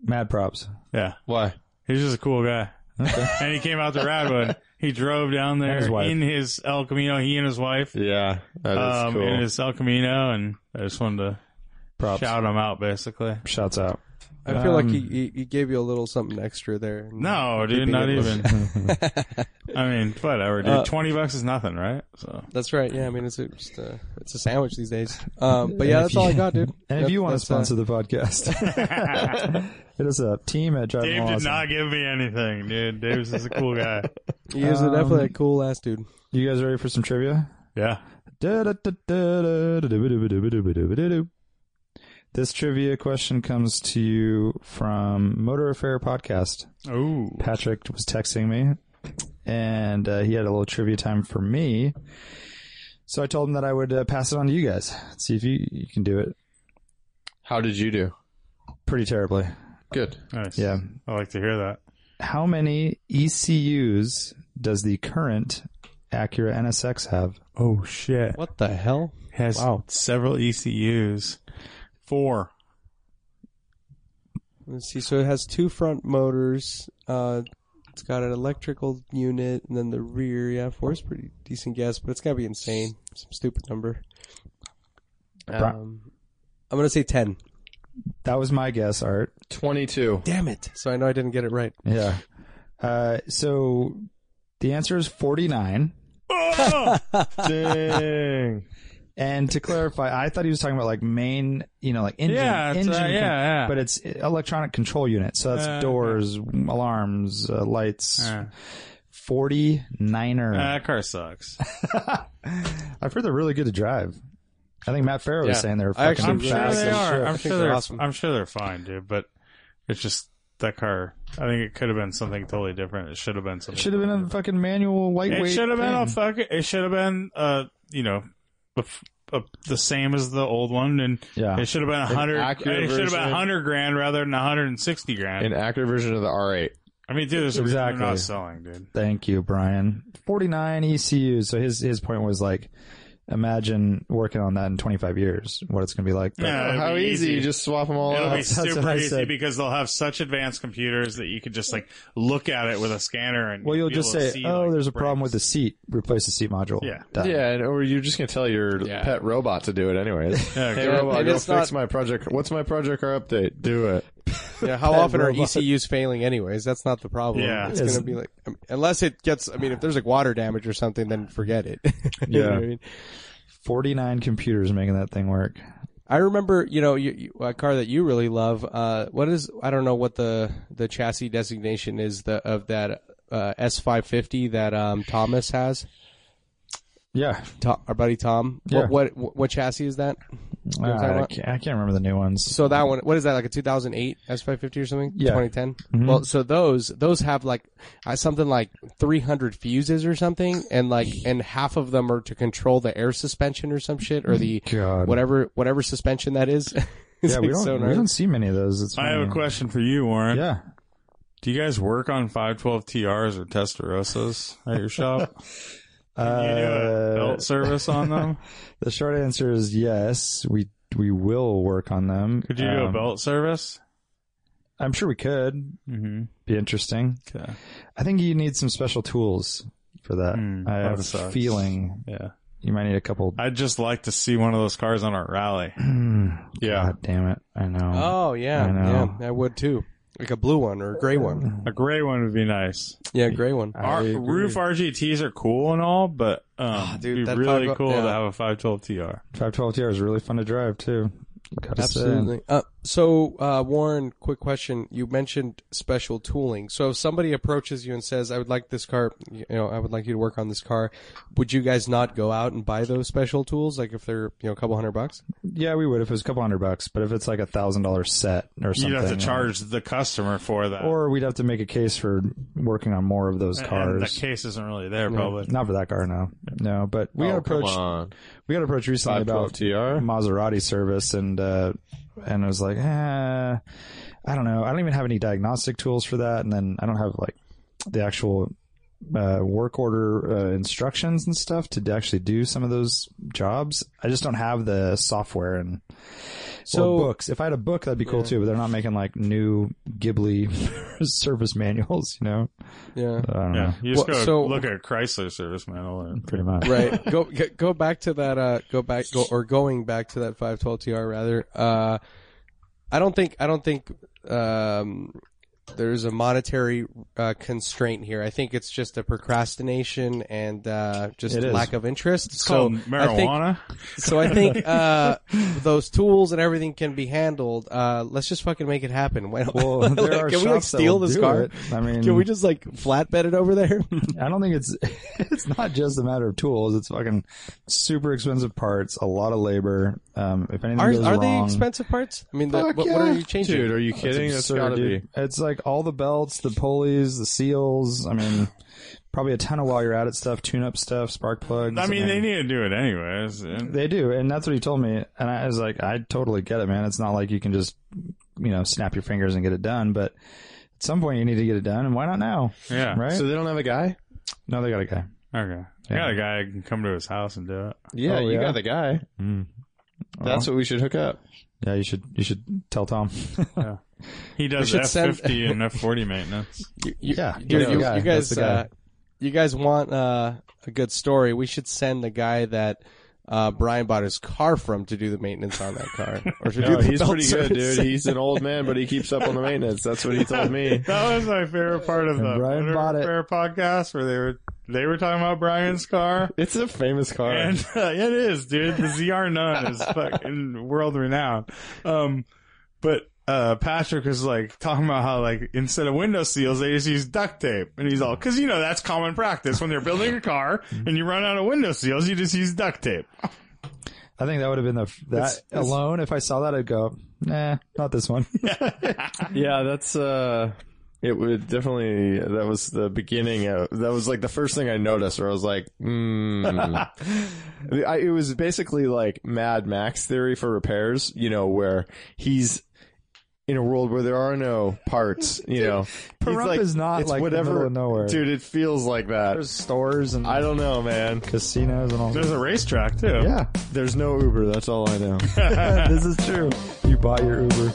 Speaker 3: Mad props.
Speaker 4: Yeah,
Speaker 2: Why?
Speaker 4: he's just a cool guy. and he came out to Radwood. He drove down there
Speaker 3: his wife.
Speaker 4: in his El Camino. He and his wife
Speaker 2: Yeah, that is
Speaker 4: um,
Speaker 2: cool.
Speaker 4: in his El Camino, and I just wanted to
Speaker 3: Props.
Speaker 4: shout him out, basically.
Speaker 3: Shouts out.
Speaker 1: I feel like
Speaker 3: Um,
Speaker 1: he, he, he gave you a little something extra there.
Speaker 4: No, dude,
Speaker 1: Keeping
Speaker 4: not
Speaker 1: it
Speaker 4: even. I mean, whatever, dude. Twenty bucks is nothing, right? So
Speaker 1: That's right. Yeah, I mean it's a, just a, it's a sandwich these days. Um, but yeah,
Speaker 3: And
Speaker 1: that's
Speaker 3: if you-
Speaker 1: all I got, dude.
Speaker 3: And
Speaker 1: That-
Speaker 3: if you want to
Speaker 1: that's, uh,
Speaker 3: sponsor the podcast, hit us up. Team at Driving
Speaker 4: Dave
Speaker 3: While
Speaker 4: did
Speaker 3: Awesome.
Speaker 4: not give me anything, dude. Dave's just a cool guy.
Speaker 1: he is
Speaker 3: Um,
Speaker 1: definitely a cool ass dude.
Speaker 3: You guys ready for some trivia?
Speaker 4: Yeah.
Speaker 3: This trivia question comes to you from Motor Affair Podcast.
Speaker 4: Oh.
Speaker 3: Patrick was texting me, and uh, he had a little trivia time for me. So I told him that I would uh, pass it on to you guys. See if you, you can do it.
Speaker 2: How did you do?
Speaker 3: Pretty terribly.
Speaker 2: Good.
Speaker 4: Nice.
Speaker 3: Yeah.
Speaker 4: I like to hear that.
Speaker 3: How many ECUs does the current Acura NSX have?
Speaker 4: Oh shit.
Speaker 1: What the hell?
Speaker 4: Has
Speaker 1: Wow.
Speaker 4: several ECUs. Four.
Speaker 1: Let's see. So it has two front motors. Uh, it's got an electrical unit, and then the rear. Yeah, four is pretty decent guess, but it's gotta be insane. Some stupid number. Um, I'm gonna say ten.
Speaker 3: That was my guess, Art.
Speaker 2: 22.
Speaker 1: Damn it! So I know I didn't get it right.
Speaker 3: Yeah. Uh, so the answer is 49.
Speaker 4: Oh!
Speaker 2: Dang.
Speaker 3: And to clarify, I thought he was talking about like main, you know, like engine,
Speaker 4: Yeah, it's, uh,
Speaker 3: engine con-
Speaker 4: yeah, yeah.
Speaker 3: but it's electronic control unit. So that's
Speaker 4: Uh,
Speaker 3: doors, alarms, uh, lights.
Speaker 4: Uh,
Speaker 3: 49er.
Speaker 4: that car sucks. Uh,
Speaker 3: I've heard they're really good to drive. I think Matt Farrow was
Speaker 2: Yeah.
Speaker 3: saying they're
Speaker 1: I
Speaker 3: fucking
Speaker 4: I'm
Speaker 1: actually
Speaker 4: sure
Speaker 3: fast.
Speaker 4: they
Speaker 1: I'm
Speaker 4: are.
Speaker 1: sure. I
Speaker 4: I'm
Speaker 1: think
Speaker 4: sure
Speaker 1: they're
Speaker 4: they're
Speaker 1: awesome.
Speaker 4: I'm sure they're fine, dude, but it's just that car I think it could have been something totally different. It should have been something
Speaker 3: Should have been a fucking manual
Speaker 4: It
Speaker 3: lightweight.
Speaker 4: should have been a
Speaker 3: thing.
Speaker 4: fucking it should have been uh you know a f- a- the same as the old one and
Speaker 3: Yeah.
Speaker 4: it should have been a hundred
Speaker 2: accurate
Speaker 4: it should have been
Speaker 2: version.
Speaker 4: a hundred grand rather than a hundred and sixty grand.
Speaker 2: An actor version of the R8.
Speaker 4: I mean dude there's a reason
Speaker 3: Exactly.
Speaker 4: they're not selling, dude.
Speaker 3: E Thank you, Brian. 49 ECUs. So his his point was like imagine working on that in 25 years, what it's going to be like. But
Speaker 4: Yeah, it'll
Speaker 2: How
Speaker 4: be
Speaker 2: easy. You just swap them all
Speaker 4: It'll
Speaker 2: out.
Speaker 4: be
Speaker 3: that's what
Speaker 4: super
Speaker 3: I
Speaker 4: easy
Speaker 3: said.
Speaker 4: because they'll have such advanced computers that you could just like look at it with a scanner and
Speaker 3: well, you'll
Speaker 4: be
Speaker 3: just
Speaker 4: able to
Speaker 3: say,
Speaker 4: see,
Speaker 3: "Oh,
Speaker 4: like,
Speaker 3: there's a problem with
Speaker 4: breaks.
Speaker 3: the seat. Replace the seat module."
Speaker 4: Yeah.
Speaker 3: Done.
Speaker 2: yeah, and, or you're just gonna tell your
Speaker 1: Yeah.
Speaker 2: pet robot to do it anyways. hey
Speaker 4: Yeah,
Speaker 2: robot,
Speaker 1: and
Speaker 2: go
Speaker 1: it's
Speaker 2: fix
Speaker 1: not-
Speaker 2: my project. What's my project or update? Do it.
Speaker 1: Yeah, how often are
Speaker 3: robot.
Speaker 1: ECUs failing anyways? That's not the problem.
Speaker 4: Yeah.
Speaker 1: It's going to
Speaker 3: Isn't-
Speaker 1: be like, I mean, unless it gets, I mean, if there's like water damage or something, then forget it. You know
Speaker 3: Yeah.
Speaker 1: what I mean?
Speaker 3: 49 computers making that thing work.
Speaker 1: I remember, you know, you, you, a car that you really love. Uh, what is? I don't know what the the chassis designation is the of that uh, S550 that um, Thomas has.
Speaker 3: Yeah.
Speaker 1: Tom, our buddy Tom.
Speaker 3: Yeah.
Speaker 1: What, what what chassis is that? You know what I'm
Speaker 3: Uh,
Speaker 1: talking
Speaker 3: I,
Speaker 1: about?
Speaker 3: can't, I can't remember the new ones.
Speaker 1: So that one, what is that like a 2008 S550 or something?
Speaker 3: Yeah. Mm-hmm.
Speaker 1: 2010. Well, so those those have like uh, something like 300 fuses or something, and like and half of them are to control the air suspension or some shit or the
Speaker 3: God.
Speaker 1: whatever whatever suspension that is. It's
Speaker 3: Mm-hmm. yeah, we
Speaker 1: like
Speaker 3: don't,
Speaker 1: so
Speaker 3: we
Speaker 1: gnarly.
Speaker 3: don't see many of those. It's
Speaker 4: I have a
Speaker 3: funny.
Speaker 4: question for you, Warren.
Speaker 3: Yeah.
Speaker 4: Do you guys work on 512 TRs or Testarossas at your shop?
Speaker 3: Uh,
Speaker 4: you do a belt service on them?
Speaker 3: The short answer is yes. We we will work on them.
Speaker 4: Could you do a
Speaker 3: Um,
Speaker 4: belt service?
Speaker 3: I'm sure we could.
Speaker 4: Mm-hmm.
Speaker 3: Be interesting.
Speaker 4: Okay.
Speaker 3: I think you need some special tools for that.
Speaker 4: Hmm,
Speaker 3: I
Speaker 4: that
Speaker 3: have a
Speaker 4: sucks.
Speaker 3: feeling
Speaker 4: Yeah.
Speaker 3: you might need a couple.
Speaker 4: I'd just like to see one of those cars on our rally. Yeah.
Speaker 3: God damn it! I know.
Speaker 1: Oh yeah,
Speaker 3: I know.
Speaker 1: yeah, I would too. Like a blue one or a gray one.
Speaker 4: A gray one would be nice.
Speaker 1: Yeah, gray one.
Speaker 3: I
Speaker 4: Our
Speaker 3: agree.
Speaker 4: roof RGTs are cool and all, but um,
Speaker 1: dude,
Speaker 4: it'd be
Speaker 1: that
Speaker 4: really
Speaker 1: five-
Speaker 4: cool to
Speaker 1: yeah.
Speaker 4: have a 512 TR.
Speaker 3: 512 TR is really fun to drive too. Gotta say.
Speaker 1: Absolutely. Uh, so, uh, Warren, quick question. You mentioned special tooling. So, if somebody approaches you and says, "I would like this car," you know, I would like you to work on this car. Would you guys not go out and buy those special tools? Like if they're you know a couple hundred bucks?
Speaker 3: Yeah, we would if it was a couple hundred bucks, but if it's like a thousand dollar set or something, uh,
Speaker 4: You'd have to charge the customer for that.
Speaker 3: Or we'd have to make a case for working on more of those
Speaker 4: And-
Speaker 3: cars.
Speaker 4: And the case isn't really there, probably.
Speaker 3: Not for that car, no, no. But we got
Speaker 2: oh, come
Speaker 3: approached.
Speaker 2: on.
Speaker 3: We got approached recently about
Speaker 2: 512 TR.
Speaker 3: Maserati service, and uh, and I was like, eh, I don't know. I don't even have any diagnostic tools for that, and then I don't have like the actual uh, work order uh, instructions and stuff to d- actually do some of those jobs. I just don't have the software and so
Speaker 1: So-
Speaker 3: books. If I had a book, that'd be cool too. But they're not making like new Ghibli service manuals, you know.
Speaker 1: Yeah.
Speaker 3: I don't
Speaker 4: Yeah,
Speaker 3: know.
Speaker 4: you just
Speaker 1: Well,
Speaker 4: go
Speaker 1: so-
Speaker 4: look at a Chrysler service manual. Or,
Speaker 3: Pretty much.
Speaker 1: Right. go g- go back to that. Uh, go back go, or going back to that 512TR rather. Uh, I don't think I don't think um, there's a monetary uh, constraint here. I think it's just a procrastination and uh, just
Speaker 3: It is.
Speaker 1: lack of interest.
Speaker 4: it's
Speaker 1: so
Speaker 4: called
Speaker 1: I think
Speaker 4: marijuana.
Speaker 1: so I think uh, those tools and everything can be handled. Uh, let's just fucking make it happen. Why don't-
Speaker 3: Well, there
Speaker 1: like,
Speaker 3: are
Speaker 1: can we like
Speaker 3: shops that
Speaker 1: steal
Speaker 3: will
Speaker 1: this
Speaker 3: do
Speaker 1: car?
Speaker 3: it. I mean,
Speaker 1: Can we just like flatbed it over there?
Speaker 3: I don't think it's it's not just a matter of tools. It's fucking super expensive parts, a lot of labor. Um, if anything
Speaker 1: are
Speaker 3: goes
Speaker 1: are they
Speaker 3: wrong,
Speaker 1: expensive parts? I mean, the,
Speaker 3: Fuck
Speaker 1: what, what are
Speaker 3: yeah.
Speaker 1: you changing?
Speaker 2: Dude, are you
Speaker 3: it's
Speaker 2: kidding? That's
Speaker 3: absurd,
Speaker 2: gotta
Speaker 3: dude.
Speaker 2: be.
Speaker 3: It's like all the belts, the pulleys, the seals. I mean, probably a ton of while you're at it stuff, tune up stuff, spark plugs.
Speaker 4: I mean, they
Speaker 3: and-
Speaker 4: need to do it anyways. And
Speaker 3: they do, and that's what he told me. And I was like, I totally get it, man. It's not like you can just you know snap your fingers and get it done, but. At some point, you need to get it done, and why not now?
Speaker 4: Yeah.
Speaker 3: right.
Speaker 2: So they don't have a guy?
Speaker 3: no, they got a guy.
Speaker 4: Okay. I got a guy who can come to his house and do it.
Speaker 2: Yeah, Uh-huh.
Speaker 3: Oh, yeah?
Speaker 2: you got the guy. That's what we should hook up.
Speaker 3: Yeah, you should you should tell Tom.
Speaker 4: He does
Speaker 1: should
Speaker 4: F
Speaker 1: send-
Speaker 4: fifty and F forty maintenance.
Speaker 1: You, you,
Speaker 3: Yeah,
Speaker 1: dude,
Speaker 3: that's the
Speaker 1: you,
Speaker 3: guy.
Speaker 1: you
Speaker 3: That's
Speaker 1: guys,
Speaker 3: the guy.
Speaker 1: uh, you guys want uh, a good story? We should send the guy that uh, Brian bought his car from to do the maintenance on that car, or to do
Speaker 2: No,
Speaker 1: the
Speaker 2: he's
Speaker 1: belt
Speaker 2: pretty good,
Speaker 1: service.
Speaker 2: dude. He's an old man, but he keeps up on the maintenance. That's what he told me.
Speaker 4: That was my favorite part of the
Speaker 3: Brian
Speaker 4: Motor
Speaker 3: bought it.
Speaker 4: Repair podcast where they were they were talking about Brian's car.
Speaker 2: It's a famous car.
Speaker 4: And uh, it is, dude. The ZR9 is fucking world renowned. Um, but uh, Patrick was like talking about how like instead of window seals, they just use duct tape, and he's all because you know that's common practice when they're building a car and you run out of window seals, you just use duct tape.
Speaker 3: I think that would have been the that alone. If I saw that, I'd go, nah, not this one.
Speaker 2: Yeah, that's uh it would definitely that was the beginning of that was like the first thing I noticed where I was like, hmm. I, it was basically like Mad Max theory for repairs, you know, where he's in a world where there are no parts, you know. He's
Speaker 3: Pahrump is not,
Speaker 2: it's
Speaker 3: like, the middle of nowhere.
Speaker 2: Dude, it feels like that.
Speaker 3: There's stores and
Speaker 2: I don't know, man.
Speaker 3: casinos and all.
Speaker 4: There's a racetrack too.
Speaker 3: yeah,
Speaker 2: There's no Uber, that's all I know.
Speaker 3: this is true. You bought your Uber.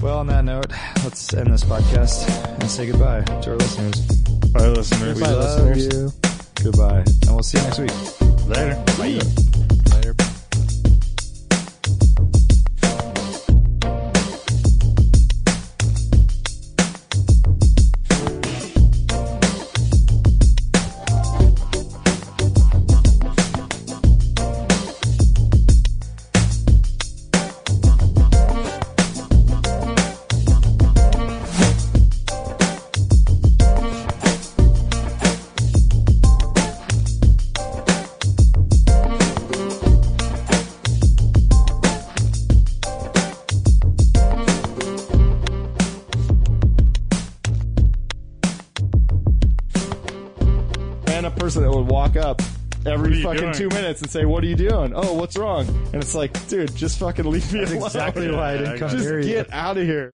Speaker 3: Well, on that note, let's end this podcast and say goodbye to our listeners.
Speaker 4: Bye, listeners.
Speaker 3: we love you. Goodbye, and we'll see you next week.
Speaker 4: Later. Bye.
Speaker 2: and a person that would walk up
Speaker 4: What are
Speaker 2: every
Speaker 4: you
Speaker 2: fucking
Speaker 4: doing?
Speaker 2: two minutes and say, "What are you doing? Oh, what's wrong?" And it's like, dude, just fucking leave me alone.
Speaker 3: exactly why I didn't come
Speaker 2: just
Speaker 3: near you.
Speaker 2: get out of here.